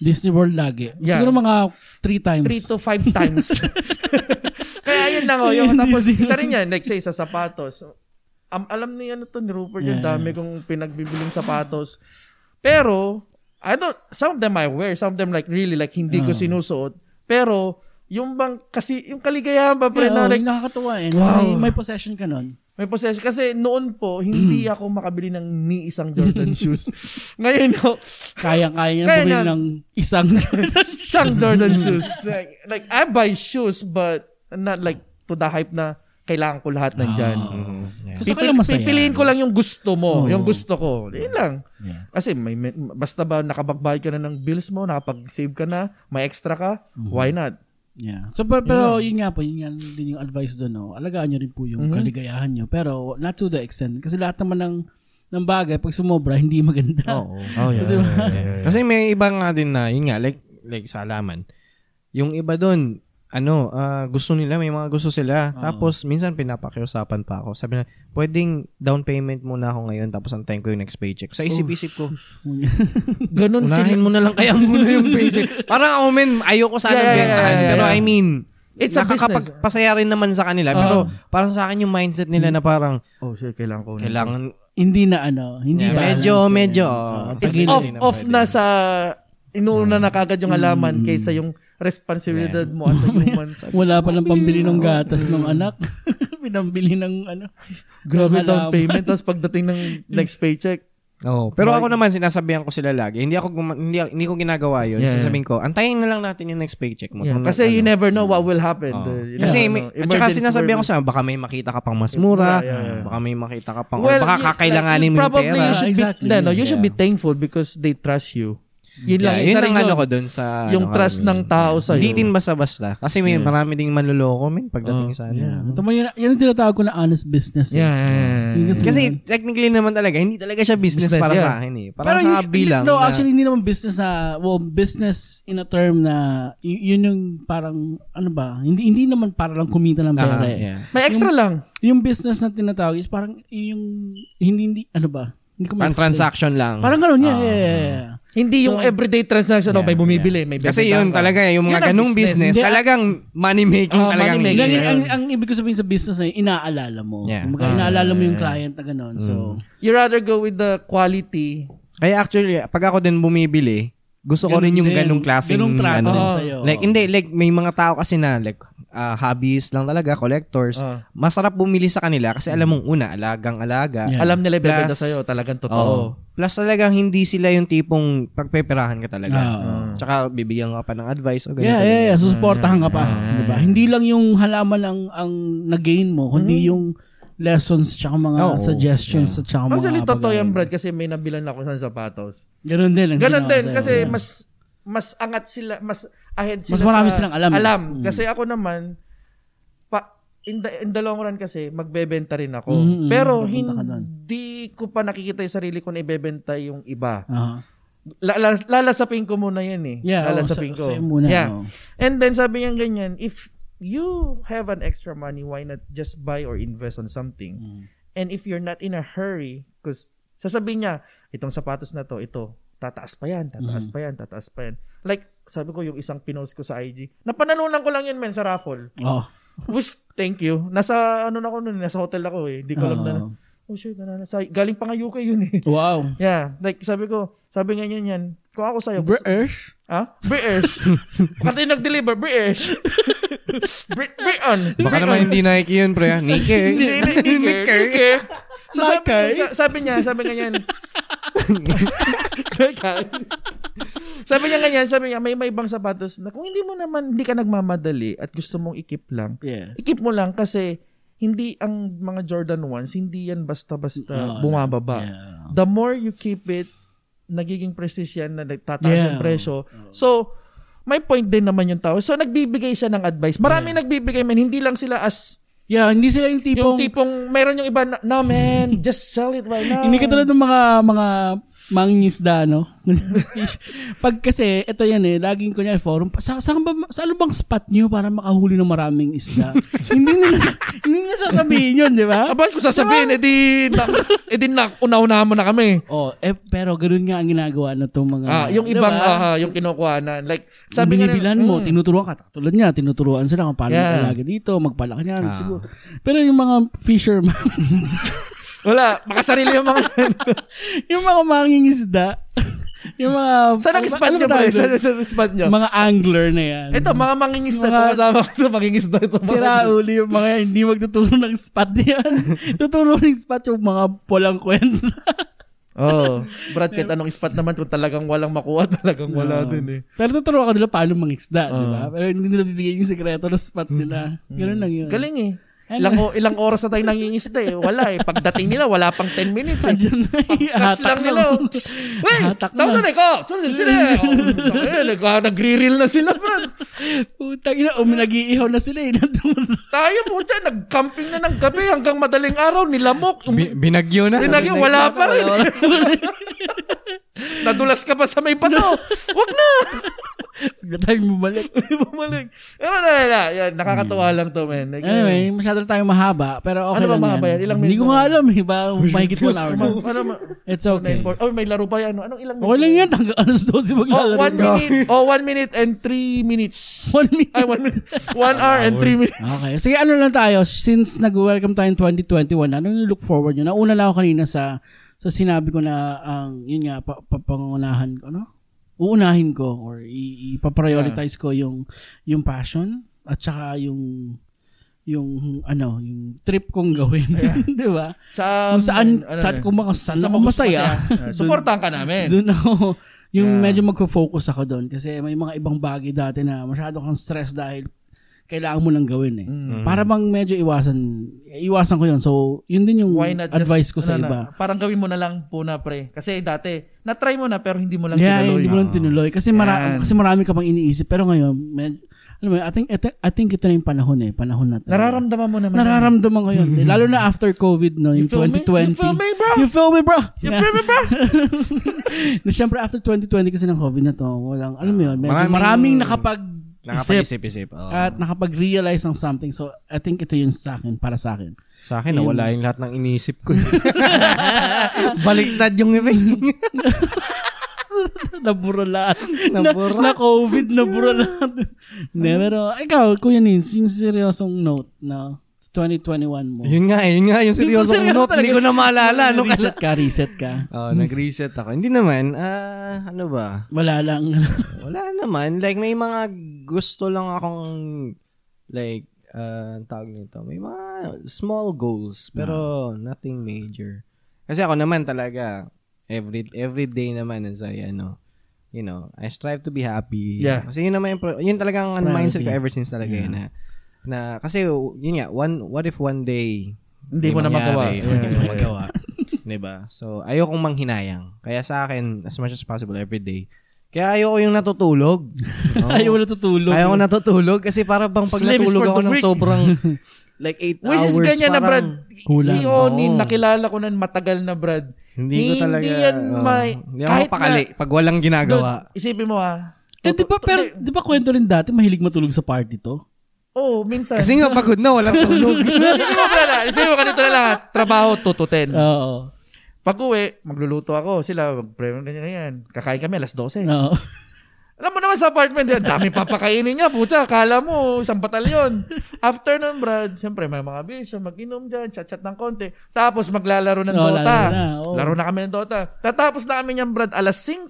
Speaker 2: Disney World lagi.
Speaker 1: Yeah.
Speaker 2: Siguro mga three times.
Speaker 1: 3 to 5 times. Kaya yun lang oh. Yung, tapos isa rin yan, like say, sa sapatos. Am, alam niya ano to ni Rupert, yung
Speaker 2: Yeah.
Speaker 1: dami kong pinagbibiling sapatos. Pero, I don't, some of them I wear, some of them like really like hindi ko
Speaker 2: Oh.
Speaker 1: sinusuot. Pero, yung bang, kasi, yung kaligayahan ba, pre,
Speaker 2: Yeah,
Speaker 1: na
Speaker 2: oh,
Speaker 1: like,
Speaker 2: yung nakakatuwa eh.
Speaker 1: Wow.
Speaker 2: May, may possession ka nun.
Speaker 1: may possession. Kasi noon po, hindi ako makabili ng ni isang Jordan shoes. Ngayon, oh,
Speaker 2: Kaya-kaya na
Speaker 1: Kaya
Speaker 2: bumili
Speaker 1: na-
Speaker 2: ng isang
Speaker 1: isang Jordan shoes. Like, like, I buy shoes, but not like to the hype na kailangan ko lahat nandyan.
Speaker 2: Oo.
Speaker 3: Mm, yeah.
Speaker 2: Ah. Gusto ko
Speaker 1: Pipil-
Speaker 2: lang masaya.
Speaker 1: Pipiliin ko lang yung gusto mo,
Speaker 2: Oo.
Speaker 1: yung gusto ko. Yun lang.
Speaker 2: Yeah.
Speaker 1: Kasi may, may- basta ba nakapagbayad ka na ng bills mo, nakapag-save ka na, may extra ka, why not?
Speaker 2: Yeah. So, pero, pero yun nga po, yun nga din yung advice doon. No? Alagaan nyo rin po
Speaker 1: Mm-hmm.
Speaker 2: yung kaligayahan nyo. Pero not to the extent. Kasi lahat naman ng, ng bagay, pag sumobra, hindi maganda.
Speaker 1: Oh, yeah. Diba?
Speaker 3: Kasi may iba nga din na, yun nga, like, like sa alaman. Yung iba doon, ano, ah, gusto nila, may mga gusto sila. Tapos, minsan pinapakiusapan pa ako. Sabi na, pwedeng down payment muna ako ngayon tapos antayin ko yung next paycheck. Sa
Speaker 1: Oh.
Speaker 3: isip-isip ko,
Speaker 1: Ganun sila.
Speaker 3: unahin mo na lang kaya muna yung paycheck. Parang, oh man, ayoko sana
Speaker 1: Yeah, yeah, yeah,
Speaker 3: bentahan.
Speaker 1: yeah, yeah,
Speaker 3: Pero
Speaker 1: yeah.
Speaker 3: I mean,
Speaker 1: It's a
Speaker 3: nakakapagpasaya rin naman sa kanila. Pero parang sa akin yung mindset nila na parang,
Speaker 1: Oh, sure, kailangan ko. na.
Speaker 3: kailangan,
Speaker 2: hindi na ano, hindi
Speaker 3: Yeah,
Speaker 2: ba?
Speaker 3: medyo, medyo. Ah,
Speaker 1: It's
Speaker 2: Pag-ilan
Speaker 1: off,
Speaker 3: din ang
Speaker 1: off
Speaker 3: pwede.
Speaker 1: na sa, inuuna na kagad yung halaman kaysa yung responsibilidad mo as a human.
Speaker 2: Wala pa lang pambili
Speaker 3: oh.
Speaker 2: ng gatas ng anak. Pinambili ng ano.
Speaker 1: Grabe
Speaker 2: ng
Speaker 1: down
Speaker 2: halaman.
Speaker 1: payment, tapos pagdating ng next paycheck,
Speaker 3: Oh, pero ako naman sinasabihan ko sila lagi. Hindi ako guma- hindi, hindi ko ginagawa 'yon.
Speaker 1: Yeah.
Speaker 3: Sasabihin ko, antayin na lang natin yung next paycheck mo.
Speaker 1: Yeah,
Speaker 3: Kung
Speaker 1: kasi
Speaker 3: ano. Oh.
Speaker 1: you never know what will happen. The- you never
Speaker 3: kasi may,
Speaker 1: know.
Speaker 3: at saka
Speaker 1: ano, Emergency
Speaker 3: sinasabihan ko
Speaker 1: service.
Speaker 3: sa baka may makita ka pang mas mura,
Speaker 1: Yeah, yeah, yeah.
Speaker 3: baka may makita ka pang
Speaker 1: Well,
Speaker 3: or baka
Speaker 1: you-
Speaker 3: kakailanganin
Speaker 1: like,
Speaker 3: mo yung
Speaker 1: probably
Speaker 3: pera.
Speaker 1: You should
Speaker 2: Exactly.
Speaker 1: be, no, you should be
Speaker 3: Yeah.
Speaker 1: thankful because they trust you. Yun lang,
Speaker 3: Yeah,
Speaker 1: isa
Speaker 3: yun
Speaker 1: rin
Speaker 3: ang ano
Speaker 1: yun.
Speaker 3: ko dun sa
Speaker 1: yung
Speaker 3: ano,
Speaker 1: trust
Speaker 3: karamihan.
Speaker 1: ng tao sa
Speaker 3: Hindi din basta-basta. Kasi may marami ding manloloko min
Speaker 1: Oh,
Speaker 3: pagdating sa ano.
Speaker 2: Yeah. Ito mo, yun, yun ang tinatawag ko na honest business. eh.
Speaker 1: Yeah, yeah,
Speaker 3: Mm.
Speaker 1: yeah, yeah.
Speaker 2: Kasi-
Speaker 3: Kasi technically naman talaga, hindi talaga siya business,
Speaker 1: Business,
Speaker 3: para
Speaker 1: yeah.
Speaker 3: sa akin eh. Parang
Speaker 2: yun-
Speaker 3: hobby
Speaker 2: yun-
Speaker 3: lang.
Speaker 2: No,
Speaker 3: na-
Speaker 2: actually, hindi naman business na, well, business in a term na, y- yun yung parang, ano ba, hindi hindi naman para lang kumita ng pera
Speaker 3: Ah,
Speaker 2: eh.
Speaker 3: yeah.
Speaker 1: May extra lang.
Speaker 2: Yung business na tinatawag is parang yung, hindi, hindi ano ba, hindi ko
Speaker 3: Parang
Speaker 2: ma-explain.
Speaker 3: transaction lang.
Speaker 2: Parang ganun,
Speaker 1: Ah.
Speaker 2: yeah, yeah, yeah, yeah.
Speaker 1: Hindi yung everyday transaction. oh, may bumibili, may
Speaker 3: Kasi
Speaker 1: bebenta
Speaker 3: yun
Speaker 1: ka.
Speaker 3: talaga, eh, yung
Speaker 1: Yun ang
Speaker 3: mga ganung business,
Speaker 2: Hindi,
Speaker 3: talagang money making
Speaker 1: Ah,
Speaker 3: talagang
Speaker 1: money-making.
Speaker 2: Ganyan,
Speaker 1: Yeah.
Speaker 2: ang, ang ibig ko sabihin sa business na yun, inaalala mo.
Speaker 3: Yeah.
Speaker 2: Kumbaga,
Speaker 1: Ah, Mm.
Speaker 2: inaalala mo yung client na ganun. So,
Speaker 1: You rather go with the quality.
Speaker 3: Kaya actually, pag ako din bumibili, gusto ko rin yung
Speaker 2: din.
Speaker 3: ganung klaseng
Speaker 2: Ganung trato
Speaker 3: ano.
Speaker 2: din sa'yo.
Speaker 3: Like, hindi, like, may mga tao kasi na, like, ah, hobbies lang talaga, collectors.
Speaker 1: Ah.
Speaker 3: Masarap bumili sa kanila kasi alam mong una, alagang-alaga.
Speaker 2: Yeah.
Speaker 1: Alam nila ibebenta
Speaker 3: Plus-
Speaker 1: sa'yo. Talagang
Speaker 3: Oo.
Speaker 1: totoo.
Speaker 3: Plus talagang hindi sila yung tipong pagpeperahan ka talaga. Ah.
Speaker 2: Oo.
Speaker 3: Tsaka bibigyan ka pa ng advice o ganito.
Speaker 2: Yeah, yeah,
Speaker 3: ganito.
Speaker 2: yeah. Susuportahan ka pa.
Speaker 3: Mm.
Speaker 2: di ba? Hindi lang yung halaman ang, ang na-gain mo, kundi yung lessons tsaka mga
Speaker 3: Mm-hmm. Oo.
Speaker 2: suggestions at tsaka mga
Speaker 1: Actually, totoo
Speaker 2: bagay.
Speaker 1: yan, Brad, kasi may nabilan ako sa sapatos.
Speaker 2: Ganun din. ang
Speaker 1: Ganun
Speaker 2: ginawa
Speaker 1: din
Speaker 2: sa'yo. diba?
Speaker 1: kasi
Speaker 2: Yeah.
Speaker 1: mas mas angat sila mas ahead sila
Speaker 2: Mas marami
Speaker 1: sa,
Speaker 2: silang alam.
Speaker 1: Alam.
Speaker 2: Mm.
Speaker 1: Kasi ako naman, pa, in, the, in the long run kasi, magbebenta rin ako.
Speaker 2: Mm, mm,
Speaker 1: Pero
Speaker 2: papunta ka doon.
Speaker 1: hindi ko pa nakikita yung sarili ko na ibebenta yung iba.
Speaker 2: Aha.
Speaker 1: La- la- lalasapin ko muna yan eh.
Speaker 2: Yeah, oo,
Speaker 1: lalasapin
Speaker 2: sa-
Speaker 1: ko.
Speaker 2: sa'yo muna,
Speaker 1: yeah.
Speaker 2: oo.
Speaker 1: And then sabi niya ganyan, if you have an extra money, why not just buy or invest on something? And if you're not in a hurry, because sasabihin niya, itong sapatos na to, ito, tataas pa yan, tataas pa yan, tataas pa yan. Like, sabi ko, yung isang pinost ko sa IG, napanalunan ko lang yun, men, sa raffle.
Speaker 2: Oh.
Speaker 1: Wish, thank you. Nasa, ano na ako nun, nasa hotel ako eh. Hindi ko alam na,
Speaker 2: Oo.
Speaker 1: oh shit, na, sa, galing pa nga UK yun eh.
Speaker 2: Wow.
Speaker 1: Yeah, like sabi ko, sabi nga niya yan, kung ako sa'yo, gusto-
Speaker 2: British?
Speaker 1: Ha? British. Pati nag-deliver, British. Brit Briton.
Speaker 3: Baka naman hindi Nike yun, pre. ah. Nike. eh.
Speaker 1: Nicker. So sabi,
Speaker 2: Nakay.
Speaker 1: sa- sabi niya, sabi niya yan. Nakay. sabi niya ganyan, sabi niya, may may ibang sapatos na kung hindi mo naman, hindi ka nagmamadali at gusto mong ikip lang,
Speaker 2: Yeah.
Speaker 1: ikip mo lang kasi hindi ang mga Jordan 1s, hindi yan basta-basta
Speaker 2: Oo,
Speaker 1: bumababa
Speaker 2: Yeah.
Speaker 1: the more you keep it, nagiging prestige yan na nagtataas
Speaker 2: Yeah.
Speaker 1: yung presyo. So, may point din naman yung tao. So, nagbibigay siya ng advice. Marami nagbibigay, man. Hindi lang sila as
Speaker 2: Yeah, hindi sila yung tipong...
Speaker 1: yung tipong, meron yung iba na, no, man, just sell it right now.
Speaker 2: Hindi katulad ng mga mga mangingisda, no? Pag kasi, ito yan eh, laging kunya forum, sa, saan ba, sa ano bang spot nyo para makahuli ng maraming isda? hindi nila, hindi nila sasabihin yun, di ba?
Speaker 1: Aba, kung sasabihin,
Speaker 2: Diba?
Speaker 1: edi, na, edi na, una mo na kami.
Speaker 2: Oh, eh, pero ganun nga ang ginagawa na itong mga...
Speaker 1: Ah, yung
Speaker 2: di
Speaker 1: ibang,
Speaker 2: ba?
Speaker 1: ah, yung kinukuhanan. Like,
Speaker 2: sabi
Speaker 1: sabi
Speaker 2: Mm,
Speaker 1: nga nila,
Speaker 2: diba? binibilan mo,
Speaker 1: mm,
Speaker 2: tinuturuan ka. Tulad niya, tinuturuan sila kung paano
Speaker 1: Yeah. Ah.
Speaker 2: mag-alaga dito, magpalaki niya. Siguro. Pero yung mga fisherman,
Speaker 1: mm, wala, makasarili yung mga,
Speaker 2: yung mga mangingisda, yung mga...
Speaker 1: saan
Speaker 2: ano
Speaker 1: ang
Speaker 2: ba-
Speaker 1: spot
Speaker 2: ano ba
Speaker 1: niyo, pre?
Speaker 2: tawag doon?
Speaker 1: Saan saan ang spot niyo?
Speaker 2: Mga angler na yan.
Speaker 1: Ito, mga mangingisda to,
Speaker 2: Mga-
Speaker 1: kasama ko to, mangingisda ito.
Speaker 2: Si Rauli yung mga hindi magtuturo ng spot niyan. Tuturo ng spot yung mga polang kwenta.
Speaker 1: Oh, Brad, kahit anong spot naman kung talagang walang makuha, talagang wala
Speaker 2: Oo.
Speaker 1: din eh.
Speaker 2: Pero tuturo ako nila paano mangisda, di
Speaker 1: Oo.
Speaker 2: ba? Pero hindi nila bibigay yung sekreto ng spot nila. Ganun lang yun.
Speaker 1: Mm-hmm. Galing eh.
Speaker 2: Ano?
Speaker 1: Ilang, o- ilang oras na tayo nangingisda eh. Wala eh. Pagdating nila, wala pang 10 minutes eh.
Speaker 2: Andiyan na.
Speaker 1: Kas
Speaker 2: ihatak
Speaker 1: lang
Speaker 2: na.
Speaker 1: nila. oh. Uy!
Speaker 2: Hatak na.
Speaker 1: Tapos na ko! Tapos na sila! eh. Oh, ah, Nagre-reel na sila, Brad.
Speaker 2: Putang ina, um, nag-iihaw na sila eh. Nandun-
Speaker 1: Tayo po dyan, nag-camping na ng gabi hanggang madaling araw, nilamok. Um,
Speaker 3: Bi- binagyo na.
Speaker 1: Binagyo, wala pa rin. Nadulas ka pa sa may pato. Huwag na!
Speaker 2: Huwag na tayong bumalik.
Speaker 1: Bumalik. Pero na, na, yan, nakakatuwa lang to, man. Like,
Speaker 2: Hmm. Anyway, masyado na tayong mahaba. Pero okay
Speaker 1: Mm. Ano ba
Speaker 2: lang
Speaker 1: mahaba yan? Ilang
Speaker 2: Hindi ko
Speaker 1: minutes
Speaker 2: nga
Speaker 1: na?
Speaker 2: alam eh. Ba, mahigit one hour na.
Speaker 1: ano, ano, ma-
Speaker 2: It's okay.
Speaker 1: Nine-four. Oh, may laro pa yan. no? Anong ilang
Speaker 2: Okay lang yan. Hanggang alas 12
Speaker 1: Oh,
Speaker 2: maglalaro.
Speaker 1: one
Speaker 2: ka.
Speaker 1: minute. Oh, one minute and three minutes.
Speaker 2: One minute.
Speaker 1: Ay, one minute. One hour and three minutes.
Speaker 2: Okay. Sige, ano lang tayo. Since nag-welcome tayo in 2021, ano yung look forward nyo? Nauna lang ako kanina sa sa sinabi ko na ang, yun nga, pa, pa- pangunahan ko, ano? Uunahin ko or i- ipaprioritize ko yung yung passion at saka yung yung ano, yung trip kong gawin. Di ba?
Speaker 1: Sa,
Speaker 2: Kung saan,
Speaker 1: ano,
Speaker 2: saan
Speaker 1: ano,
Speaker 2: kung maka, saan
Speaker 1: saan
Speaker 2: ako
Speaker 1: mo gusto
Speaker 2: masaya.
Speaker 1: masaya. Supportan ka namin.
Speaker 2: Doon ako, yung
Speaker 1: Yeah.
Speaker 2: medyo magfo-focus ako doon kasi may mga ibang bagay dati na masyado kang stress dahil kailangan mo lang gawin eh.
Speaker 1: Mm.
Speaker 2: Para bang medyo iwasan, iwasan ko yun. So, yun din yung
Speaker 1: Why not just,
Speaker 2: advice ko sa
Speaker 1: ano na,
Speaker 2: iba.
Speaker 1: parang gawin mo na lang po na, pre. Kasi dati, na-try mo na pero hindi mo lang
Speaker 2: yeah,
Speaker 1: tinuloy.
Speaker 2: hindi mo lang tinuloy. Kasi, mara-
Speaker 1: Yan.
Speaker 2: kasi marami ka pang iniisip. Pero ngayon, med- alam mo, I think, ito, I think ito na yung panahon eh. Panahon na to.
Speaker 1: Mm. Nararamdaman mo naman.
Speaker 2: Nararamdaman ko yun. Lalo na after COVID, no? Yung
Speaker 1: Mm-hmm. You feel me?
Speaker 2: 2020.
Speaker 1: You feel me, bro?
Speaker 2: You feel me, bro?
Speaker 1: You feel me, bro?
Speaker 2: na siyempre after 2020 kasi ng COVID na to, walang, alam mo yun, medyo maraming,
Speaker 3: Maraming-
Speaker 2: nakapag isip
Speaker 3: Nakapag-isip-isip. oo.
Speaker 2: at nakapag-realize ng something. So, I think ito yun sa akin, para sa akin.
Speaker 3: Sa akin, nawala yung lahat ng iniisip ko. eh. Baliktad yung event.
Speaker 2: naburo lahat.
Speaker 3: Nabura.
Speaker 2: Na, na COVID, naburo lahat. Hindi, pero ikaw, Kuya Nins, yung seryosong note na sa 2021 mo.
Speaker 3: yun nga eh, yun nga yung seryoso
Speaker 2: seryoso
Speaker 3: kong note.
Speaker 2: talaga.
Speaker 3: Hindi ko na maalala. Ano kasi?
Speaker 2: reset ka, reset ka.
Speaker 3: Oh, nag-reset ako. Hindi naman. ah, ano ba?
Speaker 2: Wala lang.
Speaker 3: Wala naman. Like, may mga gusto lang akong, like, uh, tawag nito. May mga small goals, pero nothing major. Kasi ako naman talaga, every every day naman, as I, ano, you know, I strive to be happy.
Speaker 1: Yeah.
Speaker 3: Kasi yun naman, yung pro- yun talagang ang
Speaker 2: Priority.
Speaker 3: mindset ko ever since talaga yun na, na, kasi, yun nga, one, what if one day,
Speaker 1: Hindi mo na magawa.
Speaker 3: mangyari,
Speaker 1: Yeah,
Speaker 3: Hindi mo Diba?
Speaker 1: yeah, yeah.
Speaker 3: magawa. 'Di ba? So, ayokong manghinayang. Kaya sa akin, as much as possible every day, Kaya ayoko yung natutulog. Oo.
Speaker 2: Ayaw na tutulog.
Speaker 3: Ayoko natutulog kasi para bang pag
Speaker 1: Slim is
Speaker 3: natulog
Speaker 1: for
Speaker 3: ako
Speaker 1: the
Speaker 3: ng
Speaker 1: weak.
Speaker 3: sobrang like 8 hours.
Speaker 1: Which is ganyan na, Brad.
Speaker 3: parang
Speaker 2: Kulang.
Speaker 1: Si Onin,
Speaker 3: Oo.
Speaker 1: nakilala ko na matagal na, Brad.
Speaker 3: Hindi
Speaker 1: Hindi
Speaker 3: ko talaga.
Speaker 1: yan
Speaker 3: oo.
Speaker 1: may-
Speaker 3: hindi ako
Speaker 1: kahit
Speaker 3: pakali pag walang ginagawa.
Speaker 1: Dude, isipin mo ah. ha.
Speaker 2: Eh, di ba, pero, di ba kwento rin dati, mahilig matulog sa party to?
Speaker 1: Oo, oh, minsan.
Speaker 3: Kasi nga pagod na, walang tulog.
Speaker 1: isipin mo, Brad,
Speaker 3: ah.
Speaker 1: ha? Isipin mo, ganito na lang ha. Trabaho, 2 to 10.
Speaker 3: Mm.
Speaker 2: Oo.
Speaker 1: Pag uwi, magluluto ako. Sila, mag-prem, ganyan, ganyan. Kakain kami, alas 12.
Speaker 2: Oo.
Speaker 3: Mm.
Speaker 1: Alam mo naman sa apartment, yan, dami papakainin niya, pucha. Akala mo, isang batalyon. After nun, Brad, siyempre, may mga beers, mag-inom dyan, chat-chat ng konti. Tapos, maglalaro ng
Speaker 2: Oo,
Speaker 1: Dota.
Speaker 2: Oh, laro na, oo.
Speaker 1: Laro na kami ng Dota. Tatapos na kami niyan, Brad, alas 5.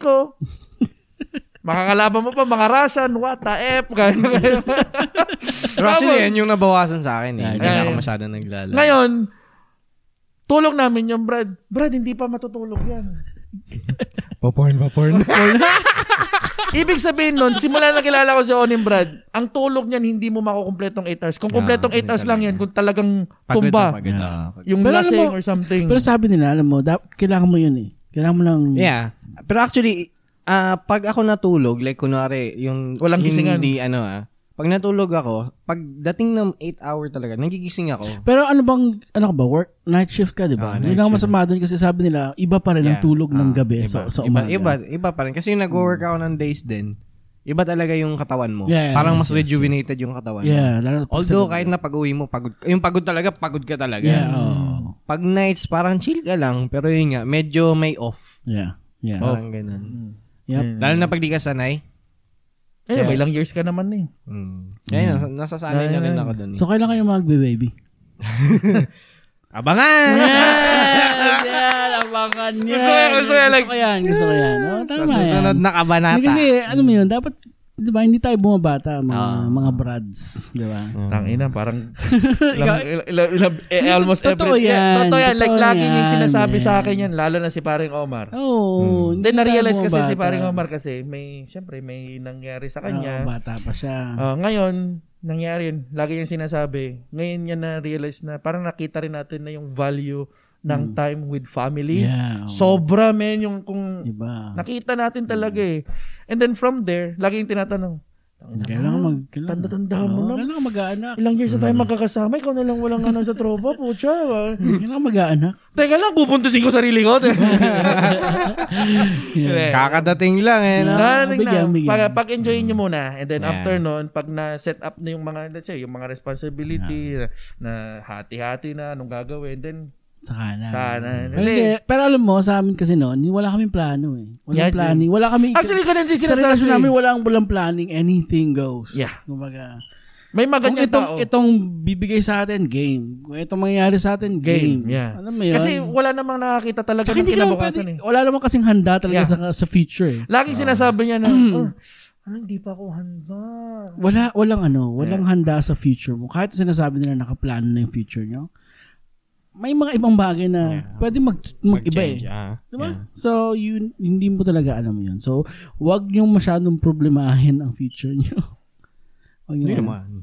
Speaker 1: Makakalaban mo pa, mga Russian, what the F.
Speaker 3: Pero actually, yan yung nabawasan sa akin. Eh.
Speaker 2: Yeah,
Speaker 3: Hindi na
Speaker 1: yeah.
Speaker 3: ako masyado naglalaro.
Speaker 1: Ngayon, tulog namin yung Brad. Brad, hindi pa matutulog yan.
Speaker 3: Paporn, paporn.
Speaker 1: Ibig sabihin nun, simula na kilala ko si Onin Brad, ang tulog niyan hindi mo makukumpletong 8 hours. Kung kumpletong 8 hours lang yan, kung talagang
Speaker 3: Pagod na,
Speaker 1: tumba,
Speaker 3: pagod na.
Speaker 1: yung
Speaker 2: Pero alam
Speaker 1: lasing
Speaker 2: mo-
Speaker 1: or something.
Speaker 2: Pero sabi nila, alam mo, dap- kailangan mo yun eh. Kailangan mo lang...
Speaker 3: Yeah. Pero actually, ah, pag ako natulog, like kunwari, yung
Speaker 1: Walang kisingan.
Speaker 3: hindi ano ah, pag natulog ako, pag dating ng 8 hour talaga, nagigising ako.
Speaker 2: Pero ano bang, ano ka ba, work, night shift ka, di ba?
Speaker 3: Ah,
Speaker 2: yun
Speaker 3: night
Speaker 2: ang
Speaker 3: shift.
Speaker 2: masama doon kasi sabi nila, iba pa rin ang
Speaker 3: Yeah.
Speaker 2: tulog ng
Speaker 3: Ah,
Speaker 2: gabi
Speaker 3: iba.
Speaker 2: sa, sa
Speaker 3: iba,
Speaker 2: umaga.
Speaker 3: Iba, iba pa rin. Kasi yung nag-work ako ng days din, iba talaga yung katawan mo.
Speaker 2: Yeah, yeah,
Speaker 3: Parang
Speaker 2: yes,
Speaker 3: mas
Speaker 2: yes,
Speaker 3: rejuvenated yung katawan mo.
Speaker 2: Yeah, lalo na pag sa
Speaker 3: Although,
Speaker 2: gabi.
Speaker 3: kahit na pag-uwi mo, pagod, yung pagod talaga, pagod ka talaga.
Speaker 2: Yeah, oo.
Speaker 3: Pag nights, parang chill ka lang. Pero yun nga, medyo may off.
Speaker 2: Yeah, yeah.
Speaker 3: Parang ganun.
Speaker 2: Yep.
Speaker 3: Lalo na pag di ka sanay.
Speaker 1: eh, may ilang years ka naman eh.
Speaker 3: Mm. Ayun, nas- nasasanay na rin ako dun. eh.
Speaker 2: So, kailan kayo magbe-baby?
Speaker 3: Abangan!
Speaker 2: Yes, yan, abangan yan.
Speaker 1: Gusto ko yan, gusto ko yan, like-
Speaker 2: Gusto ko yan, gusto ko yan. Oh, tama
Speaker 3: Sa susunod
Speaker 2: yan.
Speaker 3: na kabanata.
Speaker 2: Hindi kasi, ano mo yun, dapat, di ba, hindi tayo bumabata, mga, mga brads, di ba?
Speaker 1: Hmm.
Speaker 3: Mm.
Speaker 1: Tangina, parang ilang, ilang, ilang, ilang- eh, almost
Speaker 2: Mm, Totoo
Speaker 1: every...
Speaker 2: yan,
Speaker 1: Totoo yan. Like,
Speaker 2: totoo
Speaker 1: laging yung
Speaker 2: yan,
Speaker 1: sinasabi
Speaker 2: man.
Speaker 1: sa akin yan, lalo na si paring Omar.
Speaker 2: Oo. Oh,
Speaker 1: Then, na-realize kasi si paring Omar kasi may, syempre, may nangyari sa kanya.
Speaker 2: bata pa siya.
Speaker 1: Ah, ngayon, nangyari yun. Lagi yung sinasabi. Ngayon niya na-realize na parang nakita rin natin na yung value ng time with
Speaker 2: Mm.
Speaker 1: family.
Speaker 2: Yeah.
Speaker 1: Sobra, men, yung kung
Speaker 2: Diba?
Speaker 1: nakita natin talaga eh. And then from there, lagi yung tinatanong,
Speaker 2: Kailangan mag... kailangan-
Speaker 1: tanda-tanda mo
Speaker 2: Oo,
Speaker 1: na.
Speaker 2: Kailangan mag-aanak.
Speaker 1: Ilang years na tayo
Speaker 2: Mm.
Speaker 1: magkakasama, ikaw na lang walang ano sa tropa, pucha. ah."
Speaker 2: Kailangan mag-aanak.
Speaker 1: Teka lang, pupuntusin ko sarili ko.
Speaker 2: Yeah.
Speaker 3: Kakadating lang eh. No?
Speaker 2: Ah,
Speaker 1: Ah,
Speaker 2: bigyan, bigyan.
Speaker 1: Pag, enjoyin nyo muna. And then
Speaker 3: Yeah.
Speaker 1: after nun, pag na-set up na yung mga, let's say, yung mga
Speaker 2: Ah.
Speaker 1: responsibility, na na hati-hati na, anong gagawin, then,
Speaker 2: Saka na. Pero,
Speaker 1: sana.
Speaker 2: Ah. hindi,
Speaker 1: Kasi,
Speaker 2: pero alam mo, sa amin kasi noon, wala kaming plano eh.
Speaker 1: Yeah,
Speaker 2: Walang planning. Wala kami...
Speaker 1: actually, ganun din
Speaker 2: sa
Speaker 1: sinasabi.
Speaker 2: relasyon namin, walang, walang planning. Anything goes.
Speaker 1: Yeah.
Speaker 2: Kumbaga,
Speaker 1: May mga
Speaker 2: kung
Speaker 1: ganyan
Speaker 2: itong,
Speaker 1: tao.
Speaker 2: itong bibigay sa atin, game. Kung itong mangyayari sa atin, game.
Speaker 1: Game, yeah.
Speaker 2: Alam mo yun?
Speaker 1: Kasi wala namang nakakita talaga
Speaker 2: Tsaka
Speaker 1: ng
Speaker 2: hindi ka naman
Speaker 1: kinabukasan
Speaker 2: pwede,
Speaker 1: eh.
Speaker 2: wala naman kasing handa talaga
Speaker 1: Yeah.
Speaker 2: sa, sa future eh.
Speaker 1: Laging sinasabi niya na,
Speaker 2: Mm.
Speaker 1: "Ah, ano, hindi pa ako handa.
Speaker 2: Wala, walang ano, walang handa sa future mo. Kahit sinasabi nila nakaplano na yung future nyo, may mga ibang bagay na pwede mag, mag-iba eh.
Speaker 3: Mag-change, ah.
Speaker 2: Diba? So, yun, hindi mo talaga alam yun. So, wag nyo masyadong problemahin ang future nyo. Wag nyo.
Speaker 3: Hindi
Speaker 2: ano.
Speaker 3: naman.
Speaker 2: Alam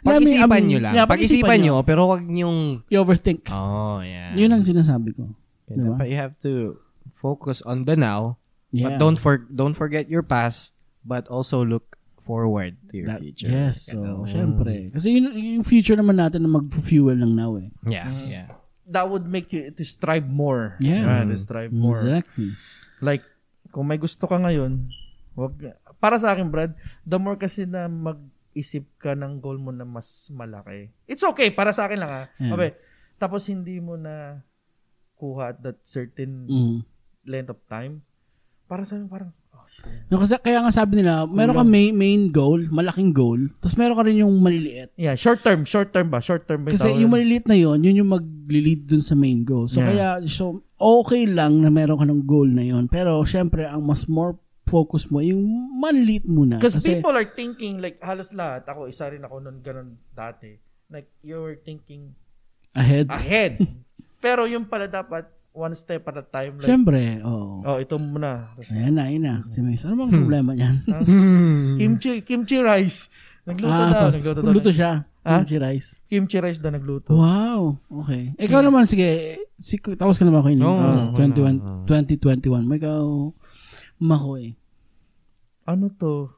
Speaker 2: mo,
Speaker 3: Pag-isipan
Speaker 2: alam mo,
Speaker 3: nyo lang.
Speaker 2: yeah,
Speaker 3: Pag-isipan nyo, pero wag nyong...
Speaker 2: You overthink.
Speaker 3: Oh, yeah.
Speaker 2: Yun ang sinasabi ko. Diba?
Speaker 3: But you have to focus on the now.
Speaker 2: Yeah.
Speaker 3: But don't for don't forget your past. But also look forward to your
Speaker 2: That-
Speaker 3: future.
Speaker 2: yes, so,
Speaker 3: Ganun.
Speaker 2: syempre. Kasi yun, yung future naman natin na mag-fuel lang now eh.
Speaker 3: Yeah, yeah.
Speaker 1: That would make you to strive more.
Speaker 2: Yeah.
Speaker 1: to strive more.
Speaker 2: Exactly.
Speaker 1: Like, kung may gusto ka ngayon, wag, para sa akin, Brad, the more kasi na mag-isip ka ng goal mo na mas malaki. It's okay, para sa akin lang ha.
Speaker 2: Yeah.
Speaker 1: Okay. Tapos hindi mo na kuha at that certain
Speaker 2: Mm.
Speaker 1: length of time. Para sa akin, parang, oh shit.
Speaker 2: No, kasi, kaya nga sabi nila, meron ka main, main goal, malaking goal, tapos meron ka rin yung maliliit.
Speaker 1: Yeah, short term, short term ba? Short term ba
Speaker 2: Kasi
Speaker 1: tawag
Speaker 2: yung
Speaker 1: nun?
Speaker 2: maliliit na yon yun yung mag-lead dun sa main goal. So,
Speaker 1: Yeah.
Speaker 2: kaya, so, okay lang na meron ka ng goal na yon Pero, syempre, ang mas more focus mo, yung maliliit muna.
Speaker 1: Because
Speaker 2: Kasi,
Speaker 1: people are thinking, like, halos lahat. Ako, isa rin ako nun ganun dati. Like, you're thinking
Speaker 2: ahead.
Speaker 1: ahead. Pero yung pala dapat, one step at a time. Like,
Speaker 2: syempre, oo.
Speaker 1: oh, ito muna. Tapos,
Speaker 2: Ayan na, ayan na. Si Mace, ano
Speaker 1: Hmm.
Speaker 2: bang problema niyan? Mm.
Speaker 1: Mm-hmm. kimchi, kimchi rice. Nagluto daw,
Speaker 2: ah,
Speaker 1: nagluto daw.
Speaker 2: luto siya.
Speaker 1: Ah?
Speaker 2: Kimchi rice.
Speaker 1: Kimchi rice daw nagluto.
Speaker 2: Wow. Okay.
Speaker 1: Hmm.
Speaker 2: Ikaw naman, sige. Si, Ah, tapos ka naman ako yun.
Speaker 3: Oo,
Speaker 2: Oh, 21,
Speaker 3: ako
Speaker 2: 2021. May ikaw, Makoy.
Speaker 1: ano to?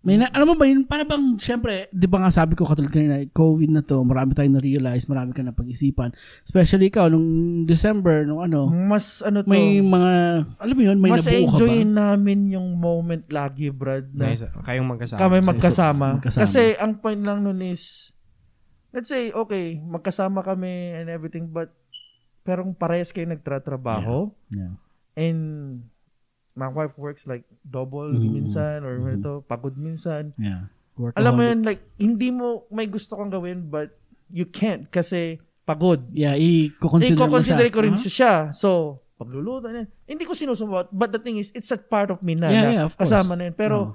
Speaker 2: May na, alam mo ba yun, para bang, syempre, di ba nga sabi ko katulad kanina, COVID na to, marami tayong na-realize, marami ka na pag-isipan. Especially ikaw, nung December, nung ano,
Speaker 1: Mas ano to?
Speaker 2: may mga, alam mo yun, may
Speaker 1: mas
Speaker 2: nabuo ka ba?
Speaker 1: enjoy namin yung moment lagi, Brad, na
Speaker 3: Nice. Kayong magkasama.
Speaker 1: kami magkasama.
Speaker 2: magkasama.
Speaker 1: Kasi ang point lang nun is, let's say, okay, magkasama kami and everything, but perong parehas kayo nagtratrabaho
Speaker 2: Yeah.
Speaker 1: and my wife works like double
Speaker 2: Mhm.
Speaker 1: minsan or
Speaker 2: Mhm.
Speaker 1: ito, pagod minsan.
Speaker 2: Yeah.
Speaker 1: Alam mo yun, like, hindi mo may gusto kang gawin but you can't kasi pagod.
Speaker 2: Yeah, i-consider mo siya. Uh-huh.
Speaker 1: I-consider ko rin
Speaker 2: Huh?
Speaker 1: siya. So, pagluluto na yun. Hindi ko sinusumbat. But the thing is, it's a part of me na.
Speaker 2: Yeah,
Speaker 1: na
Speaker 2: yeah, of course.
Speaker 1: Kasama na yun.
Speaker 2: Oh.
Speaker 1: Pero,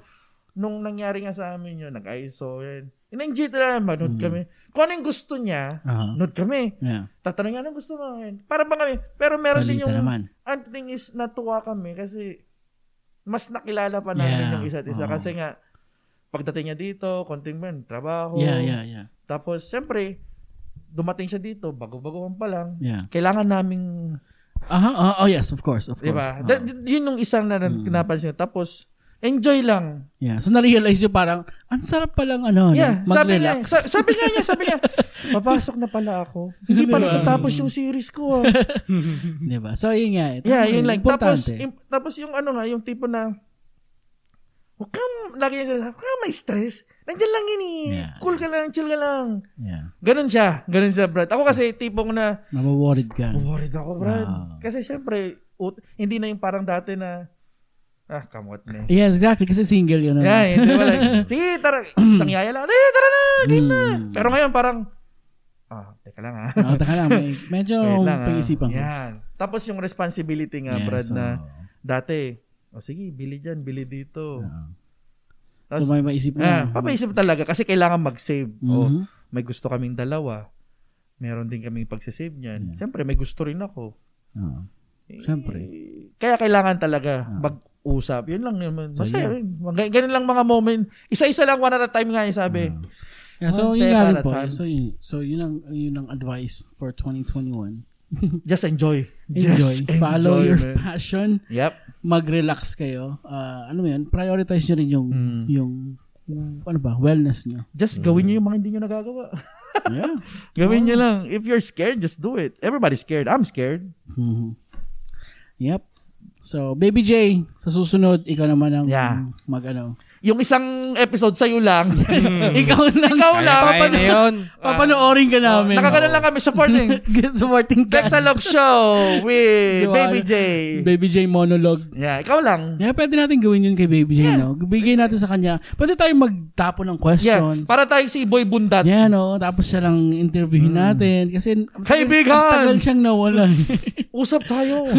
Speaker 1: nung nangyari nga sa amin yun, nag-ISO, yun. In-enjoy talaga,
Speaker 2: Mm.
Speaker 1: manood kami. Kung ano yung gusto niya,
Speaker 2: Aha.
Speaker 1: manood kami.
Speaker 2: Uh-huh. Yeah.
Speaker 1: Tatanong niya, anong gusto mo? Yun. Para ba kami? Pero meron din
Speaker 2: Balita
Speaker 1: yung,
Speaker 2: naman.
Speaker 1: ang thing is, natuwa kami kasi mas nakilala pa namin
Speaker 2: Yeah.
Speaker 1: yung isa't isa.
Speaker 2: Oh.
Speaker 1: Kasi nga, pagdating niya dito, konting man, trabaho.
Speaker 2: Yeah, yeah, yeah.
Speaker 1: Tapos, siyempre, dumating siya dito, bago-bagohan pa lang
Speaker 2: Yeah.
Speaker 1: kailangan naming,
Speaker 2: Aha, ah, oh yes, of course, of course.
Speaker 1: di
Speaker 2: Ah,
Speaker 1: ba? Da- yun yung isang na mm. napansin ko. Tapos, enjoy lang.
Speaker 2: yeah. So na-realize nyo parang, ang sarap palang ano, no?
Speaker 1: yeah, sabi niya,
Speaker 2: mag-relax.
Speaker 1: sa- sabi nga niya, sabi niya, papasok na pala ako. Hindi pa
Speaker 2: Diba?
Speaker 1: natatapos yung series ko. ah."
Speaker 2: Di ba? So Ah, yun nga. Ito,
Speaker 1: yeah, yun lang. Tapos,
Speaker 2: importante.
Speaker 1: im- tapos yung ano nga, yung tipo na, huwag kang, lagi niya sinasabi, huwag kang may stress. Nandiyan lang yun eh.
Speaker 2: Yeah.
Speaker 1: Cool ka lang, chill ka lang.
Speaker 2: yeah.
Speaker 1: Ganon siya. Ganon siya, Brad. Ako kasi, tipong na,
Speaker 2: Nabaworried ka.
Speaker 1: Worried ako, Brad.
Speaker 2: Wow.
Speaker 1: Kasi syempre, ut- hindi na yung parang dati na, ah, kamot na.
Speaker 2: Yes, exactly. Kasi single yun. ano?
Speaker 1: Yeah, hindi ba like, sige, tara, isang yaya lang. Eh, tara na, game na.
Speaker 2: Mm.
Speaker 1: Pero ngayon parang, ah, teka lang ah.
Speaker 2: Oh, taka lang. May, medyo
Speaker 1: Wait lang ah.
Speaker 2: pag-isipan ko.
Speaker 1: Yan. Tapos yung responsibility nga,
Speaker 2: Yeah,
Speaker 1: Brad,
Speaker 2: so,
Speaker 1: na dati, o sige, bili dyan, bili dito.
Speaker 2: Oo.
Speaker 1: Tapos,
Speaker 2: so may maisip mo.
Speaker 1: ah, oh. papaisip talaga kasi kailangan mag-save. O,
Speaker 2: Mhm.
Speaker 1: may gusto kaming dalawa. Meron din kaming pagsisave niyan.
Speaker 2: Yeah.
Speaker 1: Siyempre, may gusto rin ako.
Speaker 2: Oo.
Speaker 1: Eh,
Speaker 2: Siyempre.
Speaker 1: Kaya kailangan talaga
Speaker 2: Ah.
Speaker 1: mag-usap. Yun lang naman.
Speaker 2: So,
Speaker 1: Masaya
Speaker 2: yeah.
Speaker 1: rin. Mga- Ganun lang mga moment. Isa-isa lang, one at a time nga yung sabi.
Speaker 2: Ah. Yeah, so
Speaker 1: One
Speaker 2: yun
Speaker 1: step
Speaker 2: nga
Speaker 1: at
Speaker 2: rin
Speaker 1: a
Speaker 2: po.
Speaker 1: time.
Speaker 2: So yun, so yun ang yun ang advice for 2021.
Speaker 1: Just enjoy.
Speaker 2: Enjoy.
Speaker 1: Just
Speaker 2: Follow your
Speaker 1: man.
Speaker 2: passion.
Speaker 1: Yep.
Speaker 2: Mag-relax kayo. Ah, ano mo yun? Prioritize nyo rin yung
Speaker 1: Mm.
Speaker 2: yung ano ba, wellness nyo.
Speaker 1: Just
Speaker 2: Mm.
Speaker 1: gawin nyo yung mga hindi nyo nagagawa.
Speaker 2: Yeah. Oh.
Speaker 1: gawin nyo lang. If you're scared, just do it. Everybody's scared. I'm scared.
Speaker 2: Mhm. Yep. So, Baby J, sa susunod, ikaw naman ang
Speaker 1: Yeah.
Speaker 2: mag-ano.
Speaker 1: Yung isang episode sa'yo lang.
Speaker 2: ikaw lang.
Speaker 1: Hmm. Ikaw Ah.
Speaker 3: Kaya
Speaker 1: lang.
Speaker 3: tayo na yun.
Speaker 2: Papanoorin ka namin.
Speaker 1: Nakakanan lang kami supporting.
Speaker 2: Supporting cast.
Speaker 1: Dexalog Show with
Speaker 2: Joanna.
Speaker 1: Baby J.
Speaker 2: Baby J monologue.
Speaker 1: Yeah, ikaw lang.
Speaker 2: Yeah, pwede natin gawin yun kay Baby J, no? Bigay natin sa kanya. Pwede tayong magtapo ng
Speaker 1: Yeah,
Speaker 2: questions.
Speaker 1: para tayo si Boy Bundat.
Speaker 2: Yeah, no? Tapos siya lang interviewin
Speaker 3: Hmm.
Speaker 2: natin. Kasi, ang tagal-
Speaker 1: Kaibigan!
Speaker 2: ang Tagal siyang nawala.
Speaker 1: Usap tayo.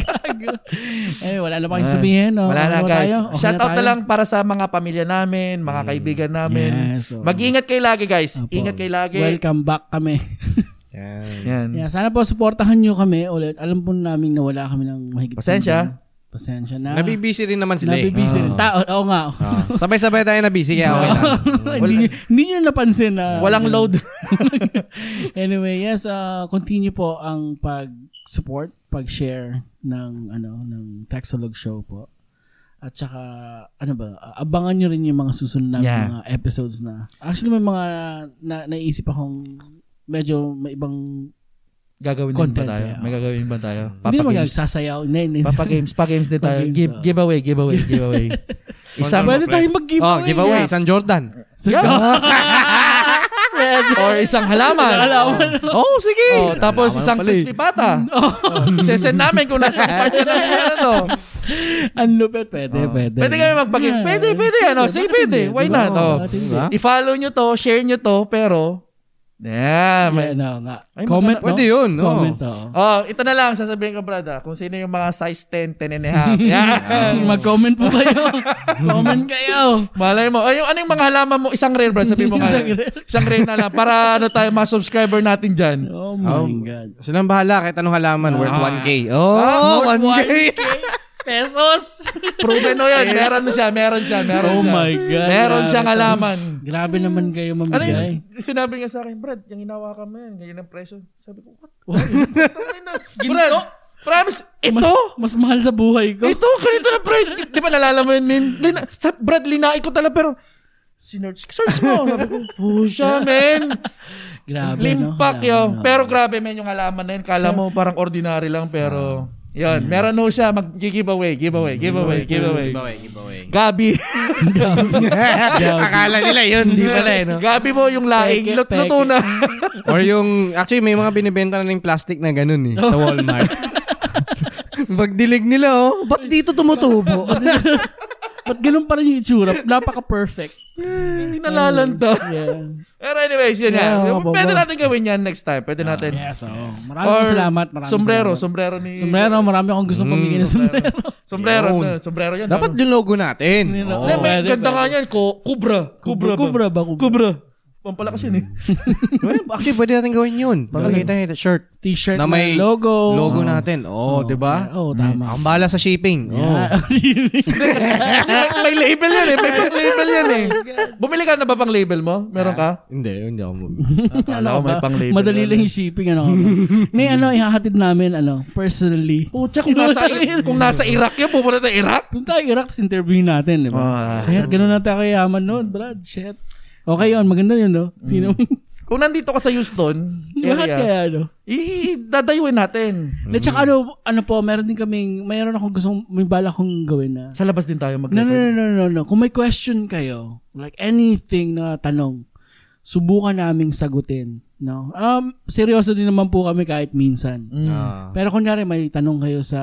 Speaker 2: Gago. eh, wala na pa kayo sabihin, no?
Speaker 1: Wala na
Speaker 2: Ano ba
Speaker 1: guys.
Speaker 2: tayo? Okay
Speaker 1: Shout out na
Speaker 2: tayo? Mm.
Speaker 1: lang para sa mga pamilya namin, mga kaibigan namin.
Speaker 2: Yeah, so-
Speaker 1: Mag-ingat kayo lagi guys.
Speaker 2: Opo.
Speaker 1: Ingat kayo lagi.
Speaker 2: oh. Welcome back kami.
Speaker 3: Yan.
Speaker 1: Yan.
Speaker 2: yeah, sana po supportahan nyo kami ulit. Alam po namin na wala kami ng mahigit. sa
Speaker 1: Pasensya.
Speaker 2: buwan. Pasensya na.
Speaker 3: Nabibisi rin naman sila eh.
Speaker 2: Nabibisi rin. Tao, oo nga.
Speaker 3: Ah. Sabay-sabay tayo nabisi kaya okay lang.
Speaker 2: hindi, hindi nyo napansin na.
Speaker 1: Walang load.
Speaker 2: anyway, yes, uh, continue po ang pag-support, pag-share ng ano ng Taxalog show po. At saka, ano ba, abangan nyo rin yung mga susunod na
Speaker 1: Yeah.
Speaker 2: mga episodes na. Actually, may mga na, naisip akong medyo may ibang,
Speaker 1: gagawin din ba
Speaker 2: Content,
Speaker 1: tayo?
Speaker 2: yeah.
Speaker 1: May gagawin ba tayo?
Speaker 2: hindi naman
Speaker 1: Papagames.
Speaker 2: nagsasayaw. Hindi, hindi.
Speaker 1: Papagames. Papagames din tayo.
Speaker 2: Papagames,
Speaker 1: Give,
Speaker 2: oh.
Speaker 1: giveaway, giveaway, giveaway. Isang
Speaker 2: Pwede tayong mag-giveaway.
Speaker 3: Oh, giveaway.
Speaker 2: Yeah.
Speaker 3: San Jordan.
Speaker 2: Sa- Pwede.
Speaker 1: or isang halaman.
Speaker 2: Halaman.
Speaker 3: Oh, sige.
Speaker 1: Oh, tapos isang crispy pata. Oh. Isesend namin kung nasa part na namin ano. Oh.
Speaker 2: Ang lupit. Pwede,
Speaker 3: Oh.
Speaker 2: pwede.
Speaker 1: Pwede kayo magpag-game.
Speaker 2: Yeah.
Speaker 1: Pwede, pwede. Ano, say
Speaker 2: Bakit
Speaker 1: pwede.
Speaker 2: hindi?
Speaker 1: Why
Speaker 2: Diba?
Speaker 1: not? Oh.
Speaker 2: Bakit hindi?
Speaker 1: I-follow nyo to, share nyo to, pero... Yeah,
Speaker 2: Yeah,
Speaker 1: may,
Speaker 2: no, nga.
Speaker 1: Ay,
Speaker 2: Comment,
Speaker 1: maganda-
Speaker 2: no?
Speaker 3: Pwede yun, no?
Speaker 2: Comment, oo.
Speaker 1: Oh, ito na lang sasabihin ko, brad, ah, Kung sino yung mga size 10, 10 and a half. Yan.
Speaker 2: Mag-comment po kayo. Comment kayo.
Speaker 1: Malay mo. Ay, yung, ano yung mga halaman mo? Isang rare, brad. Sabi mo nga.
Speaker 2: Isang rare.
Speaker 1: Isang rare na lang. Para ano tayo, mga subscriber natin dyan.
Speaker 2: Oh my
Speaker 3: Oh.
Speaker 2: God.
Speaker 3: Silang bahala kahit anong halaman. Worth 1K. Oh,
Speaker 1: Ah, worth
Speaker 3: 1K.
Speaker 2: Pesos!
Speaker 1: Proven mo yun. Meron na siya, meron siya, meron
Speaker 2: Oh
Speaker 1: siya.
Speaker 2: my God.
Speaker 1: Meron
Speaker 2: Grabe
Speaker 1: siyang
Speaker 2: to.
Speaker 1: halaman.
Speaker 2: Grabe naman kayo
Speaker 1: Ano yun?
Speaker 2: mamigay.
Speaker 1: Sinabi niya sa akin, Brad, yung hinawa ka mo yan, ganyan ang presyo. Sabi ko, what? What? Brad, Promise,
Speaker 2: Mas,
Speaker 1: ito!
Speaker 2: mas mahal sa buhay ko.
Speaker 1: Ito, ganito na, Brad. Di ba nalala mo yun? Lin- lin- sa Brad, linai ko talaga, pero sinerge ko. Search mo. Sabi ko, pusha, man.
Speaker 2: Grabe, no?
Speaker 1: Limpak
Speaker 2: Grabe,
Speaker 1: yun.
Speaker 2: no?
Speaker 1: Pero grabe, man, yung halaman na yun. Kala mo parang ordinary lang, pero...
Speaker 2: Ah.
Speaker 1: Yun, meron no siya. Mag-giveaway, giveaway, giveaway, giveaway.
Speaker 3: Giveaway, giveaway.
Speaker 1: Gabi.
Speaker 3: Akala nila yun, di pala eh, no?
Speaker 1: Gabi mo yung laing.
Speaker 2: Peke,
Speaker 1: Lut-
Speaker 2: peke.
Speaker 1: Luto na.
Speaker 3: Or yung, actually may mga binibenta na ng plastic na ganun eh, sa Walmart. Pagdilig nila oh, ba't dito tumutubo?
Speaker 2: Ba't ganun pa rin yung itsura? Napaka-perfect.
Speaker 1: Hindi nalalanta.
Speaker 2: Yeah.
Speaker 1: Pero anyways, yun
Speaker 2: Yeah,
Speaker 1: yan.
Speaker 2: mababa.
Speaker 1: Pwede natin gawin yan next time. Pwede natin.
Speaker 2: Yeah, so, oh. maraming salamat. Maraming
Speaker 1: sombrero,
Speaker 2: salamat.
Speaker 1: sombrero ni...
Speaker 2: Sombrero, marami akong gusto pamigay ng sombrero.
Speaker 1: Sombrero,
Speaker 3: Yun.
Speaker 1: no, sombrero yan.
Speaker 3: Dapat yung logo natin. Oh.
Speaker 2: Nila-
Speaker 3: Oo.
Speaker 1: Hindi, may
Speaker 2: Pwede,
Speaker 1: ganda nga yan. Ko, kubra. Kubra.
Speaker 2: Kubra ba? Kubra.
Speaker 1: Kubra. Pampalakas yun eh.
Speaker 3: Actually, pwede natin gawin yun. Pagkakita nyo, shirt.
Speaker 2: T-shirt
Speaker 3: Na
Speaker 2: na,
Speaker 3: may
Speaker 2: logo.
Speaker 3: Logo natin. Oo, oh, di ba?
Speaker 2: Oo, tama.
Speaker 3: Ang bala sa shipping. Oh. Oo.
Speaker 2: Ah,
Speaker 1: Kasi may, may label yan eh. May pang label yan eh. Bumili ka na ba pang label mo? Meron ka?
Speaker 3: Hindi, hindi ako.
Speaker 1: Akala ko may pang label.
Speaker 2: Madali lang yung shipping. Ano, Ni ano, ihahatid namin, ano, personally.
Speaker 1: Pucha, kung nasa, kung nasa Iraq yan, pupunta tayo Iraq.
Speaker 2: Doon tayo Iraq, tapos interview natin, di ba?
Speaker 1: Ah,
Speaker 2: Shit, ganun natin ako yaman noon, Brad. Shit. Okay yun, maganda yun, no? Sino?
Speaker 1: Kung nandito ka sa Houston
Speaker 2: Lahat
Speaker 1: area,
Speaker 2: kaya, ano?
Speaker 1: Mm. i-dadayuin natin.
Speaker 2: At saka ano, ano po, meron din kaming, mayroon akong gustong, may bala akong gawin na.
Speaker 1: Sa labas din tayo
Speaker 2: No, no, no,
Speaker 1: mag-record.
Speaker 2: no, no, no. Kung may question kayo, like anything na tanong, subukan naming sagutin. No? Um, seryoso din naman po kami kahit minsan.
Speaker 1: Mm.
Speaker 3: Ah.
Speaker 2: Pero kunyari may tanong kayo sa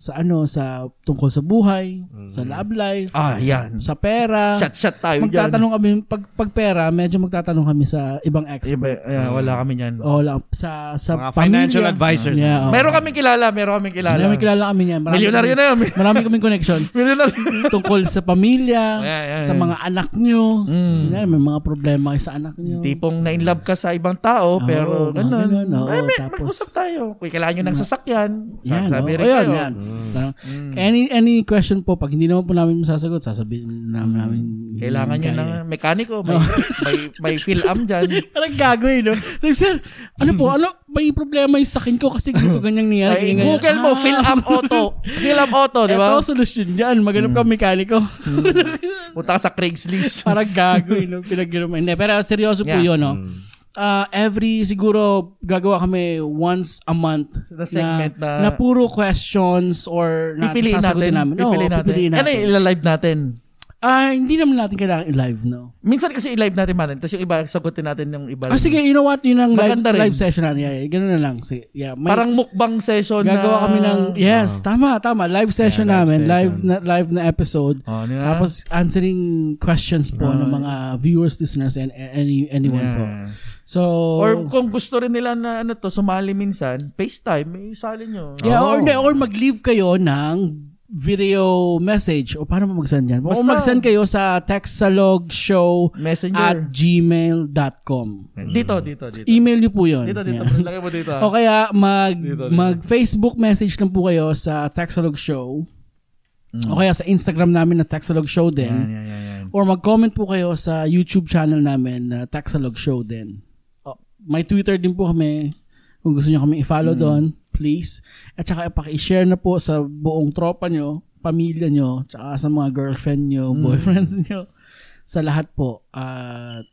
Speaker 2: sa ano sa tungkol sa buhay, sa love life,
Speaker 1: Ah, yan.
Speaker 2: sa pera.
Speaker 1: Shot-shot tayo
Speaker 2: magtatanong kami pag, pag pera, medyo magtatanong kami sa ibang
Speaker 1: dyan.
Speaker 2: expert.
Speaker 1: Iba, ayan, eh, wala kami niyan.
Speaker 2: O la- sa sa
Speaker 3: Mga
Speaker 2: pamilya.
Speaker 3: financial advisors.
Speaker 2: Yeah, oo.
Speaker 1: Meron kami kilala, meron kami kilala.
Speaker 2: Marami kilala kami niyan. Marami
Speaker 1: Milyonaryo
Speaker 2: kami-
Speaker 1: na yun. eh.
Speaker 2: Marami kaming connection
Speaker 1: Milyonaryo.
Speaker 2: tungkol sa pamilya,
Speaker 1: Yeah, yeah,
Speaker 2: sa
Speaker 1: yeah.
Speaker 2: mga anak nyo.
Speaker 1: Mm.
Speaker 2: Kunyari, may mga problema kayo sa anak nyo.
Speaker 1: Tipong na in love ka sa ibang
Speaker 2: Oo,
Speaker 1: tao, pero
Speaker 2: mga
Speaker 1: ganun.
Speaker 2: Oh, ganun, oo,
Speaker 1: Ay, may,
Speaker 2: tapos-
Speaker 1: mag-usap tayo. Kung kailangan nyo ng sasakyan,
Speaker 2: Yan,
Speaker 1: sabi
Speaker 2: no? O,
Speaker 1: rin
Speaker 2: yan,
Speaker 1: kayo. Mm.
Speaker 2: yan. Parang, Any, any question po, pag hindi naman po namin masasagot, sasabihin namin. namin
Speaker 1: Mm. Kailangan nyo
Speaker 2: namin
Speaker 1: ng mekaniko, may,
Speaker 2: Oh.
Speaker 1: may, may fill-am dyan.
Speaker 2: Parang gagawin, no? Sabi, sir, ano po, ano, may problema yung sakin ko kasi ganito ganyang nangyari. ganyan,
Speaker 1: Ay,
Speaker 2: ganyan."
Speaker 1: Google mo,
Speaker 2: Ah,
Speaker 1: fill-am auto. Fill-am auto, di ba?
Speaker 2: Ito ang solusyon yan. Maganap ka mekaniko.
Speaker 1: Punta ka sa Craigslist.
Speaker 2: Parang gagawin, no? Pinaginuman. Hindi, pero seryoso po
Speaker 1: Yeah.
Speaker 2: yun, no? Ah, every, siguro, gagawa kami once a month
Speaker 1: Na segment na-
Speaker 2: na puro questions or na
Speaker 1: Pipiliin natin.
Speaker 2: sasagutin namin. Oo,
Speaker 1: Pipiliin natin.
Speaker 2: pipiliin
Speaker 1: Ano
Speaker 2: natin.
Speaker 1: yung ilalive natin?
Speaker 2: Ah, hindi naman natin kailangan i-live, no?
Speaker 1: Minsan kasi i-live natin natin, tapos yung iba, sagutin natin yung iba.
Speaker 2: Ah, sige, you know what? Yun ang live,
Speaker 1: Maganda rin.
Speaker 2: live session natin. Yeah, yeah, ganun na lang. Sige, yeah, may-
Speaker 1: Parang mukbang session
Speaker 2: gagawa
Speaker 1: na...
Speaker 2: kami ng yes, tama, tama. Live session
Speaker 3: Yeah, live
Speaker 2: namin,
Speaker 3: session.
Speaker 2: live na live na episode.
Speaker 1: Oh, di ba?
Speaker 2: Tapos answering questions po ng mga viewers, listeners and and- any anyone po.
Speaker 1: Ah. Yeah.
Speaker 2: So
Speaker 1: Or kung gusto rin nila na ano to, sumali minsan, FaceTime, isali nyo.
Speaker 2: yeah, or hindi, or mag-leave kayo ng video message o paano mo mag-send yan? O
Speaker 1: Basta.
Speaker 2: mag-send kayo sa textsalogshow at
Speaker 1: Oh, Messenger.
Speaker 2: gmail.com.
Speaker 1: dito, dito, dito.
Speaker 2: Email niyo po yun.
Speaker 1: Dito, dito.
Speaker 2: Yeah.
Speaker 1: Lagay mo dito.
Speaker 2: O kaya mag
Speaker 1: Dito, dito.
Speaker 2: mag Facebook message lang po kayo sa Taxalog Show.
Speaker 1: Mm.
Speaker 2: O kaya sa Instagram namin na Taxalog Show din.
Speaker 1: Yan, yan, yan, yan.
Speaker 2: Or mag-comment po kayo sa YouTube channel namin na Taxalog Show din. O, may Twitter din po kami. Kung gusto nyo kami
Speaker 1: Mm.
Speaker 2: i-follow doon, please. At saka ipaki-share na po sa buong tropa nyo, pamilya nyo, tsaka sa mga girlfriend
Speaker 1: Mm.
Speaker 2: nyo, boyfriends nyo. Sa lahat po. At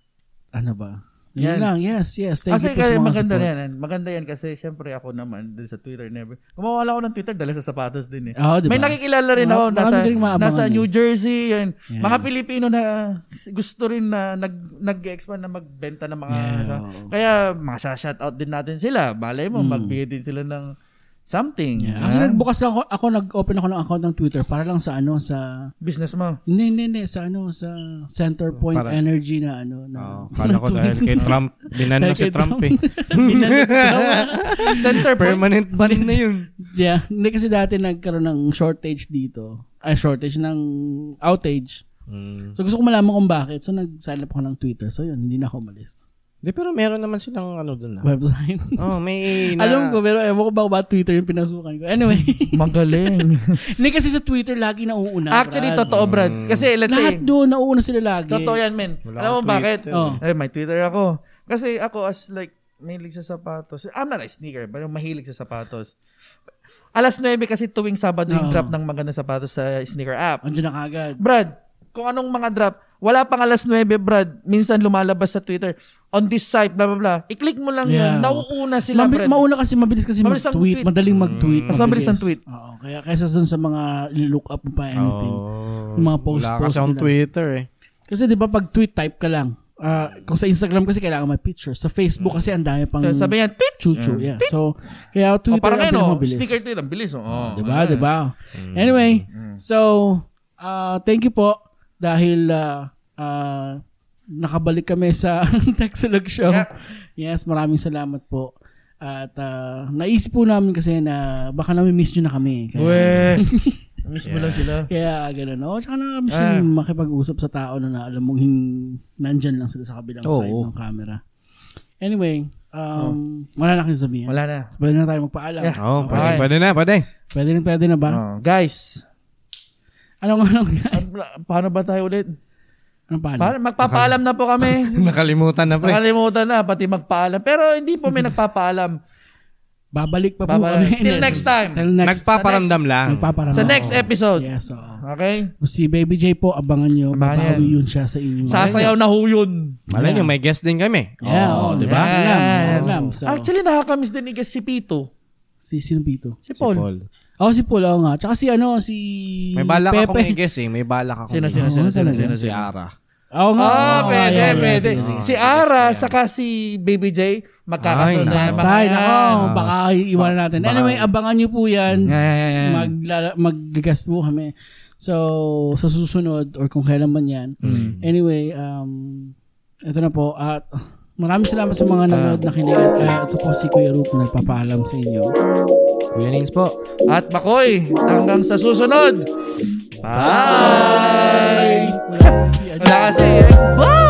Speaker 2: ano ba? Yun
Speaker 1: Yan.
Speaker 2: lang. Yes, yes. Thank you
Speaker 1: kasi
Speaker 2: po sa
Speaker 1: kaya
Speaker 2: mga
Speaker 1: maganda
Speaker 2: support.
Speaker 1: yan. yan. Maganda yan kasi syempre ako naman dun sa Twitter never. Kumawala ako ng Twitter dahil sa sapatos din eh.
Speaker 2: Oo, Ah, di ba?
Speaker 1: May nakikilala rin
Speaker 2: Mar-
Speaker 1: ako nasa
Speaker 2: marami rin maabangan
Speaker 1: nasa
Speaker 2: eh.
Speaker 1: New Jersey yan. Mga Pilipino na s- gusto rin na nag nag-expand na magbenta ng mga
Speaker 2: Yeah.
Speaker 1: sa- kaya masa-shout out din natin sila. Balay mo magbigay din sila ng
Speaker 2: Hmm.
Speaker 1: something.
Speaker 2: Yeah.
Speaker 1: ha?
Speaker 2: Ah. Actually, nagbukas lang ako, ako nag-open ako ng account ng Twitter para lang sa ano, sa,
Speaker 1: Business mo.
Speaker 2: hindi, hindi, hindi, sa ano, sa
Speaker 1: Oh,
Speaker 2: Center Point
Speaker 3: Para-
Speaker 2: Energy na ano. Na,
Speaker 3: Kala ko dahil kay Trump, binan
Speaker 2: Dahil
Speaker 3: na si
Speaker 2: kay
Speaker 3: Trump eh.
Speaker 2: Trump.
Speaker 1: Center point.
Speaker 3: Permanent ban na yun.
Speaker 2: yeah, hindi kasi dati nagkaroon ng shortage dito. Ay, shortage ng outage. So, gusto ko malaman kung bakit. So, nag-sign up ako ng Twitter. So, yun, hindi na ako umalis.
Speaker 3: Di, pero meron naman silang ano dun ah.
Speaker 2: Website.
Speaker 3: Oh, may na...
Speaker 2: Alam ko, pero ewan ko ba ba Twitter yung pinasukan ko. Anyway.
Speaker 1: Magaling.
Speaker 2: Hindi kasi sa Twitter lagi nauuna.
Speaker 1: Actually,
Speaker 2: Brad.
Speaker 1: totoo, Brad. Kasi let's say,
Speaker 2: Lahat doon, nauuna sila lagi.
Speaker 1: Totoo yan, men. Alam mo bakit?
Speaker 2: Oh.
Speaker 1: Eh, may Twitter ako. Kasi ako as like, mahilig sa sapatos. I'm not a sneaker, pero mahilig sa sapatos. Alas 9 kasi tuwing Sabado yung
Speaker 2: Oo.
Speaker 1: drop ng maganda sapatos sa sneaker app.
Speaker 2: Andiyan na kagad.
Speaker 1: Brad, kung anong mga drop, wala pang alas 9, Brad. Minsan lumalabas sa Twitter, on this site, blah, blah, blah. I-click mo lang
Speaker 2: Yeah.
Speaker 1: yan. Nauuna sila,
Speaker 2: Mabi-
Speaker 1: Brad.
Speaker 2: mauna kasi mabilis kasi
Speaker 1: Mabilis ang
Speaker 2: mag-tweet.
Speaker 1: tweet.
Speaker 2: Madaling mag-tweet.
Speaker 1: Mas mabilis ang tweet.
Speaker 2: Oo, kaya kaysa dun sa mga look up pa anything. Yung mga
Speaker 3: Wala
Speaker 2: post-post
Speaker 3: kasi akong
Speaker 2: nila.
Speaker 3: Twitter eh.
Speaker 2: Kasi di ba pag tweet type ka lang. Ah, kung sa Instagram kasi kailangan may picture. Sa Facebook kasi ang dami pang
Speaker 1: So, sabi niya, tweet.
Speaker 2: chuchu. Yeah. So, kaya
Speaker 1: O,
Speaker 2: Twitter
Speaker 1: parang
Speaker 2: ang
Speaker 1: ngayon, oh,
Speaker 2: pinakamabilis.
Speaker 1: speaker tweet, ang bilis. Oh. Oh,
Speaker 2: Diba?
Speaker 1: ano.
Speaker 2: Diba? Anyway, so, uh, thank you po dahil uh, uh, nakabalik kami sa Texalog Show.
Speaker 1: Yeah.
Speaker 2: Yes, maraming salamat po. At uh, naisip po namin kasi na baka nami-miss nyo na kami. Kaya,
Speaker 1: Weh. Miss mo lang sila.
Speaker 2: kaya ganun. Oh, tsaka na-miss
Speaker 1: Ah.
Speaker 2: nyo makipag-usap sa tao na, na alam mong hin- nandyan lang sila sa kabilang
Speaker 3: Oo.
Speaker 2: side ng camera. Anyway, um, wala na kayong sabihin.
Speaker 1: Wala na.
Speaker 2: Pwede na tayo magpaalam.
Speaker 1: Oh. Yeah.
Speaker 3: Oo, Oh, pwede,
Speaker 1: Okay.
Speaker 3: pwede na, pwede.
Speaker 2: Pwede na, pwede na ba?
Speaker 1: Oh, guys,
Speaker 2: Anong, anong, anong,
Speaker 1: pa- Ah, paano ba tayo ulit?
Speaker 2: anong paalam?
Speaker 1: Pa- magpapaalam na po kami.
Speaker 3: Nakalimutan na eh. pre.
Speaker 1: Nakalimutan na, pati magpaalam. Pero hindi po may nagpapaalam.
Speaker 2: Babalik pa po kami.
Speaker 1: Babalik. Till next time.
Speaker 2: Till next.
Speaker 3: Nagpaparamdam lang.
Speaker 2: Nagpaparamdam.
Speaker 1: Sa next episode.
Speaker 2: Yes, oo.
Speaker 1: Okay?
Speaker 2: Si Baby J po, abangan nyo.
Speaker 1: Abangan
Speaker 2: Babawi
Speaker 1: yan.
Speaker 2: yun siya sa inyo.
Speaker 1: Sasayaw na ho yun.
Speaker 3: Malay nyo, may guest din kami.
Speaker 2: Yeah, oo, di ba?
Speaker 1: Oh, Yeah.
Speaker 2: Alam, alam. So,
Speaker 1: Actually, nakakamiss din igas si Pito.
Speaker 2: si sino Pito?
Speaker 1: Si Paul.
Speaker 2: Oh, si Paul, oo nga. Tsaka si ano, si
Speaker 3: May balak
Speaker 2: Pepe.
Speaker 3: akong i-guess eh. May balak akong
Speaker 1: Sino, sino,
Speaker 3: i-guess.
Speaker 1: sino,
Speaker 2: Oo,
Speaker 1: sino,
Speaker 2: talaga.
Speaker 1: sino,
Speaker 3: Si
Speaker 1: sino?
Speaker 3: Ara.
Speaker 2: Oo nga.
Speaker 1: Ah,
Speaker 2: oo,
Speaker 1: pwede,
Speaker 2: ayan, ayan,
Speaker 1: pwede.
Speaker 2: sige, sige.
Speaker 1: Si Ara, saka si Baby J, magkakasunod
Speaker 3: Ay,
Speaker 1: na yung mga
Speaker 2: Tay,
Speaker 1: yan.
Speaker 2: nako, baka iwanan natin.
Speaker 3: Baka-
Speaker 2: Anyway, abangan nyo po yan.
Speaker 1: Yan, yan, yan, yan.
Speaker 2: Maglala- Mag-gas po kami. So, sa susunod or kung kailan man yan.
Speaker 1: Mm.
Speaker 2: Anyway, um, ito na po. At maraming salamat sa mga nanood na kinig. At uh, ito po si Kuya Rup na nagpapaalam sa inyo.
Speaker 3: Kuya Nins po.
Speaker 1: At Makoy, hanggang sa susunod. Bye!
Speaker 2: Wala si-
Speaker 1: Wala kasi eh. Bye!